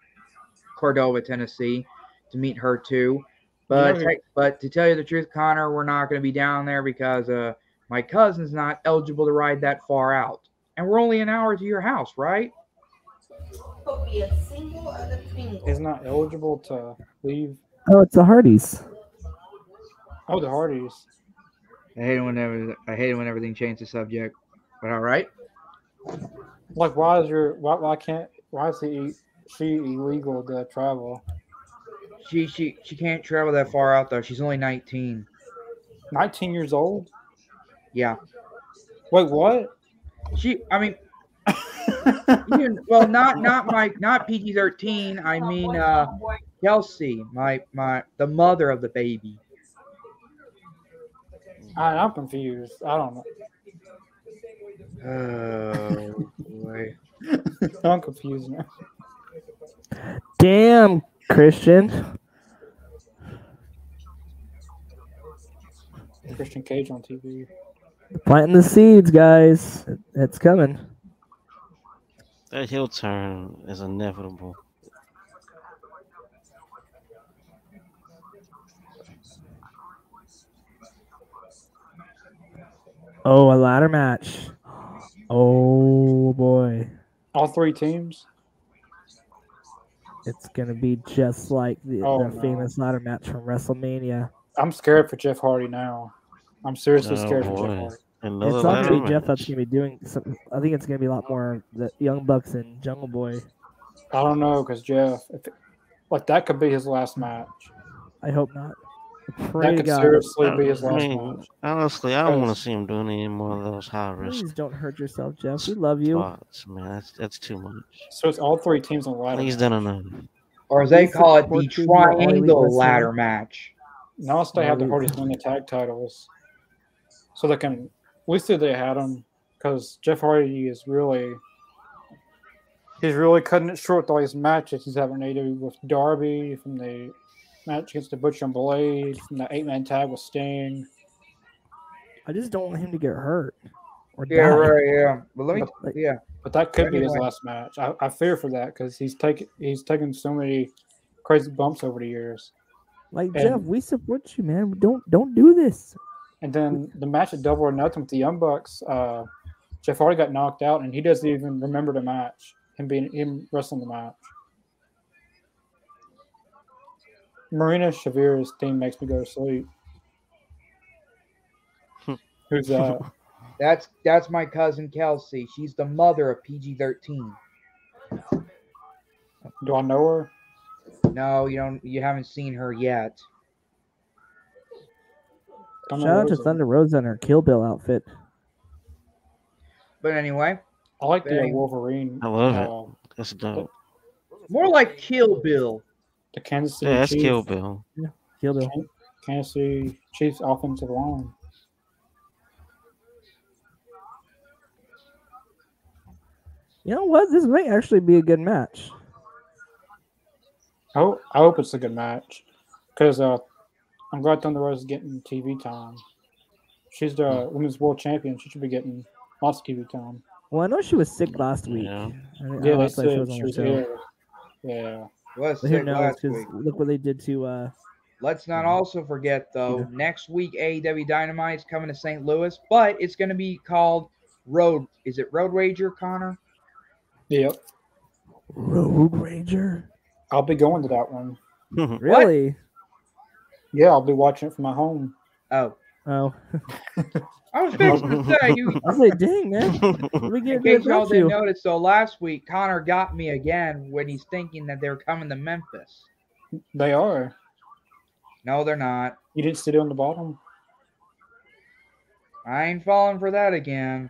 Speaker 4: Cordova, Tennessee, to meet her too. But,
Speaker 2: Yeah.
Speaker 4: but to tell you the truth, Connor, we're not going to be down there because uh, my cousin's not eligible to ride that far out. And we're only an hour to your house, right?
Speaker 5: Could be a single and a
Speaker 2: Is
Speaker 5: Pringle.
Speaker 2: not eligible to leave.
Speaker 1: Oh, it's the Hardys.
Speaker 2: Oh, the Hardys.
Speaker 4: I hate it whenever I hate it when everything changes the subject. But all right.
Speaker 2: Like, why is your why, why can't why is he she illegal to travel?
Speaker 4: She she she can't travel that far out though. She's only 19.
Speaker 2: 19 years old.
Speaker 4: Yeah.
Speaker 2: Wait, what?
Speaker 4: She I mean you, well not not my not PG 13. I mean uh Kelsey, my my the mother of the baby.
Speaker 2: I, I'm confused. I don't know.
Speaker 4: Oh boy.
Speaker 2: I'm confused now.
Speaker 1: Damn, Christian.
Speaker 2: Christian Cage on TV.
Speaker 1: Planting the seeds, guys. It's coming.
Speaker 3: That hill turn is inevitable.
Speaker 1: Oh, a ladder match. Oh boy.
Speaker 2: All three teams.
Speaker 1: It's gonna be just like the,
Speaker 2: Oh,
Speaker 1: the
Speaker 2: no.
Speaker 1: famous ladder match from WrestleMania.
Speaker 2: I'm scared for Jeff Hardy now. I'm seriously
Speaker 3: Oh,
Speaker 2: scared for
Speaker 3: boy.
Speaker 2: Jeff Hardy.
Speaker 3: Another
Speaker 1: it's not
Speaker 3: ladder
Speaker 1: gonna be Jeff
Speaker 3: match.
Speaker 1: that's gonna be doing some I think it's gonna be a lot more the Young Bucks and Jungle Boy.
Speaker 2: I don't know because Jeff, if, like that could be his last match.
Speaker 1: I hope not. Pray
Speaker 2: That
Speaker 1: to
Speaker 2: could
Speaker 1: God.
Speaker 2: seriously be his
Speaker 3: I
Speaker 2: last
Speaker 3: mean,
Speaker 2: match.
Speaker 3: Honestly, I don't
Speaker 2: Yes.
Speaker 3: want to see him doing any more of those high risk
Speaker 1: Please don't hurt yourself, Jeff. We love you.
Speaker 3: spots, man. That's that's too much.
Speaker 2: So it's all three teams on the
Speaker 3: I
Speaker 2: ladder.
Speaker 3: think he's
Speaker 2: match.
Speaker 3: done enough.
Speaker 4: Or as they
Speaker 1: Lisa
Speaker 4: call it, the
Speaker 1: Fortune, the All Elite
Speaker 4: triangle
Speaker 1: Wrestling.
Speaker 4: ladder match.
Speaker 2: Now let's they have the
Speaker 1: Right.
Speaker 2: Hardys win the tag titles, so they can. At least they had them because Jeff Hardy is really. He's really cutting it short with all these matches he's having to do with Darby from the match against the Butcher and Blade, from the eight man tag with Sting.
Speaker 1: I just don't want him to get hurt. Or die.
Speaker 4: Yeah, right, yeah. But let me,
Speaker 1: Like-
Speaker 4: yeah.
Speaker 2: But that could be his
Speaker 4: Anyway.
Speaker 2: last match. I, I fear for that because he's taken he's taken so many crazy bumps over the years.
Speaker 1: Like
Speaker 2: And-
Speaker 1: Jeff, we support you, man. Don't don't do this.
Speaker 2: And then the match at Double or Nothing with the Young Bucks, uh, Jeff Hardy got knocked out, and he doesn't even remember the match. Him being him wrestling the match. Marina Shavira's theme makes me go to sleep.
Speaker 3: Hmm.
Speaker 2: Who's uh, that?
Speaker 4: That's that's my cousin Kelsey. She's the mother of PG-13.
Speaker 2: Do I know her?
Speaker 4: No, you don't. You haven't seen her yet.
Speaker 2: Don't know
Speaker 1: Shout out to
Speaker 2: Rosa.
Speaker 1: Thunder Rosa and her Kill Bill outfit.
Speaker 4: But anyway,
Speaker 2: I like the uh,
Speaker 4: Dang.
Speaker 2: Wolverine.
Speaker 3: I love it.
Speaker 2: uh,
Speaker 3: That's dope.
Speaker 4: more like Kill Bill.
Speaker 2: The Kansas City
Speaker 3: Yeah, that's
Speaker 2: Chiefs.
Speaker 3: Kill Bill.
Speaker 1: Kill Bill.
Speaker 2: Kansas City Chiefs offensive line.
Speaker 1: You know what? This might actually be a good match.
Speaker 2: I hope, I hope it's a good match because uh, I'm glad Thunder Rose is getting TV time. She's the
Speaker 1: Hmm.
Speaker 2: women's world champion. She should be getting lots of TV time.
Speaker 1: Well, I know she was sick last week.
Speaker 3: Yeah.
Speaker 1: I think- I
Speaker 2: Yeah,
Speaker 1: don't know
Speaker 2: they
Speaker 1: if she
Speaker 2: said
Speaker 1: was on
Speaker 2: she
Speaker 1: the
Speaker 2: was
Speaker 1: show.
Speaker 2: here. Yeah,
Speaker 4: Was
Speaker 1: But who
Speaker 4: sick
Speaker 1: knows?
Speaker 4: last
Speaker 1: Because
Speaker 4: week.
Speaker 1: look what they did to. uh
Speaker 4: Let's not also forget though.
Speaker 1: Yeah.
Speaker 4: Next week, E AEW Dynamite's coming to St. Louis, but it's going to be called Road. Is it Road Rager, Connor?
Speaker 2: yep.
Speaker 1: Road Ranger.
Speaker 2: I'll be going to that one.
Speaker 1: Really?
Speaker 2: Yeah, I'll be watching it from my home.
Speaker 4: Oh,
Speaker 1: Oh,
Speaker 4: I was fixing to say you.
Speaker 1: I was like, dang man,
Speaker 3: Mhm.
Speaker 1: we
Speaker 4: In
Speaker 1: get
Speaker 4: case y'all
Speaker 1: without you.
Speaker 4: didn't notice, so last week Connor got me again when he's thinking that they're coming to Memphis.
Speaker 2: They are.
Speaker 4: No, they're not.
Speaker 2: You didn't sit on the bottom.
Speaker 4: I ain't falling for that again.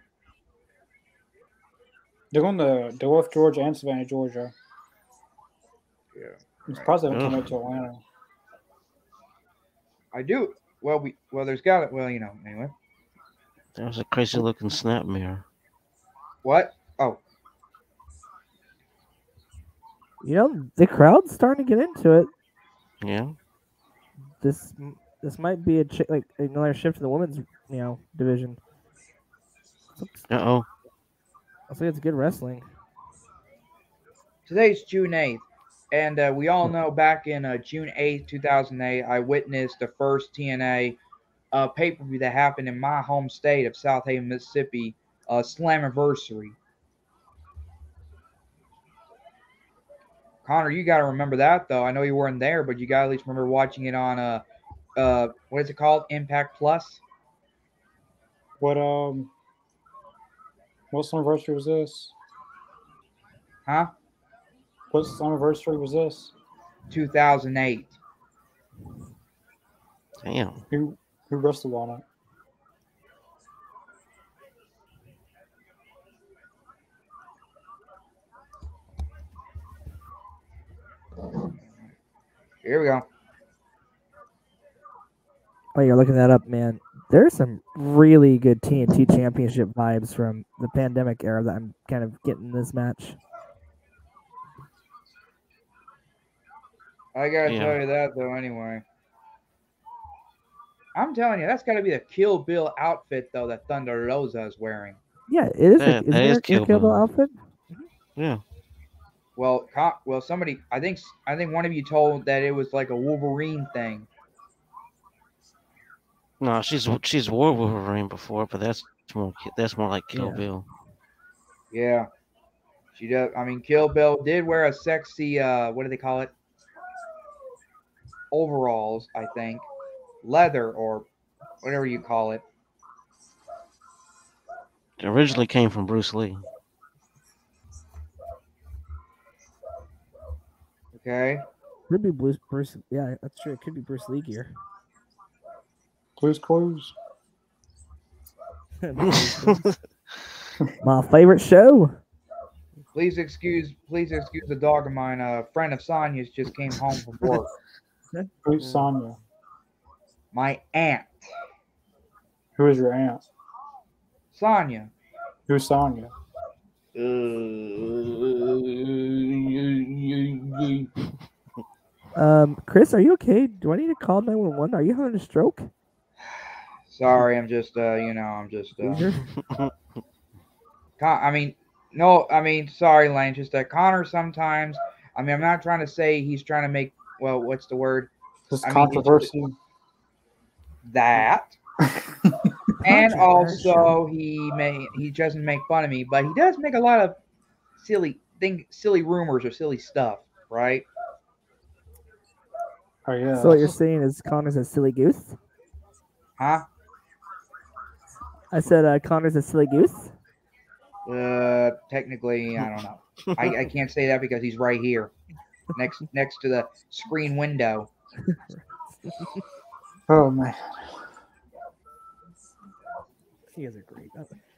Speaker 2: They're going to Duluth, Georgia, and Savannah, Georgia.
Speaker 4: Yeah.
Speaker 2: I'm surprised they haven't come up to Atlanta.
Speaker 4: I do. Well, we well, there's got it. Well, you know, anyway.
Speaker 3: that was a crazy looking snap mirror.
Speaker 4: What? Oh,
Speaker 1: You know, the crowd's starting to get into it.
Speaker 3: Yeah.
Speaker 1: This this might be a chi- like another shift in the women's you know division.
Speaker 3: Uh oh.
Speaker 1: I think it's good wrestling.
Speaker 4: Today's June eighth, and uh, we all know back in uh, June eighth, two thousand eight, I witnessed the first TNA uh, pay per view that happened in my home state of South Haven, Mississippi, uh, Slammiversary. Connor, you got to remember that though. I know you weren't there, but you got to at least remember watching it on uh, uh, what is it called? Impact Plus.
Speaker 2: What um, what anniversary was this?
Speaker 4: Huh?
Speaker 2: What anniversary was this?
Speaker 4: 2008.
Speaker 3: Damn.
Speaker 2: Who who wrestled on it?
Speaker 4: Here we go.
Speaker 1: Oh, you're looking that up, man. There's some really good TNT Championship vibes from the pandemic era that I'm kind of getting this match.
Speaker 4: I gotta
Speaker 3: Yeah.
Speaker 4: tell you that though. Anyway, I'm telling you, that's gotta be the Kill Bill outfit though that Thunder Rosa is wearing.
Speaker 1: Yeah, it is.
Speaker 3: Yeah,
Speaker 1: like, is
Speaker 3: that
Speaker 1: there
Speaker 3: is
Speaker 1: a
Speaker 3: Kill
Speaker 1: Kill Bill
Speaker 3: Bill.
Speaker 1: outfit?
Speaker 3: Yeah.
Speaker 4: Well, co well, somebody, I think, I think one of you told that it was like a Wolverine thing.
Speaker 3: No, she's she's wore Wolverine before, but that's more that's more like Kill
Speaker 1: Yeah.
Speaker 3: Bill.
Speaker 4: Yeah, she does. I mean, Kill Bill did wear a sexy, uh, what do they call it? Overalls, I think, leather or whatever you call it.
Speaker 3: It originally came from Bruce Lee.
Speaker 4: Okay,
Speaker 1: Could be Bruce. Bruce. Yeah, that's true. It could be Bruce Lee gear.
Speaker 2: Clues, clues.
Speaker 1: My favorite show.
Speaker 4: please excuse, please excuse the dog of mine. A friend of Sonia's just came home from work.
Speaker 2: Who's
Speaker 4: Mm.
Speaker 2: Sonya?
Speaker 4: My aunt,
Speaker 2: Who is your aunt?
Speaker 4: Sonia.
Speaker 2: Who's Sonya?
Speaker 1: Um, Chris, are you okay? Do I need to call 911? Are you having a stroke?
Speaker 4: Sorry, I'm just, uh, you know, I'm just. Uh,
Speaker 1: Loser?
Speaker 4: Con- I mean, no, I mean, sorry, Lane. Just that Connor sometimes. I mean, I'm not trying to say he's trying to make. Well, what's the word?
Speaker 2: This
Speaker 4: I mean,
Speaker 2: controversy.
Speaker 4: That. and
Speaker 1: Controversial.
Speaker 4: also, he may he doesn't make fun of me, but he does make a lot of silly thing, silly rumors or silly stuff, right?
Speaker 2: Oh yeah.
Speaker 1: So what you're saying is Connor's a silly goose?
Speaker 4: Huh?
Speaker 1: I said uh, Connor's a silly goose.
Speaker 4: Uh, technically, I don't know. I, I can't say that because he's right here, next next to the screen window.
Speaker 2: oh man.
Speaker 1: You guys are great.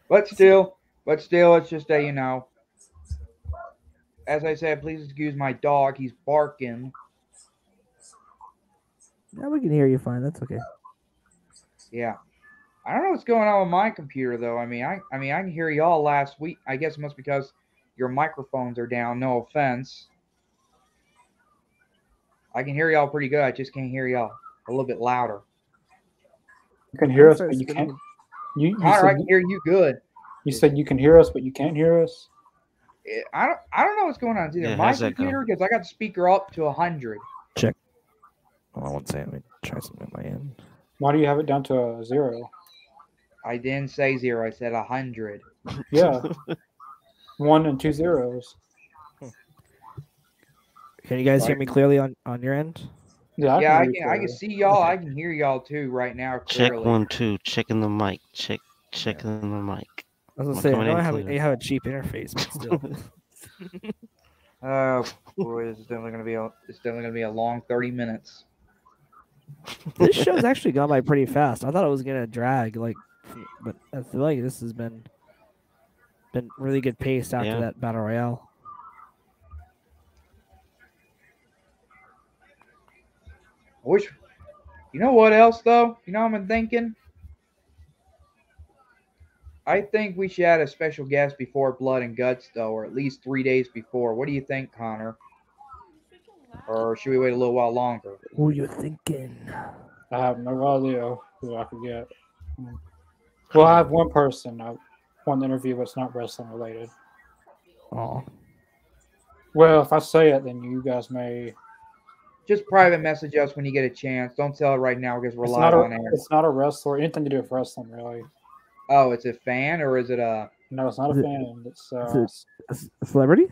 Speaker 4: But still, but still, it's just that you know. As I said, please excuse my dog. He's barking.
Speaker 1: Now we can hear you fine. That's okay.
Speaker 4: Yeah, I don't know what's going on with my computer though. I mean, I, I mean, I can hear y'all last week. I guess it must be because your microphones are down. No offense. I can hear y'all pretty good. I just can't hear y'all a little bit louder.
Speaker 2: You can hear us, but you can't. You, you,
Speaker 4: Connor, I
Speaker 2: said,
Speaker 4: can hear you good.
Speaker 2: you said you can hear us, but you can't hear us.
Speaker 4: Eh, I don't, I don't know what's going on. It's either
Speaker 3: Yeah,
Speaker 4: my
Speaker 3: how's that going?
Speaker 4: computer because I got the speaker up to hundred.
Speaker 6: Hold on one second. Let me try something at my end.
Speaker 2: Why do you have it down to a zero?
Speaker 4: I didn't say zero. I said hundred.
Speaker 2: Yeah. One and two zeros.
Speaker 6: Can you guys hear me clearly on, on your end?
Speaker 2: Yeah.
Speaker 4: yeah, I
Speaker 2: hear you
Speaker 4: can, I can
Speaker 2: clearly.
Speaker 4: see y'all. I can hear y'all too right now.
Speaker 3: Check
Speaker 4: Clearly.
Speaker 3: one two. Checking the mic. Check checking the mic.
Speaker 6: I was
Speaker 3: Well,
Speaker 6: gonna say,
Speaker 3: coming
Speaker 6: I know
Speaker 3: in
Speaker 6: I have,
Speaker 3: clear.
Speaker 6: you have a cheap interface, but still.
Speaker 4: Oh boy, this is definitely gonna be a it's definitely gonna be a long thirty minutes.
Speaker 6: this show's actually gone by pretty fast. I thought it was gonna drag, like, but I feel like this has been been really good pace after
Speaker 3: Yeah.
Speaker 6: that battle royale.
Speaker 4: I wish. You know what else though? You know what I'm thinking. I think we should add a special guest before Blood and Guts though, or at least three days before. What do you think, Connor? Or should we wait a little while longer?
Speaker 1: Who you thinking?
Speaker 2: I have no idea who I could get. Well, I have one person I want to interview, but it's not wrestling related.
Speaker 6: Oh,
Speaker 2: Well, if I say it, then you guys may.
Speaker 4: Just private message us when you get a chance. Don't tell it right now because we're
Speaker 2: It's
Speaker 4: live
Speaker 2: not,
Speaker 4: on
Speaker 2: a,
Speaker 4: air.
Speaker 2: it's not a wrestler. Anything to do with wrestling, really.
Speaker 4: Oh, it's a fan or is it a?
Speaker 2: No, it's not a
Speaker 1: Is it-
Speaker 2: fan. It's
Speaker 1: is
Speaker 2: uh,
Speaker 1: it- A, c- a celebrity?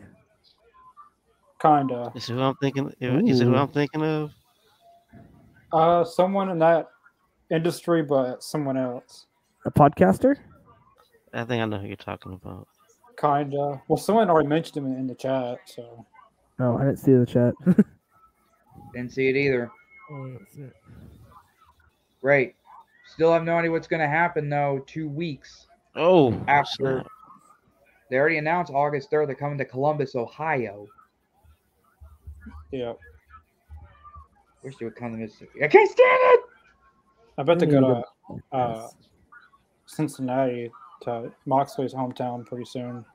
Speaker 2: kind of
Speaker 3: Is it who I'm thinking? Is it who
Speaker 1: Ooh.
Speaker 3: I'm thinking of?
Speaker 2: uh, someone in that industry, but someone else.
Speaker 1: A podcaster?
Speaker 3: I think I know who you're talking about.
Speaker 2: Kind of. Well, someone already mentioned him in, in the chat, so
Speaker 1: No, Oh, I didn't see the chat.
Speaker 4: Didn't see it either. Great. Still have no idea what's going to happen though. Two weeks
Speaker 3: Oh,
Speaker 4: after
Speaker 3: snap.
Speaker 4: they already announced August third, they're coming to Columbus, Ohio.
Speaker 2: yeah.
Speaker 4: wish they would come to Mississippi. I can't stand it.
Speaker 2: I bet they go to uh, Cincinnati to Moxley's hometown pretty soon.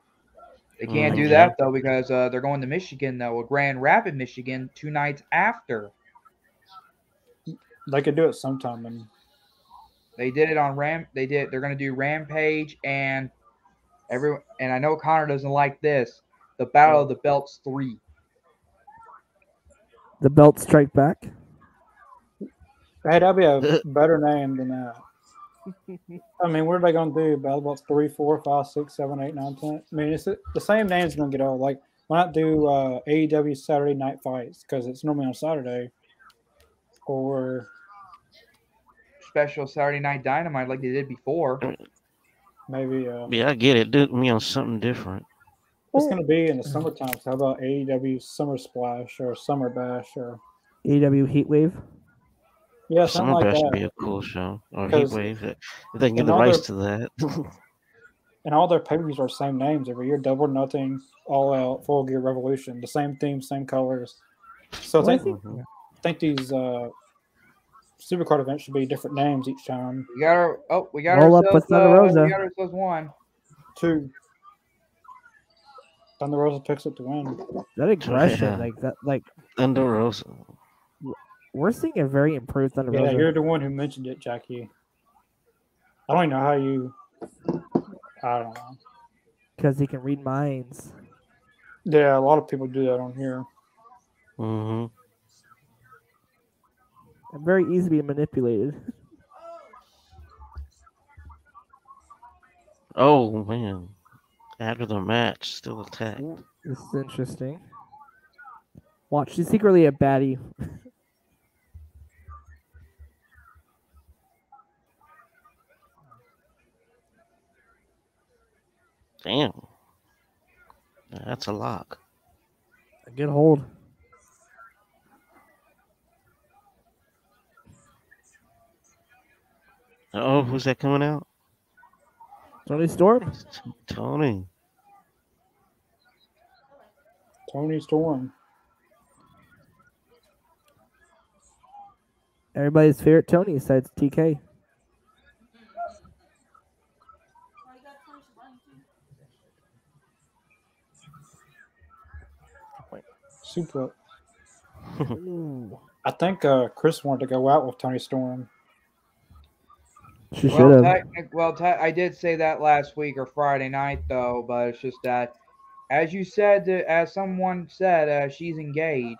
Speaker 4: They
Speaker 1: Mm,
Speaker 4: can't do that though because uh, they're going to Michigan though, with Grand Rapids, Michigan, two nights after.
Speaker 2: They could do it sometime. And
Speaker 4: They did it on Ram. They did. They're going to do Rampage and everyone. And I know Connor doesn't like this. The Battle of the Belts three.
Speaker 1: The belt strike back.
Speaker 2: hey, that'd be a better name than that. I mean, what are they going to do? Battle Bots 3, 4, 5, 6, 7, 8, 9, 10? I mean, it's the the same name's going to get old. Like, why not do uh, AEW Saturday Night Fights? Because it's normally on Saturday. Or,
Speaker 4: Special Saturday Night Dynamite like they did before.
Speaker 2: Maybe uh,
Speaker 3: Yeah, I get it. Do me on something different.
Speaker 2: it's going to be in the summertime. So, how about AEW Summer Splash or Summer Bash or,
Speaker 1: AEW E Heatwave.
Speaker 2: yeah, something
Speaker 3: Summer
Speaker 2: like
Speaker 3: Bash
Speaker 2: that.
Speaker 3: would be a cool show. Or
Speaker 2: Because-
Speaker 3: Heatwave. If they can get
Speaker 2: And
Speaker 3: the
Speaker 2: all
Speaker 3: rights to that.
Speaker 2: and all their pay per views are the same names every year. Double or Nothing, All Out, Full Gear Revolution, the same theme, same colors. So I think,
Speaker 3: Mhm.
Speaker 2: think these uh, Supercard events should be different names each time.
Speaker 4: We got our oh, we got
Speaker 1: Roll up
Speaker 4: ourselves.
Speaker 1: with Thunder
Speaker 4: uh,
Speaker 1: Rosa.
Speaker 4: We got ourselves one.
Speaker 2: Two. Thunder Rosa picks it to win.
Speaker 1: That aggression,
Speaker 3: Yeah.
Speaker 1: like that, like
Speaker 3: Thunder Rosa.
Speaker 1: we're seeing a very improved Thunder
Speaker 2: Yeah,
Speaker 1: Rosa.
Speaker 2: you're the one who mentioned it, Jackie. I don't even know how you. I don't know.
Speaker 1: because he can read minds.
Speaker 2: Yeah, a lot of people do that on here.
Speaker 3: hmm
Speaker 1: And very easy to be manipulated.
Speaker 3: Oh man. After the match, still attacked.
Speaker 1: This is interesting. Watch, she's secretly a baddie.
Speaker 3: Damn. That's a lock.
Speaker 1: A good hold.
Speaker 3: Oh, who's that coming out?
Speaker 1: Tony Storm.
Speaker 3: Tony.
Speaker 2: Tony Storm.
Speaker 1: Everybody's favorite Tony besides TK.
Speaker 5: I got time to run too.
Speaker 2: Super. I think uh, Chris wanted to go out with Tony Storm.
Speaker 1: She should have.
Speaker 4: Well, technic, well te- I did say that last week or Friday night though, but it's just that, as you said, uh, as someone said, uh, she's engaged.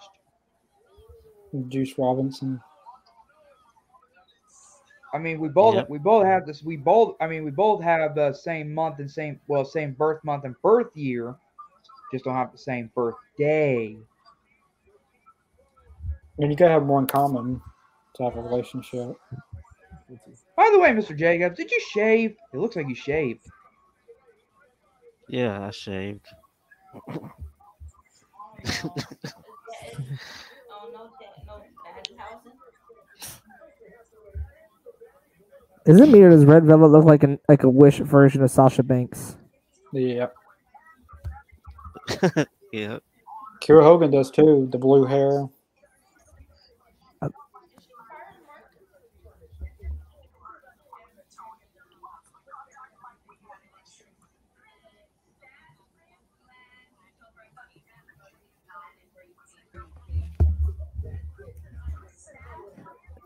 Speaker 2: Juice Robinson.
Speaker 4: I mean, we both
Speaker 3: Yep.
Speaker 4: we both have this. We both. I mean, we both have the same month and same well, same birth month and birth year. Just don't have the same birthday.
Speaker 2: I mean, you gotta have more in common to have a relationship.
Speaker 4: By the way, Mr. Jacobs, did you shave? It looks like you shaved.
Speaker 3: Yeah, I shaved.
Speaker 5: Oh, no, that, no, that housing.
Speaker 1: Isn't me or does Red Velvet look like an like a wish version of Sasha Banks?
Speaker 2: Yeah,
Speaker 3: Yeah.
Speaker 2: Kira Hogan does too. The blue hair.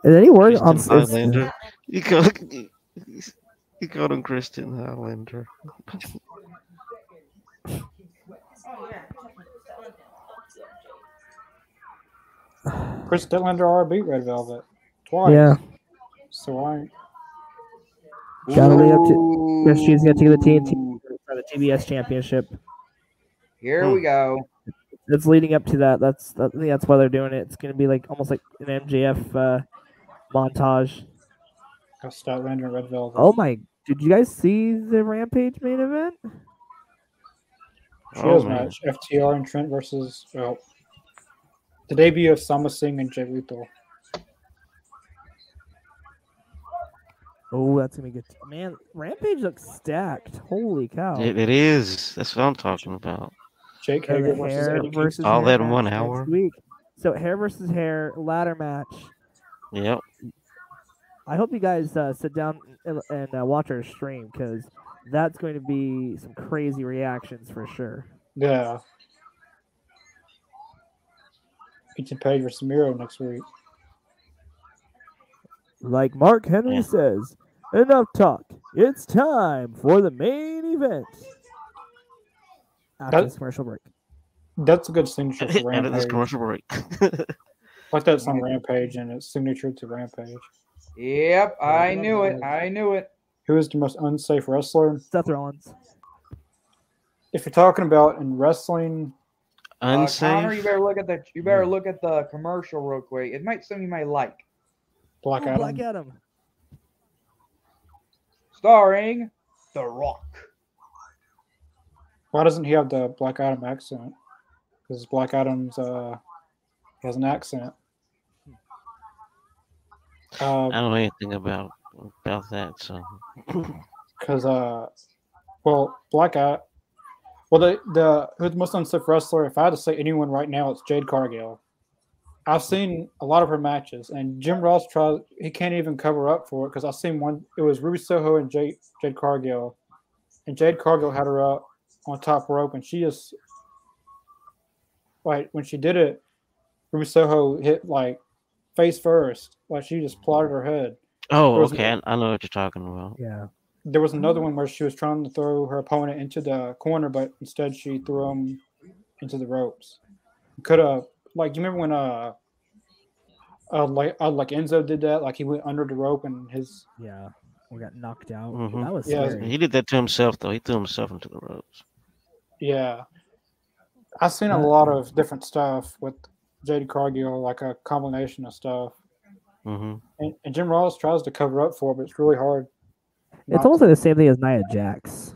Speaker 1: Is any word
Speaker 3: Kristen
Speaker 1: on is-
Speaker 3: Highlander. You called, you called him Christian Highlander.
Speaker 5: Oh, yeah. Fuck yeah, Jake.
Speaker 2: Chris Dillander already beat Red Velvet twice.
Speaker 1: Yeah,
Speaker 2: So I
Speaker 1: Gotta lead up
Speaker 4: to.
Speaker 1: yeah, she's gonna take the TNT for the TBS championship.
Speaker 4: Here we go.
Speaker 1: It's leading up to that. That's that, I think that's why they're doing it. It's gonna be like almost like an MJF uh, montage.
Speaker 2: got Statlander and Red Velvet.
Speaker 1: Oh my! Did you guys see the Rampage main event?
Speaker 2: Trios
Speaker 3: Oh, man.
Speaker 2: match. FTR and Trent versus well, the debut of Sama Singh and Jay Lethal.
Speaker 1: Oh, that's gonna be good. Man, Rampage looks stacked. Holy cow!
Speaker 3: It, it is. That's what I'm talking about.
Speaker 2: Jake
Speaker 1: And the
Speaker 2: Hager versus
Speaker 1: hair
Speaker 2: Eddie Kingston.
Speaker 1: versus
Speaker 3: All
Speaker 1: hair
Speaker 3: that in
Speaker 1: match
Speaker 3: one
Speaker 1: next
Speaker 3: hour?
Speaker 1: Week. So hair versus hair ladder match.
Speaker 3: Yep.
Speaker 1: I hope you guys uh, sit down and, and uh, watch our stream because that's going to be some crazy reactions for sure.
Speaker 2: Yeah. It's a page for Samiro next week.
Speaker 6: Like Mark Henry
Speaker 3: Yeah.
Speaker 6: says, enough talk. It's time for the main event.
Speaker 1: After
Speaker 2: That-
Speaker 1: this commercial break.
Speaker 2: That's a good signature for
Speaker 3: End of this
Speaker 2: Rampage.
Speaker 3: commercial break.
Speaker 2: Like that's on Rampage and it's signature to Rampage.
Speaker 4: Yep, I knew it. I knew it.
Speaker 2: Who is the most unsafe wrestler?
Speaker 1: Seth Rollins.
Speaker 2: If you're talking about in wrestling,
Speaker 4: Uh, Connor, you
Speaker 3: Unsafe.
Speaker 4: better look at the you
Speaker 1: Hmm.
Speaker 4: better look at the commercial real quick. It might something you might like.
Speaker 2: Black
Speaker 1: Ooh,
Speaker 2: Adam,
Speaker 1: Oh, Black Adam.
Speaker 4: Starring The Rock.
Speaker 2: why doesn't he have the Black Adam accent? Because Black Adam's uh has an accent. Uh,
Speaker 3: I don't know anything about about that. So
Speaker 2: because uh, well, Black Ad, well the the who's the most unsafe wrestler? If I had to say anyone right now, it's Jade Cargill. I've seen a lot of her matches, and Jim Ross tries he can't even cover up for it because I've seen one. It was Ruby Soho and Jade Jade Cargill, and Jade Cargill had her up on top rope, and she just like when she did it, Ruby Soho hit like face first, like she just plotted her head
Speaker 3: oh,
Speaker 2: Frozen.
Speaker 3: okay, I, I know what you're talking about.
Speaker 1: Yeah.
Speaker 2: there was another one where she was trying to throw her opponent into the corner, but instead she threw him into the ropes. Could have like you remember when uh, uh like uh, like Enzo did that, like he went under the rope and his
Speaker 1: Yeah. We got knocked out.
Speaker 3: Mhm.
Speaker 1: That was
Speaker 2: Yeah.
Speaker 1: scary.
Speaker 3: He did that to himself though. He threw himself into the ropes.
Speaker 2: yeah. I've seen a lot of different stuff with JD Cargill, like a combination of stuff,
Speaker 3: hmm
Speaker 2: and, and Jim Ross tries to cover up for, it, but it's really hard. not
Speaker 1: It's almost like the same thing as Nia Jax.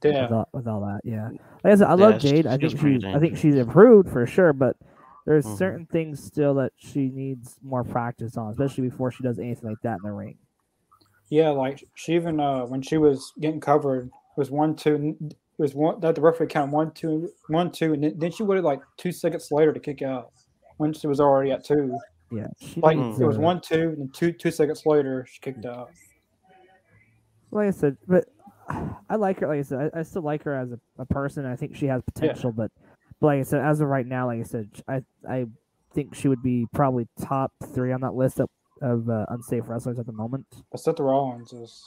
Speaker 2: to-
Speaker 1: with,
Speaker 2: yeah,
Speaker 1: all, with all that. Yeah, like I said, I
Speaker 3: Yeah,
Speaker 1: love
Speaker 3: she-
Speaker 1: Jade. I
Speaker 3: she's
Speaker 1: think
Speaker 3: pretty
Speaker 1: she's I think
Speaker 3: dangerous.
Speaker 1: she's improved for sure, but there's
Speaker 3: Mhm.
Speaker 1: certain things still that she needs more practice on, especially before she does anything like that in the ring.
Speaker 2: yeah. Like she even uh when she was getting covered was one two it was one that the referee count one two one two and then, then she waited like two seconds later to kick out when she was already at two
Speaker 1: Yeah, she
Speaker 2: like
Speaker 1: needs,
Speaker 2: it was
Speaker 1: uh,
Speaker 2: one two and then two two seconds later she kicked out
Speaker 1: Like I said, but I like her. Like I said, I, I still like her as a, a person. I think she has potential, but, but like I said, as of right now, like I said, sh- I I think she would be probably top three on that list of, of uh, unsafe wrestlers at the moment.
Speaker 2: but Seth Rollins is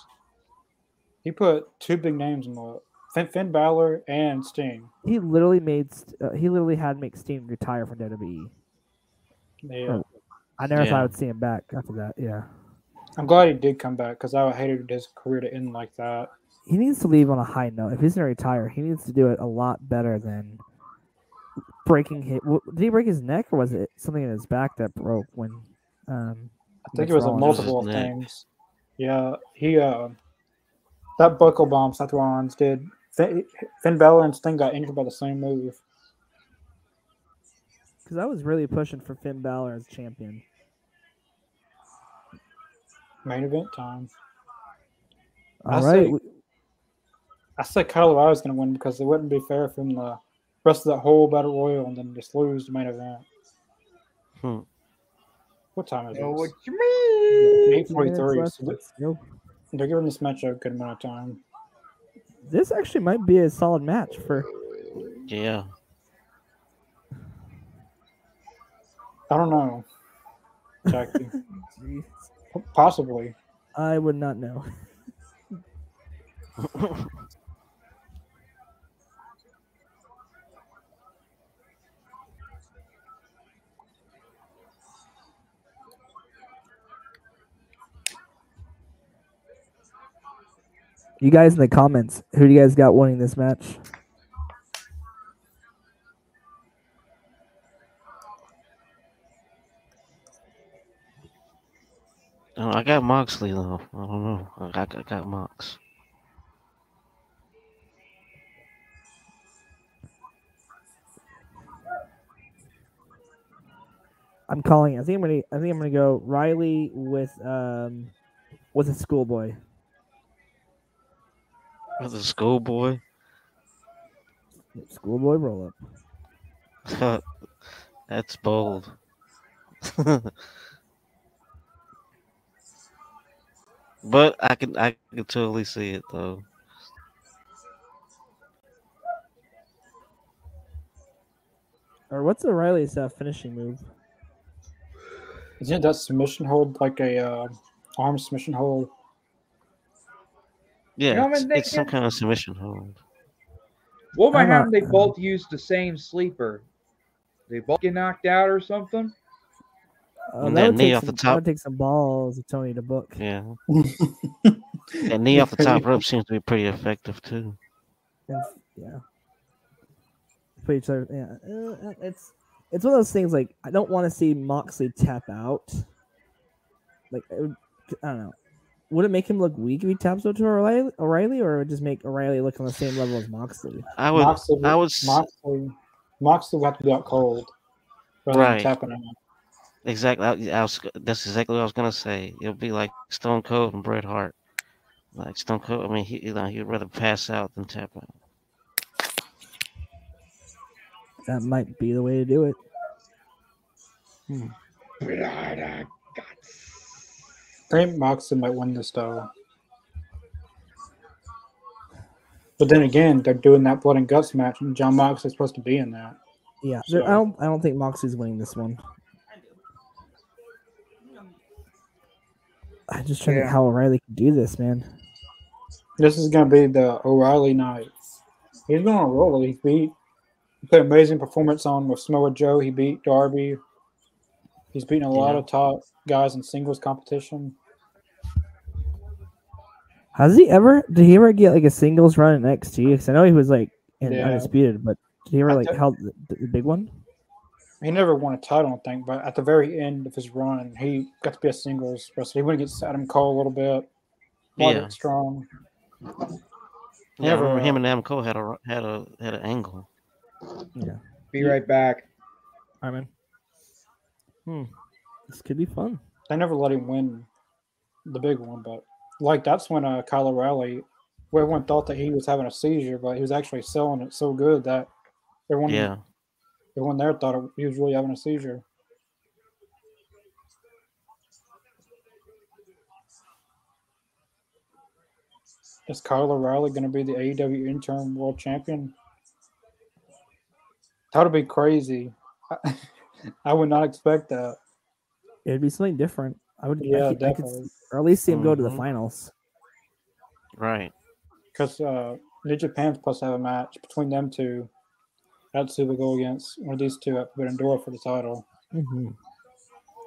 Speaker 2: he put two big names in the Finn, Finn Balor and Sting
Speaker 1: He literally made st- uh, he literally had make Steam retire from E. WWE.
Speaker 2: yeah
Speaker 1: Oh. I never thought
Speaker 3: Yeah.
Speaker 1: I would see him back after that. Yeah.
Speaker 2: I'm glad he did come back because I hated his career to end like that
Speaker 1: he needs to leave on a high note. If he's gonna retire, he needs to do it a lot better than breaking his. w- Did he break his neck or was it something in his back that broke when? Um,
Speaker 2: I think
Speaker 1: That's
Speaker 2: it was a
Speaker 1: wrong.
Speaker 2: multiple of
Speaker 3: Isn't it?
Speaker 2: things. Yeah, he uh, that buckle bomb Seth Rollins did. Finn, Finn Balor and Sting got injured by the same move.
Speaker 1: because I was really pushing for Finn Balor as champion.
Speaker 2: Main event time. I
Speaker 1: All right,
Speaker 2: see.
Speaker 1: we-
Speaker 2: I said Kyle O'Reilly was going to win because it wouldn't be fair for him to rest of that whole battle royal and then just lose the main event.
Speaker 3: Hmm.
Speaker 2: What time is
Speaker 4: Know what
Speaker 2: it?
Speaker 4: you mean?
Speaker 2: Eight
Speaker 1: 15 minutes
Speaker 2: forty-three.
Speaker 1: left. Let's go.
Speaker 2: They're giving this match a good amount of time.
Speaker 1: This actually might be a solid match for.
Speaker 3: Yeah.
Speaker 2: I don't know. Jackie.
Speaker 1: Jeez.
Speaker 2: Possibly.
Speaker 1: I would not know.
Speaker 3: Oh,
Speaker 1: You guys in the comments, who do you guys got winning this match?
Speaker 3: Oh, I got Moxley though. I don't know. I got, I got Mox.
Speaker 1: I'm calling. I think I'm gonna. I think I'm gonna go Riley with um with a schoolboy.
Speaker 3: With a schoolboy.
Speaker 1: Schoolboy roll up.
Speaker 3: That's bold. but I can I can totally see it though.
Speaker 1: Or what's O'Reilly's uh, finishing move?
Speaker 2: Isn't that submission hold like a uh, arm submission hold?
Speaker 3: Yeah,
Speaker 4: You know what
Speaker 3: it's,
Speaker 4: I'm
Speaker 3: it's some
Speaker 4: thinking?
Speaker 3: kind of submission hold.
Speaker 4: Wolverhampton,
Speaker 1: I'm not-
Speaker 4: they both used the same sleeper. They both get knocked out or something.
Speaker 1: Uh,
Speaker 3: And
Speaker 1: that
Speaker 3: that
Speaker 1: would
Speaker 3: knee
Speaker 1: take
Speaker 3: off the
Speaker 1: some-
Speaker 3: top.
Speaker 1: That would take some balls of Tony to book.
Speaker 3: Yeah, that knee off the top rope seems to be pretty effective too.
Speaker 1: It's- yeah. Put each other. Yeah. Uh, It's it's one of those things like I don't want to see Moxley tap out. Like it would, I don't know. Would it make him look weak if he taps out to O'Reilly, O'Reilly or it would just make O'Reilly look on the same level as Moxley?
Speaker 3: I would,
Speaker 2: Moxley,
Speaker 3: I would, s-
Speaker 2: Moxley, Moxley would have to be out cold. rather than
Speaker 3: Right.
Speaker 2: Tapping out.
Speaker 3: Exactly. I, I was, that's exactly what I was gonna say. It'll be like Stone Cold and Bret Hart. Like Stone Cold, I mean, he you know, he'd rather pass out than tap out.
Speaker 1: That might be the way to do it.
Speaker 2: I think Moxley might win this though. But then again, they're doing that blood and guts match, and John Moxley's supposed to be in that.
Speaker 1: Yeah. there- I
Speaker 2: So-
Speaker 1: don't I don't think Moxley's winning this one.
Speaker 5: I do.
Speaker 1: I'm just trying to
Speaker 4: Yeah.
Speaker 1: think how O'Reilly can do this, man.
Speaker 2: This is going to be the O'Reilly night. He's going on a roll. He beat, he put an amazing performance on with Samoa Joe. He beat Darby. He's beaten a lot
Speaker 3: Yeah.
Speaker 2: of top guys in singles competition.
Speaker 1: Has he ever? Did he ever get like a singles run in NXT? Because I know he was like in
Speaker 2: Yeah.
Speaker 1: undisputed, but did he ever
Speaker 2: I
Speaker 1: like
Speaker 2: don't-
Speaker 1: held the, the big one?
Speaker 2: He never won a title, I think, but at the very end of his run, he got to be a singles wrestler. He went against Adam Cole a little bit. Roderick
Speaker 3: Yeah.
Speaker 2: Strong.
Speaker 3: Yeah, I
Speaker 2: Never,
Speaker 3: remember
Speaker 2: uh,
Speaker 3: him and Adam Cole had a had a had an angle.
Speaker 4: Be right back.
Speaker 1: I mean, hmm, this could be fun.
Speaker 2: They never let him win the big one, but like that's when uh, Kyle O'Reilly, well, everyone thought that he was having a seizure, but he was actually selling it so good that everyone
Speaker 3: Yeah,
Speaker 2: Everyone there thought it- he was really having a seizure. Is Kyle O'Reilly going to be the AEW interim world champion? That would be crazy. I, would not expect that.
Speaker 1: It'd be something different. I would, I could,
Speaker 2: Yeah,
Speaker 1: I could
Speaker 2: definitely.
Speaker 1: s- or at least see him go to the
Speaker 3: Mhm.
Speaker 1: finals.
Speaker 3: right.
Speaker 2: Because uh, New Japan's supposed to have a match between them two. That's who they go against. One of these two at Forbidden Door for the title.
Speaker 1: Mm-hmm.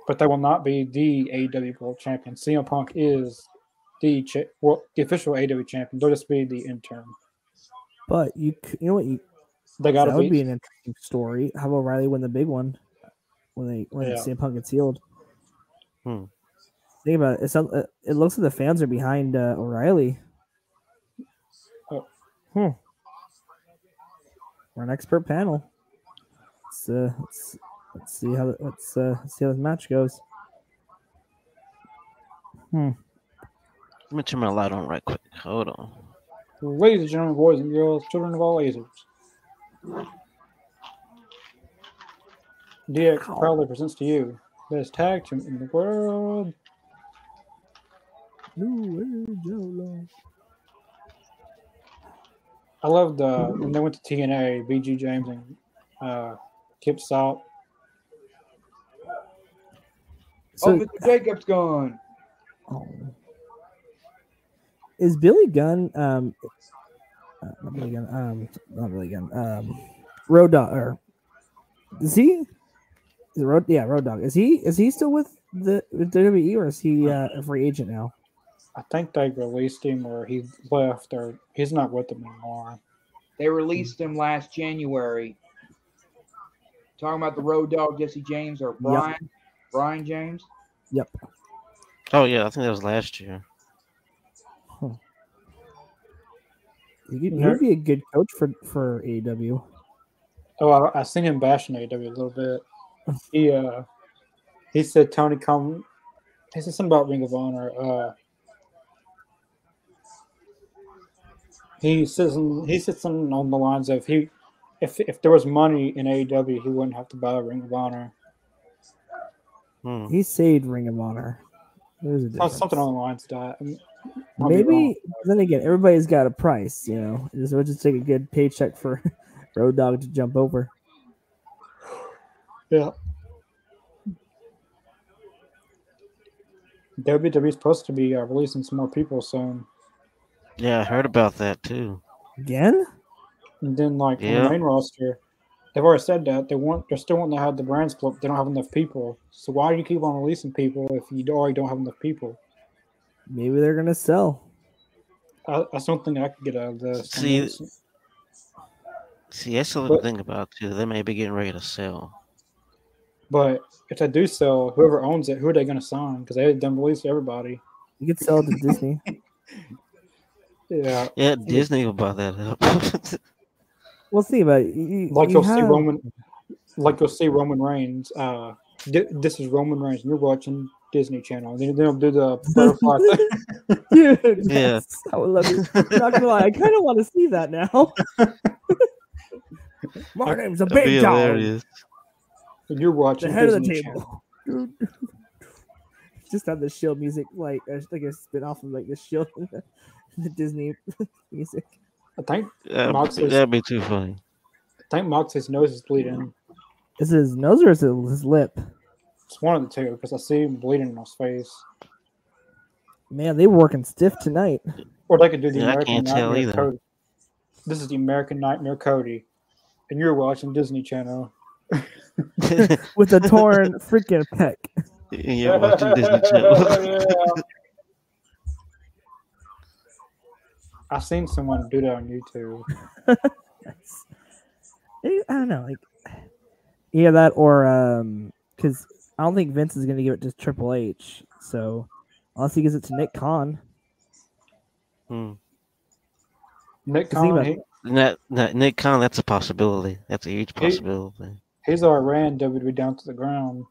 Speaker 2: but they will not be the AEW World Champion. CM Punk is the cha- well, the official AEW champion. They'll just be the intern.
Speaker 1: But you, c- you know what? You,
Speaker 2: They got
Speaker 1: that
Speaker 2: to
Speaker 1: would be
Speaker 2: be.
Speaker 1: an interesting story. How about O'Reilly win the big one when they when
Speaker 2: Yeah.
Speaker 1: CM Punk gets healed?
Speaker 3: Hmm.
Speaker 1: Think about it. It, sounds, uh, it looks like the fans are behind uh, O'Reilly.
Speaker 2: Oh.
Speaker 1: Hmm. We're an expert panel. Let's, uh, let's, let's see how let's uh, see how this match goes.
Speaker 3: Let me turn my light on right quick. Hold on.
Speaker 2: Ladies and gentlemen, boys and girls, children of all ages. DX
Speaker 1: Ow.
Speaker 2: proudly presents to you best tag team in the world. I loved uh, when they went to TNA, BG James and uh, Kip Salt.
Speaker 4: oh,
Speaker 2: Oh,
Speaker 1: So,
Speaker 4: Mr. Oh, Jacob's gone.
Speaker 1: Oh. Is Billy Gunn um uh, not Billy Gunn um not Billy Gunn um Road Dog or is he is it Road yeah Road Dog is he is he still with the with WWE or is he uh, a free agent now?
Speaker 2: I think they released him or he left or he's not with them anymore.
Speaker 4: They released him last January. Talking about the road dog Jesse James or Brian. Brian James.
Speaker 1: Yep.
Speaker 3: Oh yeah, I think that was last year.
Speaker 1: He could, he
Speaker 2: Yeah.
Speaker 1: would be a good coach for for E AEW.
Speaker 2: Oh, I, I seen him bashing AW a little bit. He uh, he said Tony Khan. He said something about Ring of Honor. Uh, he says he said something on the lines of he, E if if there was money in AEW, he wouldn't have to buy Ring of Honor.
Speaker 3: Hmm.
Speaker 1: He saved Ring of Honor. There's a
Speaker 2: Some-
Speaker 1: difference.
Speaker 2: Something on the lines to that. I mean, I'll be wrong.
Speaker 1: Maybe then again, everybody's got a price, you know. It just- it would just take a good paycheck for Road Dog to jump over.
Speaker 2: Yeah. WWE's supposed to be uh, releasing some more people soon.
Speaker 3: Yeah, I heard about that too.
Speaker 1: Again?
Speaker 2: And then, like on
Speaker 3: Yeah.
Speaker 2: the main roster, they've already said that they want they're still wanting to have the brand split. But they don't have enough people. So why do you keep on releasing people if you already don't have enough people?
Speaker 1: Maybe they're gonna sell.
Speaker 2: I, that's something I could get out of this. I
Speaker 3: See-
Speaker 2: mean, it's-
Speaker 3: See, that's the
Speaker 2: But-
Speaker 3: little thing about it, too. They may be getting ready to sell.
Speaker 2: but if they do sell, whoever owns it, who are they going to sign? Because they done released everybody.
Speaker 1: You could sell it to Disney.
Speaker 2: Yeah,
Speaker 3: Yeah, Disney will buy that up.
Speaker 1: We'll see about it. You- you-
Speaker 2: like
Speaker 1: you
Speaker 2: you'll see
Speaker 1: have-
Speaker 2: Roman, like you'll see Roman Reigns. Uh, di- this is Roman Reigns. And you're watching Disney Channel. Then they'll do the butterfly thing.
Speaker 1: Dude,
Speaker 3: Yeah.
Speaker 1: yes. I would love it. Not gonna lie, I kind of want to see that now. My name's a
Speaker 3: That'd be
Speaker 1: big dog.
Speaker 3: hilarious.
Speaker 2: And you're watching
Speaker 1: The head of the
Speaker 2: Disney Channel.
Speaker 1: table. Just have the shield music, like uh, like a spin off of like the shield, the Disney music.
Speaker 2: I think
Speaker 3: That'd be,
Speaker 2: Moxley's-
Speaker 3: that'd be too funny.
Speaker 2: I think Moxley's nose is bleeding.
Speaker 1: Is it his nose or is it his lip?
Speaker 2: It's one of the two because I see him bleeding in his face.
Speaker 1: Man, they were working stiff tonight.
Speaker 2: Or they could do the
Speaker 3: Yeah, I
Speaker 2: American
Speaker 3: can't tell
Speaker 2: Nightmare
Speaker 3: either.
Speaker 2: Cody. This is the American Nightmare Cody, and you're watching Disney Channel.
Speaker 1: with a torn freaking pec.
Speaker 3: yeah, watching Disney Channel.
Speaker 2: I seen someone do that on YouTube.
Speaker 1: Yes. I I don't know, like yeah, that or um, because I don't think Vince is gonna give it to Triple H. So unless he gives it to Nick Khan,
Speaker 3: Hmm.
Speaker 2: Nick
Speaker 1: Cause he
Speaker 2: Khan,
Speaker 1: was-
Speaker 2: he,
Speaker 3: Not, not Nick Khan, that's a possibility. That's a huge possibility.
Speaker 2: he's already ran WWE E down to the ground.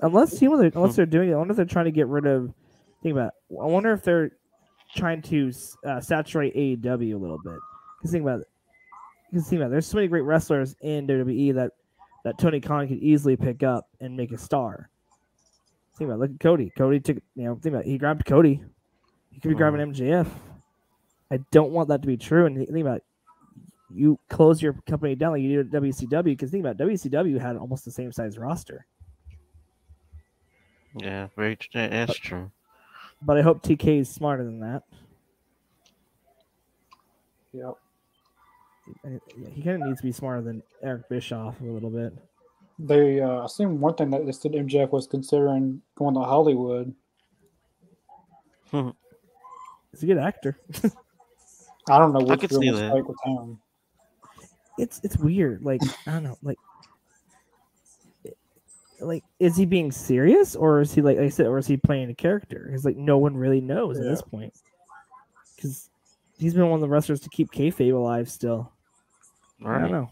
Speaker 1: unless you whether unless they're doing it, I wonder if they're trying to get rid of. Think about. It, I wonder if they're trying to uh, saturate AEW a little bit. Because think about it. Because think about it, there's so many great wrestlers in WWE that that Tony Khan could easily pick up and make a star. Think about it, look at Cody. Cody took you know think about it, he grabbed Cody. He could be grabbing MJF. I don't want that to be true. And think about it, you close your company down like you did at WCW. Because think about it, WCW had almost the same size roster.
Speaker 3: Yeah, very. tr- that- That's true.
Speaker 1: But I hope TK is smarter than that.
Speaker 2: Yep.
Speaker 1: And it- He kind of needs to be smarter than Eric Bischoff a little bit.
Speaker 2: They, uh, I seen one thing that they said MJF was considering going to Hollywood.
Speaker 1: He's a good actor.
Speaker 2: I don't know which
Speaker 3: could
Speaker 2: real
Speaker 3: see
Speaker 2: mistake
Speaker 3: that.
Speaker 2: with him.
Speaker 1: It's it's weird. Like I don't know. Like it- like is he being serious or is he like, I said or is he playing a character? It's like no one really knows at this point because he's been one of the wrestlers to keep kayfabe alive still. I don't
Speaker 3: Right.
Speaker 1: know.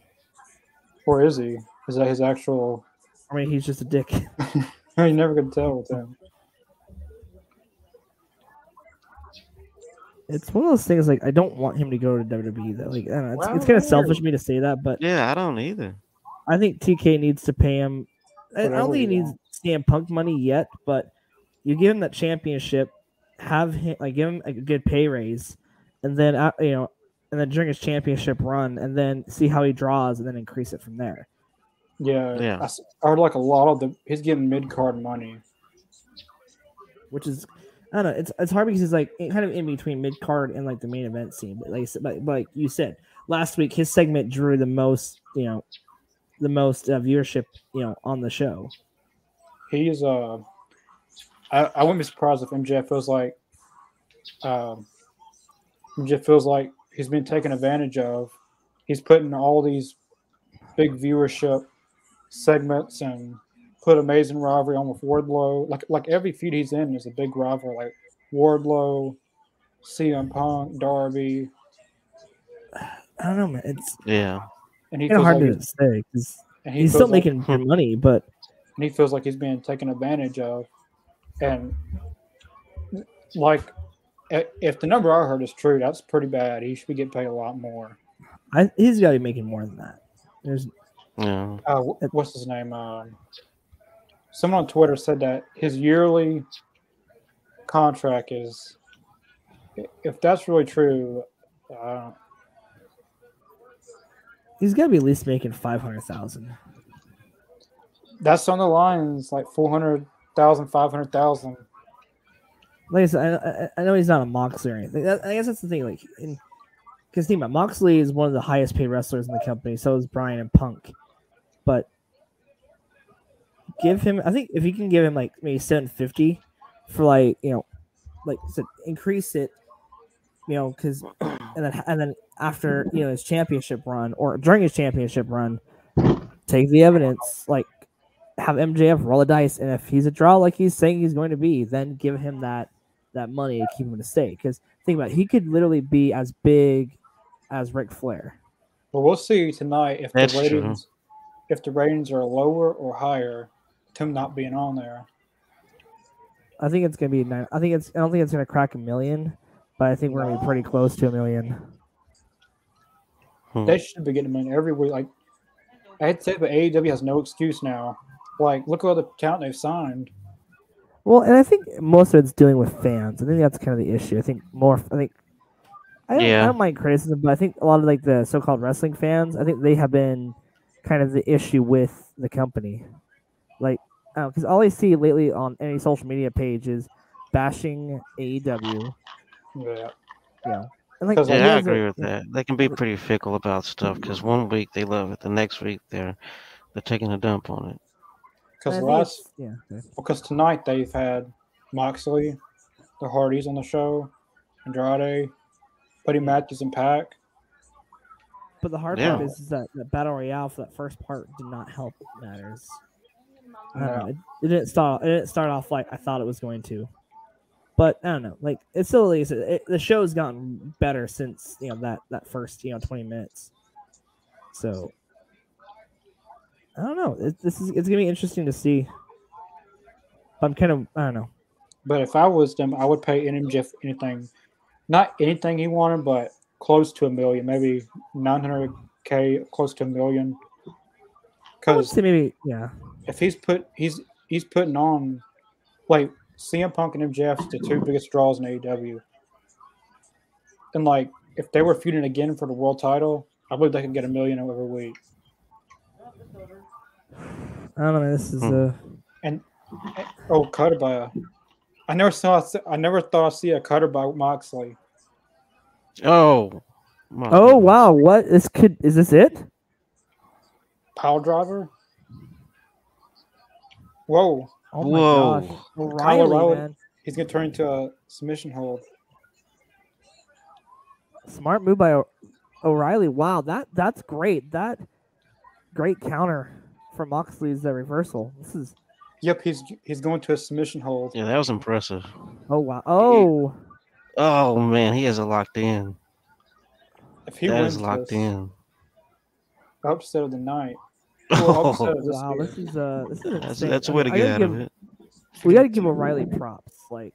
Speaker 2: Or is he? Is that his actual?
Speaker 1: I mean, he's just a dick.
Speaker 2: you never could tell with him.
Speaker 1: It's one of those things. Like I don't want him to go to WWE though. Like I don't know, it's, it's kind
Speaker 2: Well,
Speaker 1: of selfish of me to say that, but
Speaker 3: Yeah, I don't either.
Speaker 1: I think TK needs to pay him. I I
Speaker 2: Whatever
Speaker 1: don't think he
Speaker 2: he
Speaker 1: needs CM Punk money yet, but you give him that championship, have him like give him a good pay raise, and then uh, you know, and then during his championship run, and then see how he draws, and then increase it from there.
Speaker 2: Yeah,
Speaker 3: Yeah.
Speaker 2: I, s- I heard like a lot of the. He's getting mid card money.
Speaker 1: Which is, I don't know, it's it's hard because he's like in- kind of in between mid card and like the main event scene. But like I said- but, but like you said last week, his segment drew the most, you know, the most uh, viewership, you know, on the show.
Speaker 2: He's uh, I, I wouldn't be surprised if MJF feels like, um, MJF feels like he's been taken advantage of. He's putting all these big viewership segments and put amazing rivalry on with Wardlow. Like like every feud he's in is a big rival. Like Wardlow, CM Punk, Darby,
Speaker 1: I don't know, man. It's
Speaker 3: Yeah.
Speaker 2: and he
Speaker 1: kind
Speaker 2: feels
Speaker 1: of hard
Speaker 2: like
Speaker 1: to
Speaker 2: he's-
Speaker 1: say 'cause
Speaker 2: and he
Speaker 1: he's
Speaker 2: feels
Speaker 1: still
Speaker 2: like-
Speaker 1: making good money, but
Speaker 2: and he feels like he's being taken advantage of. And like, i- if the number I heard is true, that's pretty bad. He should be getting paid a lot more.
Speaker 1: I, he's got to be making more than that. There's
Speaker 3: Yeah.
Speaker 2: Uh, wh- what's his name? Um, someone on Twitter said that his yearly contract is. If that's really true, uh,
Speaker 1: He's got to be at least making five hundred thousand.
Speaker 2: that's on the lines like 400,000, 500,000.
Speaker 1: Like I said, I- I, I know he's not a Moxley or anything. That- I guess that's the thing. Like, because think about it, Moxley is one of the highest paid wrestlers in the company. So is Brian and Punk, but give him. I think if you can give him like maybe seven fifty for like you know, like I said, increase it. You know, because and then and then after you know his championship run or during his championship run, take the evidence, like have MJF roll the dice, and if he's a draw like he's saying he's going to be, then give him that that money to keep him to stay. Because think about it, he could literally be as big as Ric Flair.
Speaker 2: But we'll see tonight if
Speaker 3: That's
Speaker 2: the
Speaker 3: true.
Speaker 2: ratings, if the ratings are lower or higher, Tim not being on there.
Speaker 1: I think it's gonna be nine. I think it's. I don't think it's gonna crack a million, but I think we're gonna be pretty close to a million.
Speaker 3: Mm.
Speaker 2: They should be getting money every week. Like I had said, but AEW has no excuse now. Like look at all the talent they've signed.
Speaker 1: Well, and I think most of it's dealing with fans. I think that's kind of the issue. I think more. I think I don't,
Speaker 3: Yeah.
Speaker 1: I don't mind criticism, but I think a lot of like the so-called wrestling fans, I think they have been kind of the issue with the company. Like, because all I see lately on any social media page is bashing E AEW.
Speaker 2: Yeah,
Speaker 1: You know, and like
Speaker 2: 'Cause, like,
Speaker 1: you
Speaker 3: Yeah, I
Speaker 1: guys are-
Speaker 3: agree with that. They can be pretty fickle about stuff because one week they love it, the next week they're they're taking a dump on it.
Speaker 1: I
Speaker 2: because
Speaker 1: think
Speaker 2: last
Speaker 1: it's- yeah, okay.
Speaker 2: because tonight they've had Moxley, the Hardys on the show, Andrade, Buddy Matthews, and Pac.
Speaker 1: but the hard
Speaker 3: Yeah.
Speaker 1: part is, is that the battle royale for that first part did not help matters. I don't know. It, it didn't start. It didn't start off like I thought it was going to. But I don't know. Like it's still at least it, the show's gotten better since you know that that first you know twenty minutes. So I don't know. It, this is it's gonna be interesting to see. I'm kind of I don't know.
Speaker 2: But if I was them, I would pay NMJF anything, not anything he wanted, but close to a million, maybe 900k, close to a million.
Speaker 1: I would
Speaker 2: Because
Speaker 1: say maybe yeah.
Speaker 2: if he's put he's he's putting on, like CM Punk and MJF's the two biggest draws in AEW. And like if they were feuding again for the world title, I believe they could get a million every week.
Speaker 1: I don't know. This is
Speaker 3: Hmm.
Speaker 1: uh
Speaker 2: Oh, Cutter by, I never saw I never thought I'd see a Cutter by Moxley.
Speaker 3: Oh. my
Speaker 1: Oh
Speaker 3: goodness.
Speaker 1: wow! What this could is this it?
Speaker 2: Pile driver. Whoa,
Speaker 1: Oh
Speaker 3: Whoa.
Speaker 1: my gosh! O'Reilly,
Speaker 2: O'Reilly.
Speaker 1: man.
Speaker 2: he's gonna turn into a submission hold.
Speaker 1: Smart move by O- O'Reilly. Wow, that that's great. That great counter from Moxley's the reversal. This is
Speaker 2: Yep, he's he's going to a submission hold.
Speaker 3: Yeah, that was impressive.
Speaker 1: oh wow. Oh,
Speaker 3: Oh man, he has it locked in.
Speaker 2: If he
Speaker 3: That
Speaker 2: wins
Speaker 3: is locked
Speaker 2: this,
Speaker 3: in.
Speaker 2: upset of the night. Well, upset
Speaker 3: Oh,
Speaker 2: of this
Speaker 1: wow.
Speaker 2: year.
Speaker 1: This is uh this is
Speaker 3: that's
Speaker 1: insane.
Speaker 3: that's
Speaker 1: I
Speaker 3: a way to
Speaker 1: mean, I
Speaker 3: get out
Speaker 1: gotta
Speaker 3: of
Speaker 1: give-
Speaker 3: it.
Speaker 1: We got to give O'Reilly props. Like,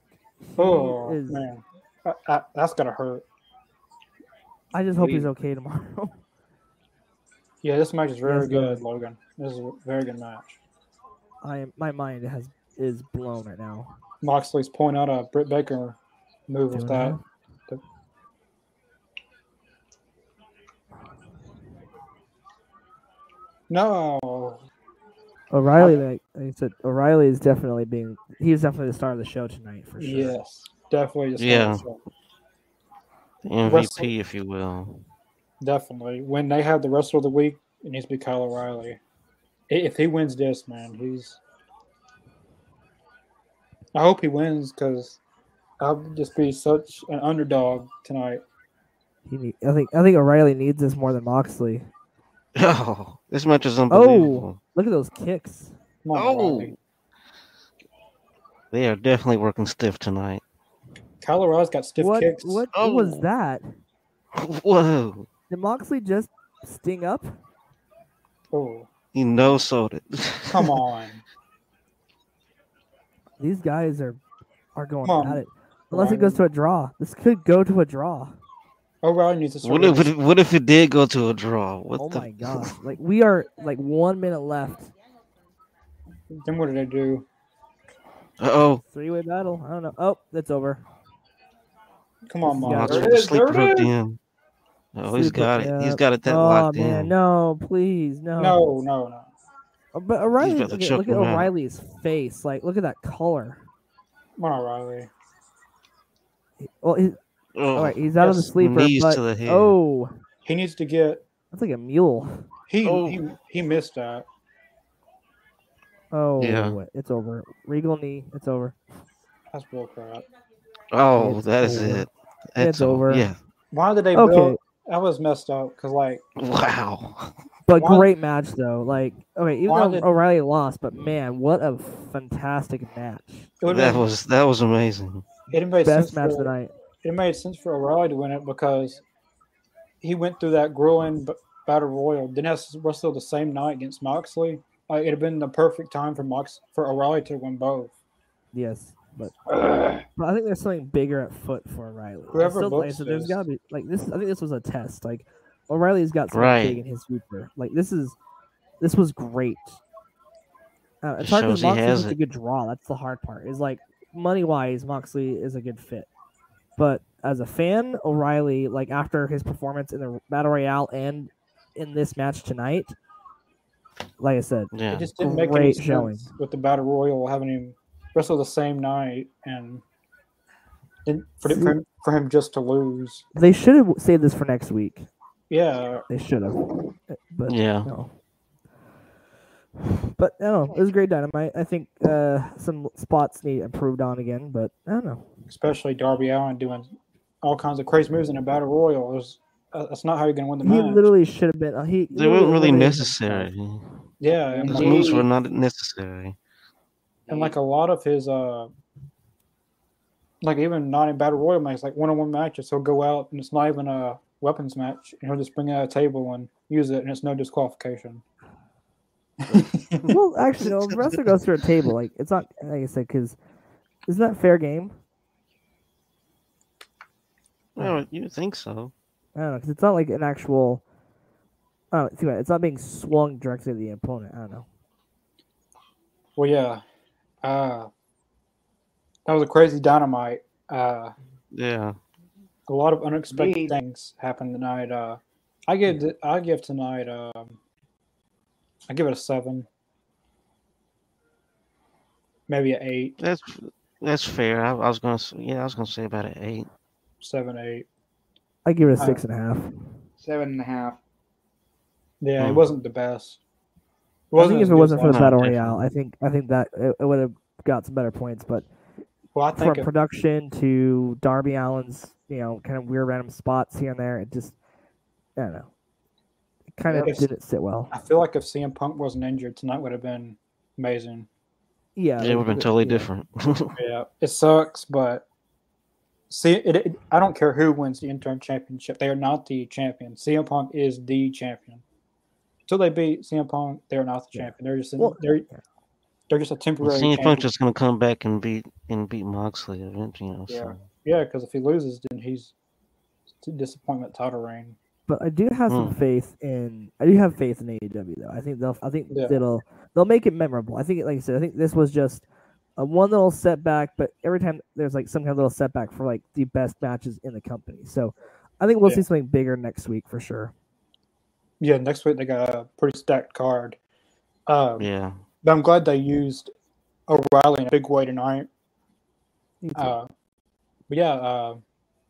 Speaker 2: Oh
Speaker 1: is-
Speaker 2: man, I, I, that's gotta hurt.
Speaker 1: I just hope
Speaker 4: We-
Speaker 1: he's okay tomorrow.
Speaker 2: Yeah, this match is very
Speaker 1: Yes,
Speaker 2: good, Logan. This is a very good match.
Speaker 1: I am my mind has is blown right now.
Speaker 2: Moxley's pulling out a Britt Baker move with
Speaker 1: Doing
Speaker 2: that. No,
Speaker 1: O'Reilly, like, like I said, O'Reilly is definitely being he's definitely the star of the show tonight for sure.
Speaker 2: yes, definitely. just
Speaker 3: Yeah.
Speaker 2: awesome.
Speaker 3: The MVP, if you will.
Speaker 2: Definitely. When they have the wrestler of the week, it needs to be Kyle O'Reilly. I- If he wins this, man, he's. I hope he wins because I'll just be such an underdog tonight.
Speaker 1: He need, I think I think O'Reilly needs this more than Moxley.
Speaker 3: Oh, this match is unbelievable.
Speaker 1: Look at those kicks.
Speaker 2: Come on,
Speaker 3: Oh.
Speaker 2: O'Reilly.
Speaker 3: They are definitely working stiff tonight.
Speaker 2: Kyle O'Reilly's got stiff
Speaker 1: what
Speaker 2: kicks.
Speaker 1: what what was
Speaker 3: Oh.
Speaker 1: that?
Speaker 3: Whoa.
Speaker 1: Did Moxley just sting up?
Speaker 2: Oh,
Speaker 3: He no sold it.
Speaker 2: come on.
Speaker 1: These guys are are going
Speaker 2: Come on,
Speaker 1: at it. Unless it goes to a draw, this could go to a draw.
Speaker 2: O'Reilly needs to
Speaker 3: What
Speaker 2: surrender.
Speaker 3: if, what if- what if it did go to a draw? What
Speaker 1: oh
Speaker 3: the
Speaker 1: my gosh! Like we are like one minute left.
Speaker 2: Then what did I do?
Speaker 3: Uh oh.
Speaker 1: Three way battle. I don't know. Oh, that's over.
Speaker 2: Come on, Mom.
Speaker 1: Yeah,
Speaker 2: There
Speaker 3: Watch
Speaker 2: it
Speaker 3: him
Speaker 2: is,
Speaker 3: sleep
Speaker 2: there it
Speaker 3: hooked
Speaker 2: is.
Speaker 3: in. Oh, he's
Speaker 1: Sleep
Speaker 3: got
Speaker 1: hooked
Speaker 3: it.
Speaker 1: up.
Speaker 3: He's got it that
Speaker 1: oh
Speaker 3: locked
Speaker 1: man,
Speaker 3: in.
Speaker 1: no, please, no.
Speaker 2: No, no, no.
Speaker 1: Uh, But O'Reilly,
Speaker 3: about to
Speaker 1: look at,
Speaker 3: choke
Speaker 1: look at
Speaker 3: him out.
Speaker 1: O'Reilly's face. Like, look at that color.
Speaker 2: Come on, Riley.
Speaker 1: Well, he,
Speaker 3: Oh,
Speaker 1: all right, he's out of the
Speaker 2: yes.
Speaker 1: sleeper,
Speaker 3: Knees
Speaker 1: but
Speaker 3: to the head.
Speaker 1: oh,
Speaker 2: He needs to get.
Speaker 1: that's like a mule.
Speaker 2: He
Speaker 3: Oh.
Speaker 2: he, he missed that.
Speaker 1: Oh,
Speaker 3: Yeah.
Speaker 1: it's over. Regal knee, it's over.
Speaker 2: That's bull crap.
Speaker 3: oh, that is
Speaker 1: over.
Speaker 3: it.
Speaker 1: It's over.
Speaker 3: Yeah.
Speaker 2: Why did they
Speaker 1: Okay.
Speaker 2: build? That was messed up. Cause like
Speaker 3: Wow.
Speaker 1: But
Speaker 2: Why-
Speaker 1: great match though. Like, okay, even
Speaker 2: Why
Speaker 1: though
Speaker 2: did-
Speaker 1: O'Reilly lost, but man, what a fantastic match!
Speaker 2: it would
Speaker 3: That was that was amazing.
Speaker 2: it made sense
Speaker 1: Best
Speaker 2: for-
Speaker 1: match of the night.
Speaker 2: it made sense for O'Reilly to win it because he went through that grueling b- battle royal. Then has to wrestle the same night against Moxley. Like it'd have been the perfect time for Mox for O'Reilly to win both.
Speaker 1: Yes, but but I think there's something bigger at foot for O'Reilly. I
Speaker 2: Whoever
Speaker 1: still, like,
Speaker 2: books
Speaker 1: so there's
Speaker 2: this-
Speaker 1: got to be like this. I think this was a test. Like O'Reilly's got something
Speaker 3: Right.
Speaker 1: big in his future. Like this is this was great. Uh, it's hard because
Speaker 3: shows he
Speaker 1: Moxley's
Speaker 3: has
Speaker 1: just a
Speaker 3: it.
Speaker 1: good draw. That's the hard part. Is like money wise, Moxley is a good fit, but as a fan, O'Reilly like after his performance in the battle royale and in this match tonight, like I said,
Speaker 2: It
Speaker 3: Yeah.
Speaker 2: just didn't make any
Speaker 1: Great
Speaker 2: sense
Speaker 1: showing.
Speaker 2: with the battle royal having him wrestle the same night and didn't, for, for, him, for him just to lose.
Speaker 1: they should have saved this for next week.
Speaker 2: Yeah,
Speaker 1: They should have, but
Speaker 3: Yeah.
Speaker 1: No. But I don't know. It was great dynamite. I think uh, some spots need improved on again, but I don't know.
Speaker 2: especially Darby Allen doing all kinds of crazy moves in a battle royal. It was- uh, that's not how you're going to win the
Speaker 1: He
Speaker 2: match.
Speaker 1: literally should have been. uh, He
Speaker 3: They weren't
Speaker 1: literally-
Speaker 3: really necessary.
Speaker 2: yeah, and
Speaker 3: Those
Speaker 2: like-
Speaker 3: moves were not necessary.
Speaker 2: and like a lot of his uh like even not in battle royal matches like one-on-one matches he'll go out and it's not even a weapons match and he'll just bring out a table and use it and it's no disqualification
Speaker 1: Well, actually, no, the wrestler goes through a table. Like it's not like I said, because isn't that fair game?
Speaker 3: Well, Oh, you would think so.
Speaker 1: I don't know because it's not like an actual. I don't know, think about it, It's not being swung directly at the opponent. I don't know.
Speaker 2: well yeah uh that was a crazy dynamite uh
Speaker 3: Yeah.
Speaker 2: a lot of unexpected
Speaker 4: Me-
Speaker 2: things happened tonight uh i give th- i give tonight um i give it a seven maybe an eight
Speaker 3: That's that's fair. I, I was gonna s- yeah, I was gonna say about an eight.
Speaker 2: seven eight
Speaker 1: I give it a
Speaker 2: Uh,
Speaker 1: six and a half.
Speaker 4: Seven and a half.
Speaker 2: Yeah, it
Speaker 3: Hmm.
Speaker 2: wasn't the best. It
Speaker 1: I think if
Speaker 2: as
Speaker 1: it
Speaker 2: good
Speaker 1: wasn't
Speaker 2: as
Speaker 1: for the
Speaker 3: No,
Speaker 2: last-
Speaker 1: battle
Speaker 3: definitely.
Speaker 1: royale, I think I think that it, it would have got some better points, but.
Speaker 2: well, I
Speaker 1: from
Speaker 2: think it,
Speaker 1: production to Darby Allen's, you know, kind of weird random spots here and there. It just, I don't know, it kind
Speaker 2: Yeah,
Speaker 1: of
Speaker 2: it's-
Speaker 1: didn't sit well.
Speaker 2: I feel like if CM Punk wasn't injured tonight, would have been amazing.
Speaker 1: Yeah,
Speaker 3: It would have been totally different.
Speaker 2: Yeah, it sucks, but see, it, it, I don't care who wins the interim championship; they are not the champion. CM Punk is the champion. Until they beat CM Punk, they are not the
Speaker 1: Yeah.
Speaker 2: champion. They're just
Speaker 1: Well,
Speaker 2: they're they're just a temporary.
Speaker 3: CM
Speaker 2: champion.
Speaker 3: Punk's just gonna come back and beat and beat Moxley eventually. You know,
Speaker 2: Yeah.
Speaker 3: so.
Speaker 2: yeah, because if he loses, then he's it's a disappointment title reign.
Speaker 1: But I do have
Speaker 3: Hmm.
Speaker 1: some faith in. I do have faith in AEW though. I think they'll. I think
Speaker 2: Yeah.
Speaker 1: it'll. They'll make it memorable. I think, like I said, I think this was just a one little setback. But every time there's like some kind of little setback for like the best matches in the company. So I think we'll
Speaker 2: Yeah.
Speaker 1: see something bigger next week for sure.
Speaker 2: Yeah, next week they got a pretty stacked card. Um,
Speaker 3: Yeah.
Speaker 2: But I'm glad they used O'Reilly in a big way tonight.
Speaker 1: Me too.
Speaker 2: Uh, but yeah, uh,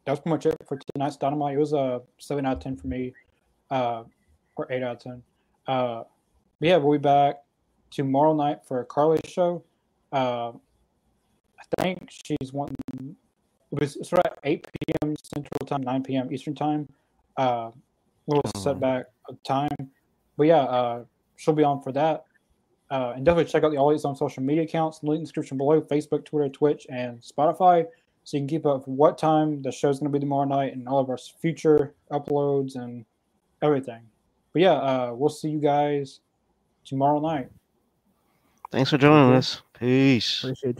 Speaker 2: that was pretty much it for tonight's Dynamite. It was a seven out of ten for me, uh, or eight out of ten. Uh, but yeah, we'll be back tomorrow night for Carly's show. Uh, I think she's wanting. It was it's around eight p.m. Central Time, nine p.m. Eastern Time. Uh, little
Speaker 3: Oh.
Speaker 2: setback of time, but yeah, uh, she'll be on for that. Uh, and definitely check out the All Elite's on social media accounts, link in the description below Facebook, Twitter, Twitch, and Spotify. So you can keep up with what time the show's going to be tomorrow night and all of our future uploads and everything. But yeah, uh, we'll see you guys tomorrow night.
Speaker 3: Thanks for joining us. Peace.
Speaker 1: Appreciate you.